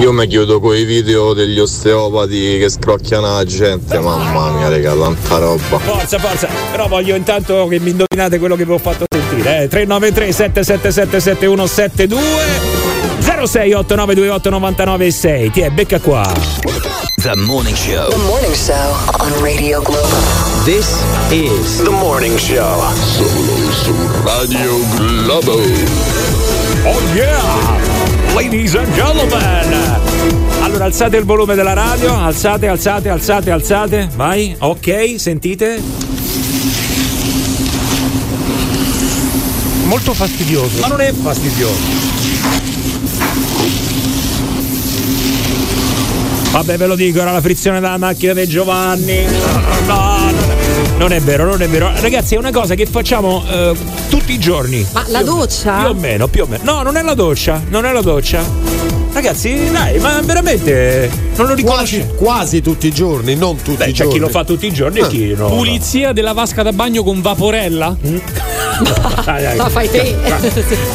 Speaker 17: Io mi chiudo coi video degli osteopati che scrocchiano la gente, mamma mia, raga, tanta roba.
Speaker 1: Forza, forza. Però voglio intanto che mi indovinate quello che vi ho fatto sentire. Eh. 393 777 7172 0689289906 Ti è becca qua.
Speaker 12: The Morning Show.
Speaker 19: The Morning Show on Radio Globo.
Speaker 12: This is The Morning Show. Solo su Radio Globo.
Speaker 1: Oh yeah! Ladies and gentlemen! Allora alzate il volume della radio, alzate, alzate, alzate, alzate, vai, ok, sentite?
Speaker 2: Molto fastidioso.
Speaker 1: Ma non è fastidioso. Vabbè ve lo dico, era la frizione della macchina di Giovanni. No, no, no. Non è vero, non è vero. Ragazzi, è una cosa che facciamo eh, tutti i giorni.
Speaker 3: Ma la
Speaker 1: Più o
Speaker 3: doccia?
Speaker 1: meno, più o meno. No, non è la doccia, non è la doccia. Ragazzi, dai, ma veramente non lo riconosci.
Speaker 4: Quasi, quasi tutti i giorni, non tutti i
Speaker 1: C'è
Speaker 4: giorni. Eh.
Speaker 1: chi lo fa tutti i giorni e Ah, chi no. Mm.
Speaker 2: Pulizia della vasca da bagno con vaporella?
Speaker 1: Dai, dai.
Speaker 3: La fai te.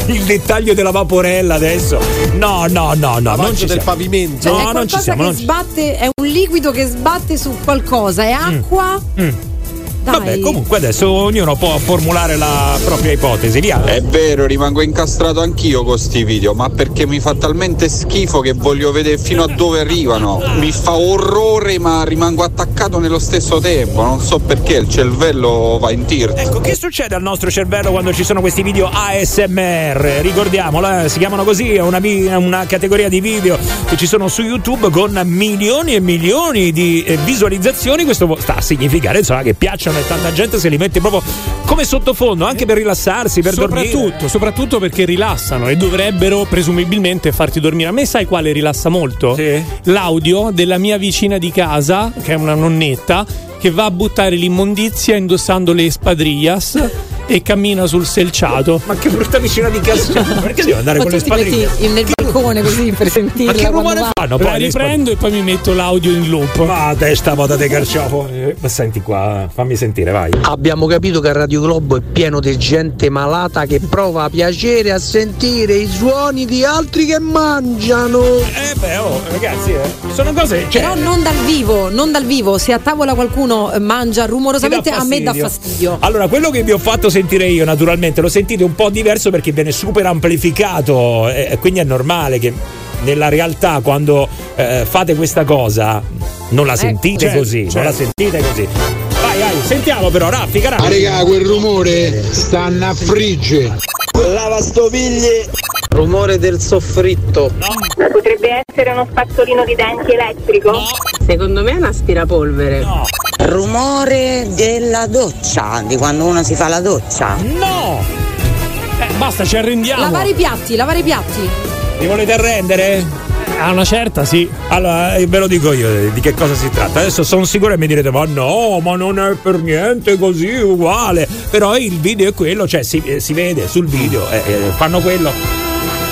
Speaker 1: Il dettaglio della vaporella adesso. No, no, no, no. Non
Speaker 4: Lavaggio
Speaker 1: ci
Speaker 4: del
Speaker 1: siamo.
Speaker 4: pavimento.
Speaker 3: Cioè,
Speaker 1: No,
Speaker 3: è
Speaker 1: non ci
Speaker 3: qualcosa
Speaker 1: siamo.
Speaker 3: che
Speaker 1: non ci-
Speaker 3: sbatte, è un liquido che sbatte su qualcosa, è acqua?
Speaker 1: Mm.
Speaker 3: Dai.
Speaker 1: Vabbè, comunque adesso ognuno può formulare la propria ipotesi. Via.
Speaker 20: È vero, rimango incastrato anch'io con sti video, ma perché mi fa talmente schifo che voglio vedere fino a dove arrivano. Mi fa orrore, ma rimango attaccato nello stesso tempo. Non so perché il cervello va in tirto.
Speaker 1: Ecco, che succede al nostro cervello quando ci sono questi video ASMR? Ricordiamolo, eh, si chiamano così, è una, vi- una categoria di video che ci sono su YouTube con milioni e milioni di eh, visualizzazioni. Questo vo- sta a significare insomma, che piacciono e tanta gente se li mette proprio come sottofondo, anche per rilassarsi, per dormire.
Speaker 2: Soprattutto, soprattutto perché rilassano e dovrebbero presumibilmente farti dormire. A me sai quale rilassa molto? L'audio della mia vicina di casa, che è una nonnetta, che va a buttare l'immondizia indossando le
Speaker 1: <laughs>
Speaker 2: espadrillas e cammina sul selciato.
Speaker 1: Ma che brutta vicina di
Speaker 2: <laughs>
Speaker 1: casa! Perché devo andare
Speaker 3: Ma
Speaker 1: con
Speaker 3: tu
Speaker 1: le
Speaker 3: ti
Speaker 1: spadriglie?
Speaker 3: metti in- nel balcone così per sentirla
Speaker 1: Ma che
Speaker 3: quando
Speaker 1: rumore
Speaker 3: va.
Speaker 1: fanno?
Speaker 2: La
Speaker 1: Poi le spad-
Speaker 2: riprendo e poi mi metto l'audio in loop.
Speaker 1: Ma testa moda di carciofo. Eh, Ma senti qua, fammi sentire, vai.
Speaker 24: Abbiamo capito che il Radio Globo è pieno di gente malata che prova piacere a sentire i suoni di altri che mangiano.
Speaker 1: Eh beh, oh, ragazzi, eh, sono cose. Cioè,
Speaker 3: Però non dal vivo, non dal vivo. Se a tavola qualcuno eh, mangia rumorosamente,
Speaker 1: Ti dà
Speaker 3: a me dà fastidio.
Speaker 1: Allora, quello che vi ho fatto sentire io, naturalmente, lo sentite un po' diverso perché viene super amplificato. E e quindi è normale che nella realtà, quando eh, fate questa cosa, non la sentite
Speaker 20: Certo,
Speaker 1: così. Non
Speaker 20: certo.
Speaker 1: la sentite così. Vai, vai, sentiamo però, raffica,
Speaker 20: Ah,
Speaker 1: raffica.
Speaker 20: raga, quel rumore stanno a frigge.
Speaker 24: Lavastoviglie. Rumore del soffritto.
Speaker 10: Potrebbe essere uno spazzolino di denti elettrico? Secondo me è un aspirapolvere.
Speaker 25: Rumore della doccia, di quando uno si fa la doccia.
Speaker 1: No!
Speaker 2: Eh, basta, ci arrendiamo.
Speaker 3: Lavare i piatti, lavare i piatti.
Speaker 1: Vi volete arrendere?
Speaker 2: A una certa, sì.
Speaker 1: Allora, eh, ve lo dico io eh, di che cosa si tratta. Adesso sono sicuro che mi direte: ma no, ma non è per niente così uguale. Però il video è quello, cioè si, eh, si vede sul video, eh, eh, fanno quello.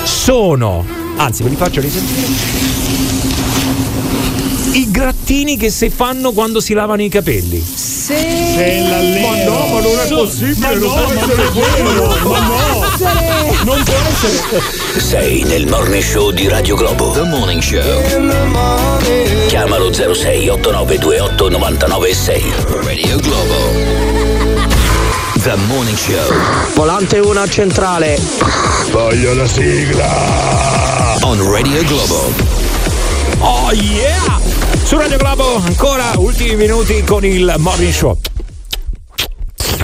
Speaker 1: Sono, anzi, ve li faccio risentire. I grattini che si fanno quando si lavano i capelli.
Speaker 2: Ma no, ma non è possibile, non può essere quello. Ma no, non può essere.
Speaker 12: Sei nel Morning Show di Radio Globo. The Morning Show. Chiamalo 06 8928 996. Radio Globo. The Morning Show.
Speaker 24: Volante 1 a centrale.
Speaker 12: Voglio la sigla. On Radio Globo.
Speaker 1: Oh yeah! Su Radio Globo ancora ultimi minuti con il Morning Show.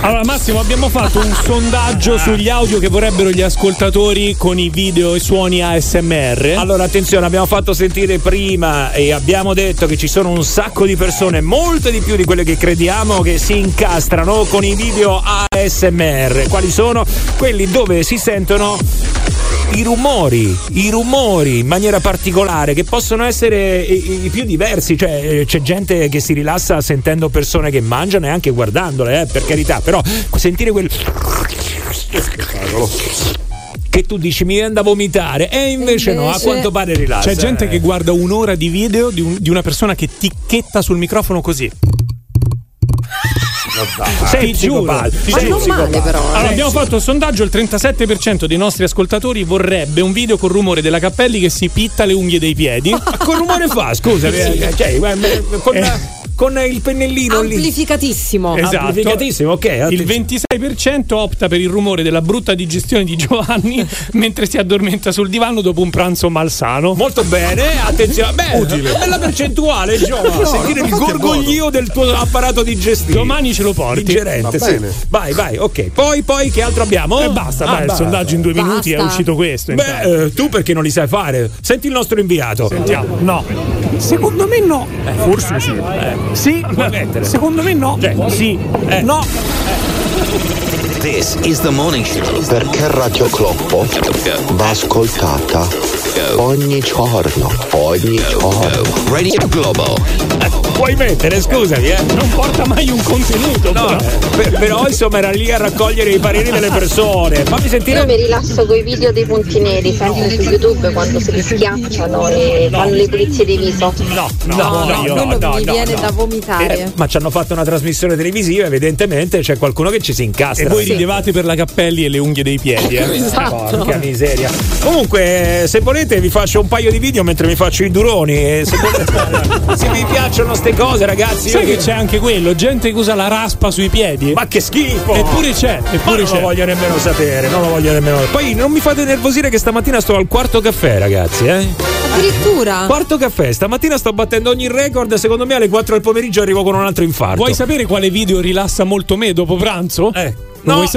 Speaker 2: Allora Massimo abbiamo fatto un sondaggio sugli audio che vorrebbero gli ascoltatori con i video e suoni ASMR.
Speaker 1: Allora attenzione, abbiamo fatto sentire prima e abbiamo detto che ci sono un sacco di persone, molte di più di quelle che crediamo, che si incastrano con i video ASMR. Quali sono? Quelli dove si sentono i rumori, i rumori in maniera particolare che possono essere i, i più diversi, cioè eh, c'è gente che si rilassa sentendo persone che mangiano e anche guardandole, eh, per carità, però sentire quel che tu dici mi viene da vomitare e invece, no, a
Speaker 2: Invece-
Speaker 1: quanto pare rilassa.
Speaker 2: C'è gente
Speaker 1: eh.
Speaker 2: che guarda un'ora di video di, un- di una persona che ticchetta sul microfono così.
Speaker 1: Sei
Speaker 2: Ah, Ti giuro.
Speaker 1: psicopatico.
Speaker 2: ti
Speaker 1: Sei
Speaker 2: giuro.
Speaker 1: psicopatico.
Speaker 2: Allora, abbiamo fatto il sondaggio: il 37% dei nostri ascoltatori vorrebbe un video col rumore della Cappelli che si pitta le unghie dei piedi. <laughs> Ah, Ma
Speaker 1: che rumore fa? Scusa, eh, cioè, eh, con, con il pennellino
Speaker 3: Amplificatissimo.
Speaker 2: Esatto.
Speaker 1: ok.
Speaker 2: Il 26% opta per il rumore della brutta digestione di
Speaker 1: <laughs>
Speaker 2: Giovanni mentre si addormenta sul divano dopo un pranzo malsano.
Speaker 1: Molto bene, attenzione. Beh,
Speaker 2: utile.
Speaker 1: Bella percentuale, Giova.
Speaker 2: <laughs> No,
Speaker 1: sentire
Speaker 2: ma
Speaker 1: il
Speaker 2: infatti è
Speaker 1: gorgoglio del tuo apparato digestivo.
Speaker 2: Domani ce lo porti.
Speaker 1: Digerente,
Speaker 2: Va
Speaker 1: sì.
Speaker 2: bene.
Speaker 1: Vai, vai, ok. Poi, poi, che altro abbiamo? Ah,
Speaker 2: E Eh, basta, dai, il sondaggio in due minuti è uscito questo,
Speaker 1: Beh,
Speaker 2: intanto.
Speaker 1: eh, tu perché non li sai fare? Senti il nostro inviato. Eh,
Speaker 2: Sentiamo. No. Secondo me no.
Speaker 1: forse sì.
Speaker 2: Sì. Secondo me no.
Speaker 1: Cioè,
Speaker 2: Sì.
Speaker 1: Eh,
Speaker 2: No.
Speaker 12: This is the morning show.
Speaker 13: Perché Radio Cloppo va ascoltata ogni giorno, ogni giorno.
Speaker 12: Radio Globo.
Speaker 1: Puoi mettere, scusami, eh.
Speaker 2: Non porta mai un contenuto.
Speaker 1: No, per- però insomma era lì a raccogliere i pareri delle persone. Fammi
Speaker 10: Io
Speaker 2: Eh,
Speaker 1: sentire.
Speaker 10: mi rilasso con i video dei punti neri, sempre su YouTube quando se li schiacciano e fanno le pulizie di viso.
Speaker 1: No,
Speaker 3: No, no,
Speaker 1: io-
Speaker 3: quello
Speaker 1: no,
Speaker 3: mi
Speaker 1: no,
Speaker 3: viene
Speaker 1: no.
Speaker 3: da vomitare.
Speaker 1: Eh, ma ci hanno fatto una trasmissione televisiva, evidentemente c'è qualcuno che ci si incastra.
Speaker 2: E voi ridevate per la cappelli e le unghie dei piedi. Eh?
Speaker 1: Esatto. Porca miseria. Comunque, eh, se volete vi faccio un paio di video mentre mi faccio i duroni. E se, volete- se vi piacciono ste cose, ragazzi.
Speaker 2: Sai
Speaker 1: io
Speaker 2: che c'è anche quello, gente che usa la raspa sui piedi.
Speaker 1: Ma che schifo!
Speaker 2: Eppure c'è,
Speaker 1: Ma
Speaker 2: eppure
Speaker 1: non
Speaker 2: c'è.
Speaker 1: lo voglio nemmeno sapere, non lo voglio nemmeno. Poi non mi fate nervosire che stamattina sto al quarto caffè, ragazzi, eh?
Speaker 3: Addirittura.
Speaker 1: Quarto caffè, stamattina sto battendo ogni record, secondo me alle 4 del pomeriggio arrivo con un altro infarto.
Speaker 2: Vuoi sapere quale video rilassa molto me dopo pranzo? Eh.
Speaker 1: No, <laughs>
Speaker 2: <laughs>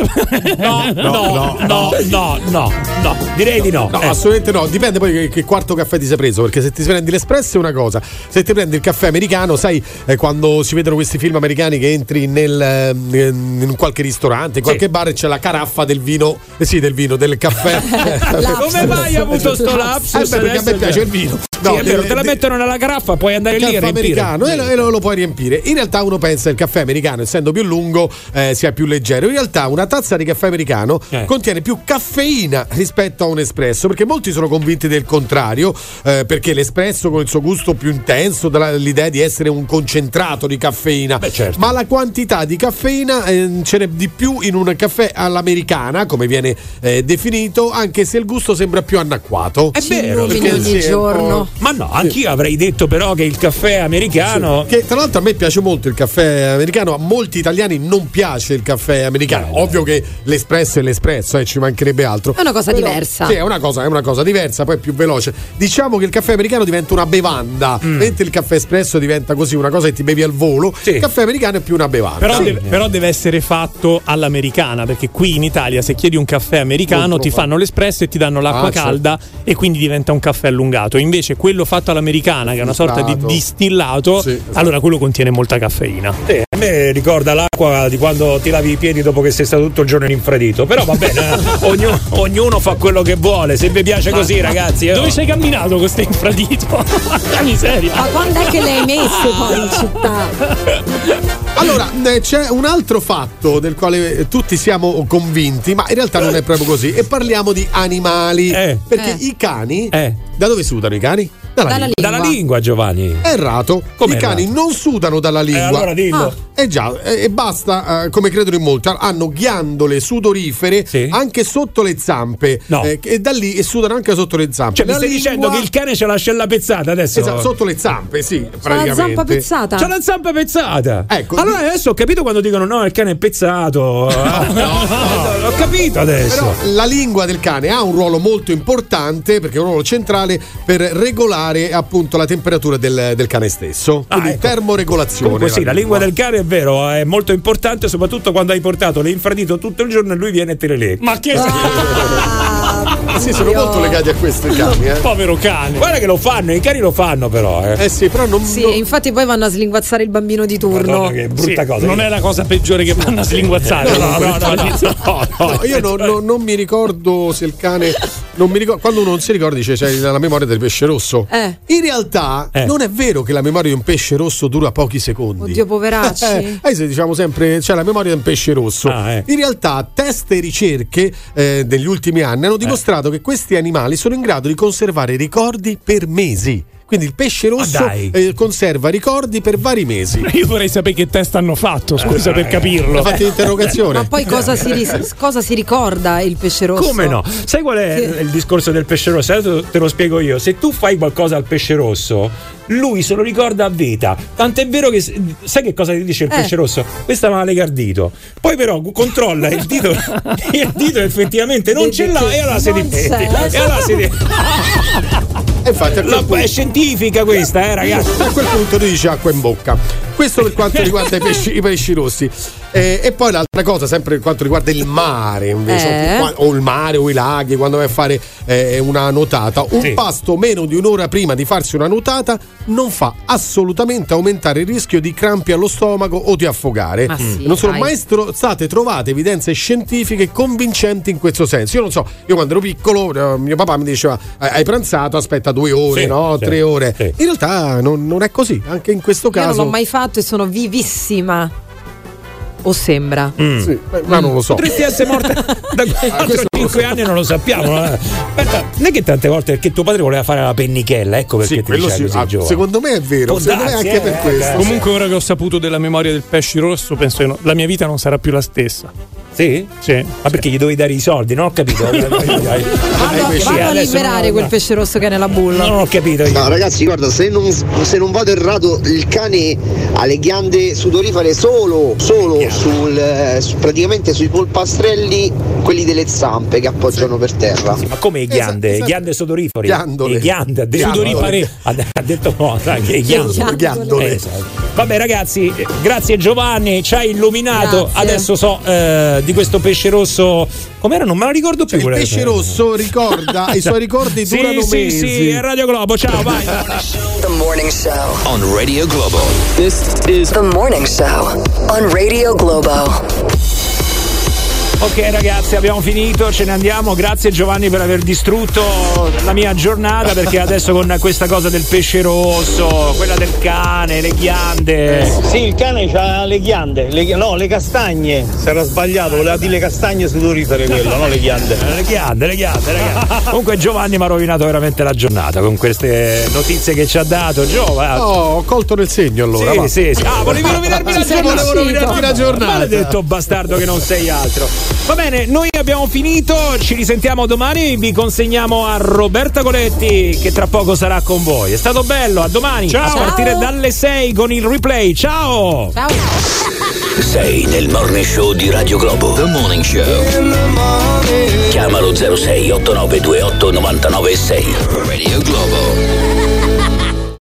Speaker 1: no, no, no, cioè, no, no, no, direi di no.
Speaker 4: No,
Speaker 1: Eh.
Speaker 4: assolutamente no. Dipende poi che, che quarto caffè ti sei preso. Perché se ti prendi l'espresso è una cosa. Se ti prendi il caffè americano, sai, eh, quando si vedono questi film americani che entri nel, eh, in qualche ristorante, in qualche bar e c'è la caraffa del vino. Eh sì, del vino, del caffè.
Speaker 1: <laughs> <laughs> Come mai hai avuto sto lapsus?
Speaker 4: Eh, beh, perché a me
Speaker 1: adesso? cioè?
Speaker 4: piace il vino.
Speaker 1: Sì, è vero,
Speaker 4: eh,
Speaker 1: te la mettono nella caraffa, puoi andare lì
Speaker 4: caffè
Speaker 1: a riempire.
Speaker 4: americano e lo, e lo- lo puoi riempire. In realtà uno pensa il caffè americano, essendo più lungo, eh, sia più leggero. In realtà una tazza di caffè americano
Speaker 1: Eh.
Speaker 4: contiene più caffeina rispetto a un espresso, perché molti sono convinti del contrario, eh, perché l'espresso con il suo gusto più intenso, dalla- l'idea di essere un concentrato di caffeina.
Speaker 1: certo.
Speaker 4: Ma la quantità di caffeina eh, ce n'è di più in un caffè all'americana, come viene eh, definito, anche se il gusto sembra più anacquato.
Speaker 1: È vero,
Speaker 4: perché sì, è un po'-
Speaker 1: Ma no, anch'io avrei detto però che il caffè americano
Speaker 4: Sì, Che tra l'altro a me piace molto il caffè americano, a molti italiani non piace il caffè americano. Ovvio che l'espresso è l'espresso, eh, ci mancherebbe altro.
Speaker 3: È una cosa diversa.
Speaker 4: Sì, è una cosa, è una cosa diversa, poi è più veloce. Diciamo che il caffè americano diventa una bevanda,
Speaker 1: Mm.
Speaker 4: mentre il caffè espresso diventa così una cosa che ti bevi al volo. Il caffè americano è più una bevanda.
Speaker 2: Però, deve, però deve essere fatto all'americana, perché qui in Italia se chiedi un caffè americano
Speaker 4: Non te lo
Speaker 2: ti
Speaker 4: fanno.
Speaker 2: fanno l'espresso e ti danno l'acqua
Speaker 4: Ah, certo.
Speaker 2: calda e quindi diventa un caffè allungato. Invece quello fatto all'americana, che è una sorta di
Speaker 1: Filtrato.
Speaker 2: distillato,
Speaker 1: esatto.
Speaker 2: allora quello contiene molta caffeina.
Speaker 1: Sì, a me ricorda l'acqua di quando ti lavi i piedi dopo che sei stato tutto il giorno in infradito. Però va bene, eh,
Speaker 2: <laughs>
Speaker 1: ognuno, ognuno fa quello che vuole. Se vi piace
Speaker 2: Ma-
Speaker 1: così,
Speaker 2: ma
Speaker 1: ragazzi.
Speaker 2: Dove sei camminato con questo infradito? <laughs> Porca miseria.
Speaker 3: Ma quando è che le hai messe poi in città?
Speaker 4: Allora, eh, c'è un altro fatto del quale eh, tutti siamo convinti, ma in realtà non è
Speaker 1: Eh.
Speaker 4: proprio così. E parliamo di animali. Perché i cani. Da dove sudano i cani? Dalla, lingua.
Speaker 1: Dalla lingua, Giovanni.
Speaker 4: Errato.
Speaker 1: Come
Speaker 4: I cani
Speaker 1: errato?
Speaker 4: non sudano dalla lingua.
Speaker 1: allora dillo.
Speaker 4: Eh già, eh, e basta, eh, come credono in molti, hanno ghiandole sudorifere anche sotto le zampe. Eh, e da lì e sudano anche sotto le zampe.
Speaker 1: Cioè, mi
Speaker 4: La
Speaker 1: stai
Speaker 4: lingua-
Speaker 1: dicendo che il cane c'ha la scella pezzata adesso?
Speaker 4: Esatto, sotto le zampe, sì, praticamente.
Speaker 1: C'ha la zampa pezzata. Ecco. Allora adesso ho capito quando dicono no, il cane
Speaker 4: <laughs>
Speaker 1: è pezzato. Ho capito adesso.
Speaker 4: Però la lingua del cane ha un ruolo molto importante perché è un ruolo centrale per regolare appunto la temperatura del, del cane stesso.
Speaker 1: Ah,
Speaker 4: Quindi
Speaker 1: ecco.
Speaker 4: termoregolazione.
Speaker 1: Comunque sì, la lingua del cane è vero, è molto importante, soprattutto quando hai portato l'infradito tutto il giorno e lui viene e te le lega. Ma che
Speaker 2: Ah.
Speaker 4: Sì, sono molto legati a questo i cani, eh.
Speaker 1: <laughs> Povero cane. Guarda che lo fanno, i cani lo fanno però, eh.
Speaker 4: Eh sì, però non
Speaker 3: Sì, e infatti poi vanno a slinguazzare il bambino di turno.
Speaker 1: Madonna, che brutta
Speaker 2: Sì,
Speaker 1: cosa.
Speaker 2: non è la cosa peggiore
Speaker 1: <laughs>
Speaker 2: che vanno a slinguazzare.
Speaker 4: No,
Speaker 2: No, no, no, no, no,
Speaker 4: No, io non, non- non mi ricordo se il cane. non mi ricordo- quando uno non si ricorda, dice c'è la memoria del pesce rosso.
Speaker 3: Eh.
Speaker 4: In realtà,
Speaker 1: Eh.
Speaker 6: Eh.
Speaker 4: non è vero che la memoria di un pesce rosso dura pochi secondi.
Speaker 3: Oddio, poveracci.
Speaker 4: <laughs> Eh, eh, se diciamo sempre c'è la memoria di un pesce rosso. In realtà, test e ricerche eh, degli ultimi anni hanno dimostrato che questi animali sono in grado di conservare ricordi per mesi. Quindi il pesce rosso
Speaker 2: dai.
Speaker 4: eh, conserva ricordi per vari mesi.
Speaker 2: Io vorrei sapere che test hanno fatto, scusa,
Speaker 4: Eh,
Speaker 2: per capirlo. Eh,
Speaker 4: Ha fatto l'interrogazione.
Speaker 3: Ma poi cosa
Speaker 1: <laughs>
Speaker 3: si, ris- cosa si ricorda il pesce rosso?
Speaker 1: Eh. Come no? Sai qual è
Speaker 3: Che-
Speaker 1: il discorso del pesce rosso? Adesso te lo spiego io. Se tu fai qualcosa al pesce rosso, lui se lo ricorda a vita. Tant'è vero che sai che cosa ti dice il
Speaker 2: Eh.
Speaker 1: pesce rosso? Questa va a legare il dito. Poi però gu- controlla
Speaker 2: <laughs>
Speaker 1: il dito <laughs> il dito effettivamente non ce l'ha e allora si
Speaker 2: Non
Speaker 1: ripete.
Speaker 2: c'è.
Speaker 1: E allora si
Speaker 4: <laughs>
Speaker 1: ri-
Speaker 4: Infatti, a quel
Speaker 1: La- è scientifica questa, eh, ragazzi.
Speaker 4: A quel punto tu dici acqua in bocca. Questo per quanto riguarda i pesci, i pesci rossi. Eh, e poi l'altra cosa, sempre per quanto riguarda il mare, invece,
Speaker 13: Eh.
Speaker 4: o- o il mare o i laghi, quando vai a fare eh, una nuotata, un
Speaker 13: Sì.
Speaker 4: pasto meno di un'ora prima di farsi una nuotata non fa assolutamente aumentare il rischio di crampi allo stomaco o di affogare.
Speaker 13: Ma sì,
Speaker 4: non sono
Speaker 13: dai.
Speaker 4: mai stro- state trovate evidenze scientifiche convincenti in questo senso. Io non so, io quando ero piccolo, eh, mio papà mi diceva: "Eh, Hai pranzato, aspetta due ore,
Speaker 13: Sì,
Speaker 4: no?
Speaker 13: sì,
Speaker 4: tre ore.
Speaker 13: sì.
Speaker 4: In realtà non, non è così, anche in questo
Speaker 3: Io non
Speaker 4: caso.
Speaker 3: l'ho mai fatto e sono vivissima. O sembra.
Speaker 4: Sì, eh, ma non lo so. Ah,
Speaker 1: Potresti essere
Speaker 3: <laughs>
Speaker 1: morta
Speaker 4: <laughs>
Speaker 1: da 4-5 anni e non lo sappiamo. eh. Aspetta, non è che tante volte perché tuo padre voleva fare la pennichella, ecco perché
Speaker 4: Sì,
Speaker 1: ti diceva
Speaker 4: quello sì.
Speaker 1: così
Speaker 4: Ah,
Speaker 1: giovane.
Speaker 4: secondo me è vero,
Speaker 1: Può
Speaker 4: secondo me
Speaker 1: darsi,
Speaker 4: anche
Speaker 1: eh,
Speaker 4: per
Speaker 1: eh,
Speaker 4: questo.
Speaker 2: Comunque, ora che ho saputo della memoria del pesce rosso, penso che no- la mia vita non sarà più la stessa.
Speaker 1: Sì?
Speaker 2: Sì.
Speaker 4: Ah,
Speaker 1: Ma perché gli dovevi dare i soldi? Non ho capito.
Speaker 2: <laughs>
Speaker 3: Vado,
Speaker 1: Pesci,
Speaker 3: vado a
Speaker 1: adesso
Speaker 3: liberare
Speaker 1: no,
Speaker 3: quel
Speaker 1: no.
Speaker 3: pesce rosso che è nella bulla.
Speaker 1: Non ho capito io.
Speaker 15: No, ragazzi, guarda, se non, se non vado errato, il cane ha le ghiande sudorifere solo, solo sul, eh, su- praticamente sui polpastrelli, quelli delle zampe che appoggiano per terra.
Speaker 1: Ma come i ghiande?
Speaker 4: esatto.
Speaker 1: Ghiande sudorifori?
Speaker 15: Ghiandole.
Speaker 1: I ghiande, ha detto,
Speaker 15: Sudorifere.
Speaker 1: Ha de- ha detto no, sai, che ghiandole.
Speaker 4: Ghiandole.
Speaker 1: Eh, esatto. Vabbè ragazzi, eh, grazie Giovanni, ci hai illuminato.
Speaker 4: Grazie.
Speaker 1: Adesso so eh, di questo pesce rosso. Com'era? Non me lo ricordo più.
Speaker 4: Cioè, Il
Speaker 1: quella-
Speaker 4: pesce rosso ricorda, i suoi ricordi
Speaker 1: Sì,
Speaker 4: durano
Speaker 1: sì,
Speaker 4: mesi.
Speaker 1: sì, è Radio Globo, ciao, vai.
Speaker 19: The Morning Show.
Speaker 12: On Radio Globo. This is
Speaker 19: The Morning Show on Radio Globo.
Speaker 1: Ok ragazzi, abbiamo finito, ce ne andiamo. Grazie Giovanni per aver distrutto la mia giornata perché adesso con questa cosa del pesce rosso, quella del cane, le ghiande.
Speaker 5: Eh, Sì, il cane ha le ghiande, le, ghi- no, le castagne. Si era sbagliato, voleva dire le castagne sudorifere quello, no le ghiande.
Speaker 1: Le ghiande, le ghiande, le <laughs> ghiande. Comunque Giovanni mi ha rovinato veramente la giornata con queste notizie che ci ha dato. Giovanni.
Speaker 4: No, ho colto nel segno allora.
Speaker 1: Sì,
Speaker 4: va.
Speaker 1: sì, sì. Ah, volevi rovinarmi la
Speaker 4: Sì,
Speaker 1: giornata.
Speaker 4: volevo rovinarmi la giornata.
Speaker 1: Maledetto bastardo che non sei altro. Va bene, noi abbiamo finito. Ci risentiamo domani. Vi consegniamo a Roberta Coletti, che tra poco sarà con voi. È stato bello. A domani.
Speaker 12: Ciao.
Speaker 1: A partire dalle 6 con il replay. Ciao.
Speaker 3: Ciao.
Speaker 12: Sei nel morning show di Radio Globo. The Morning Show. Chiamalo 06 8928 996. Radio Globo.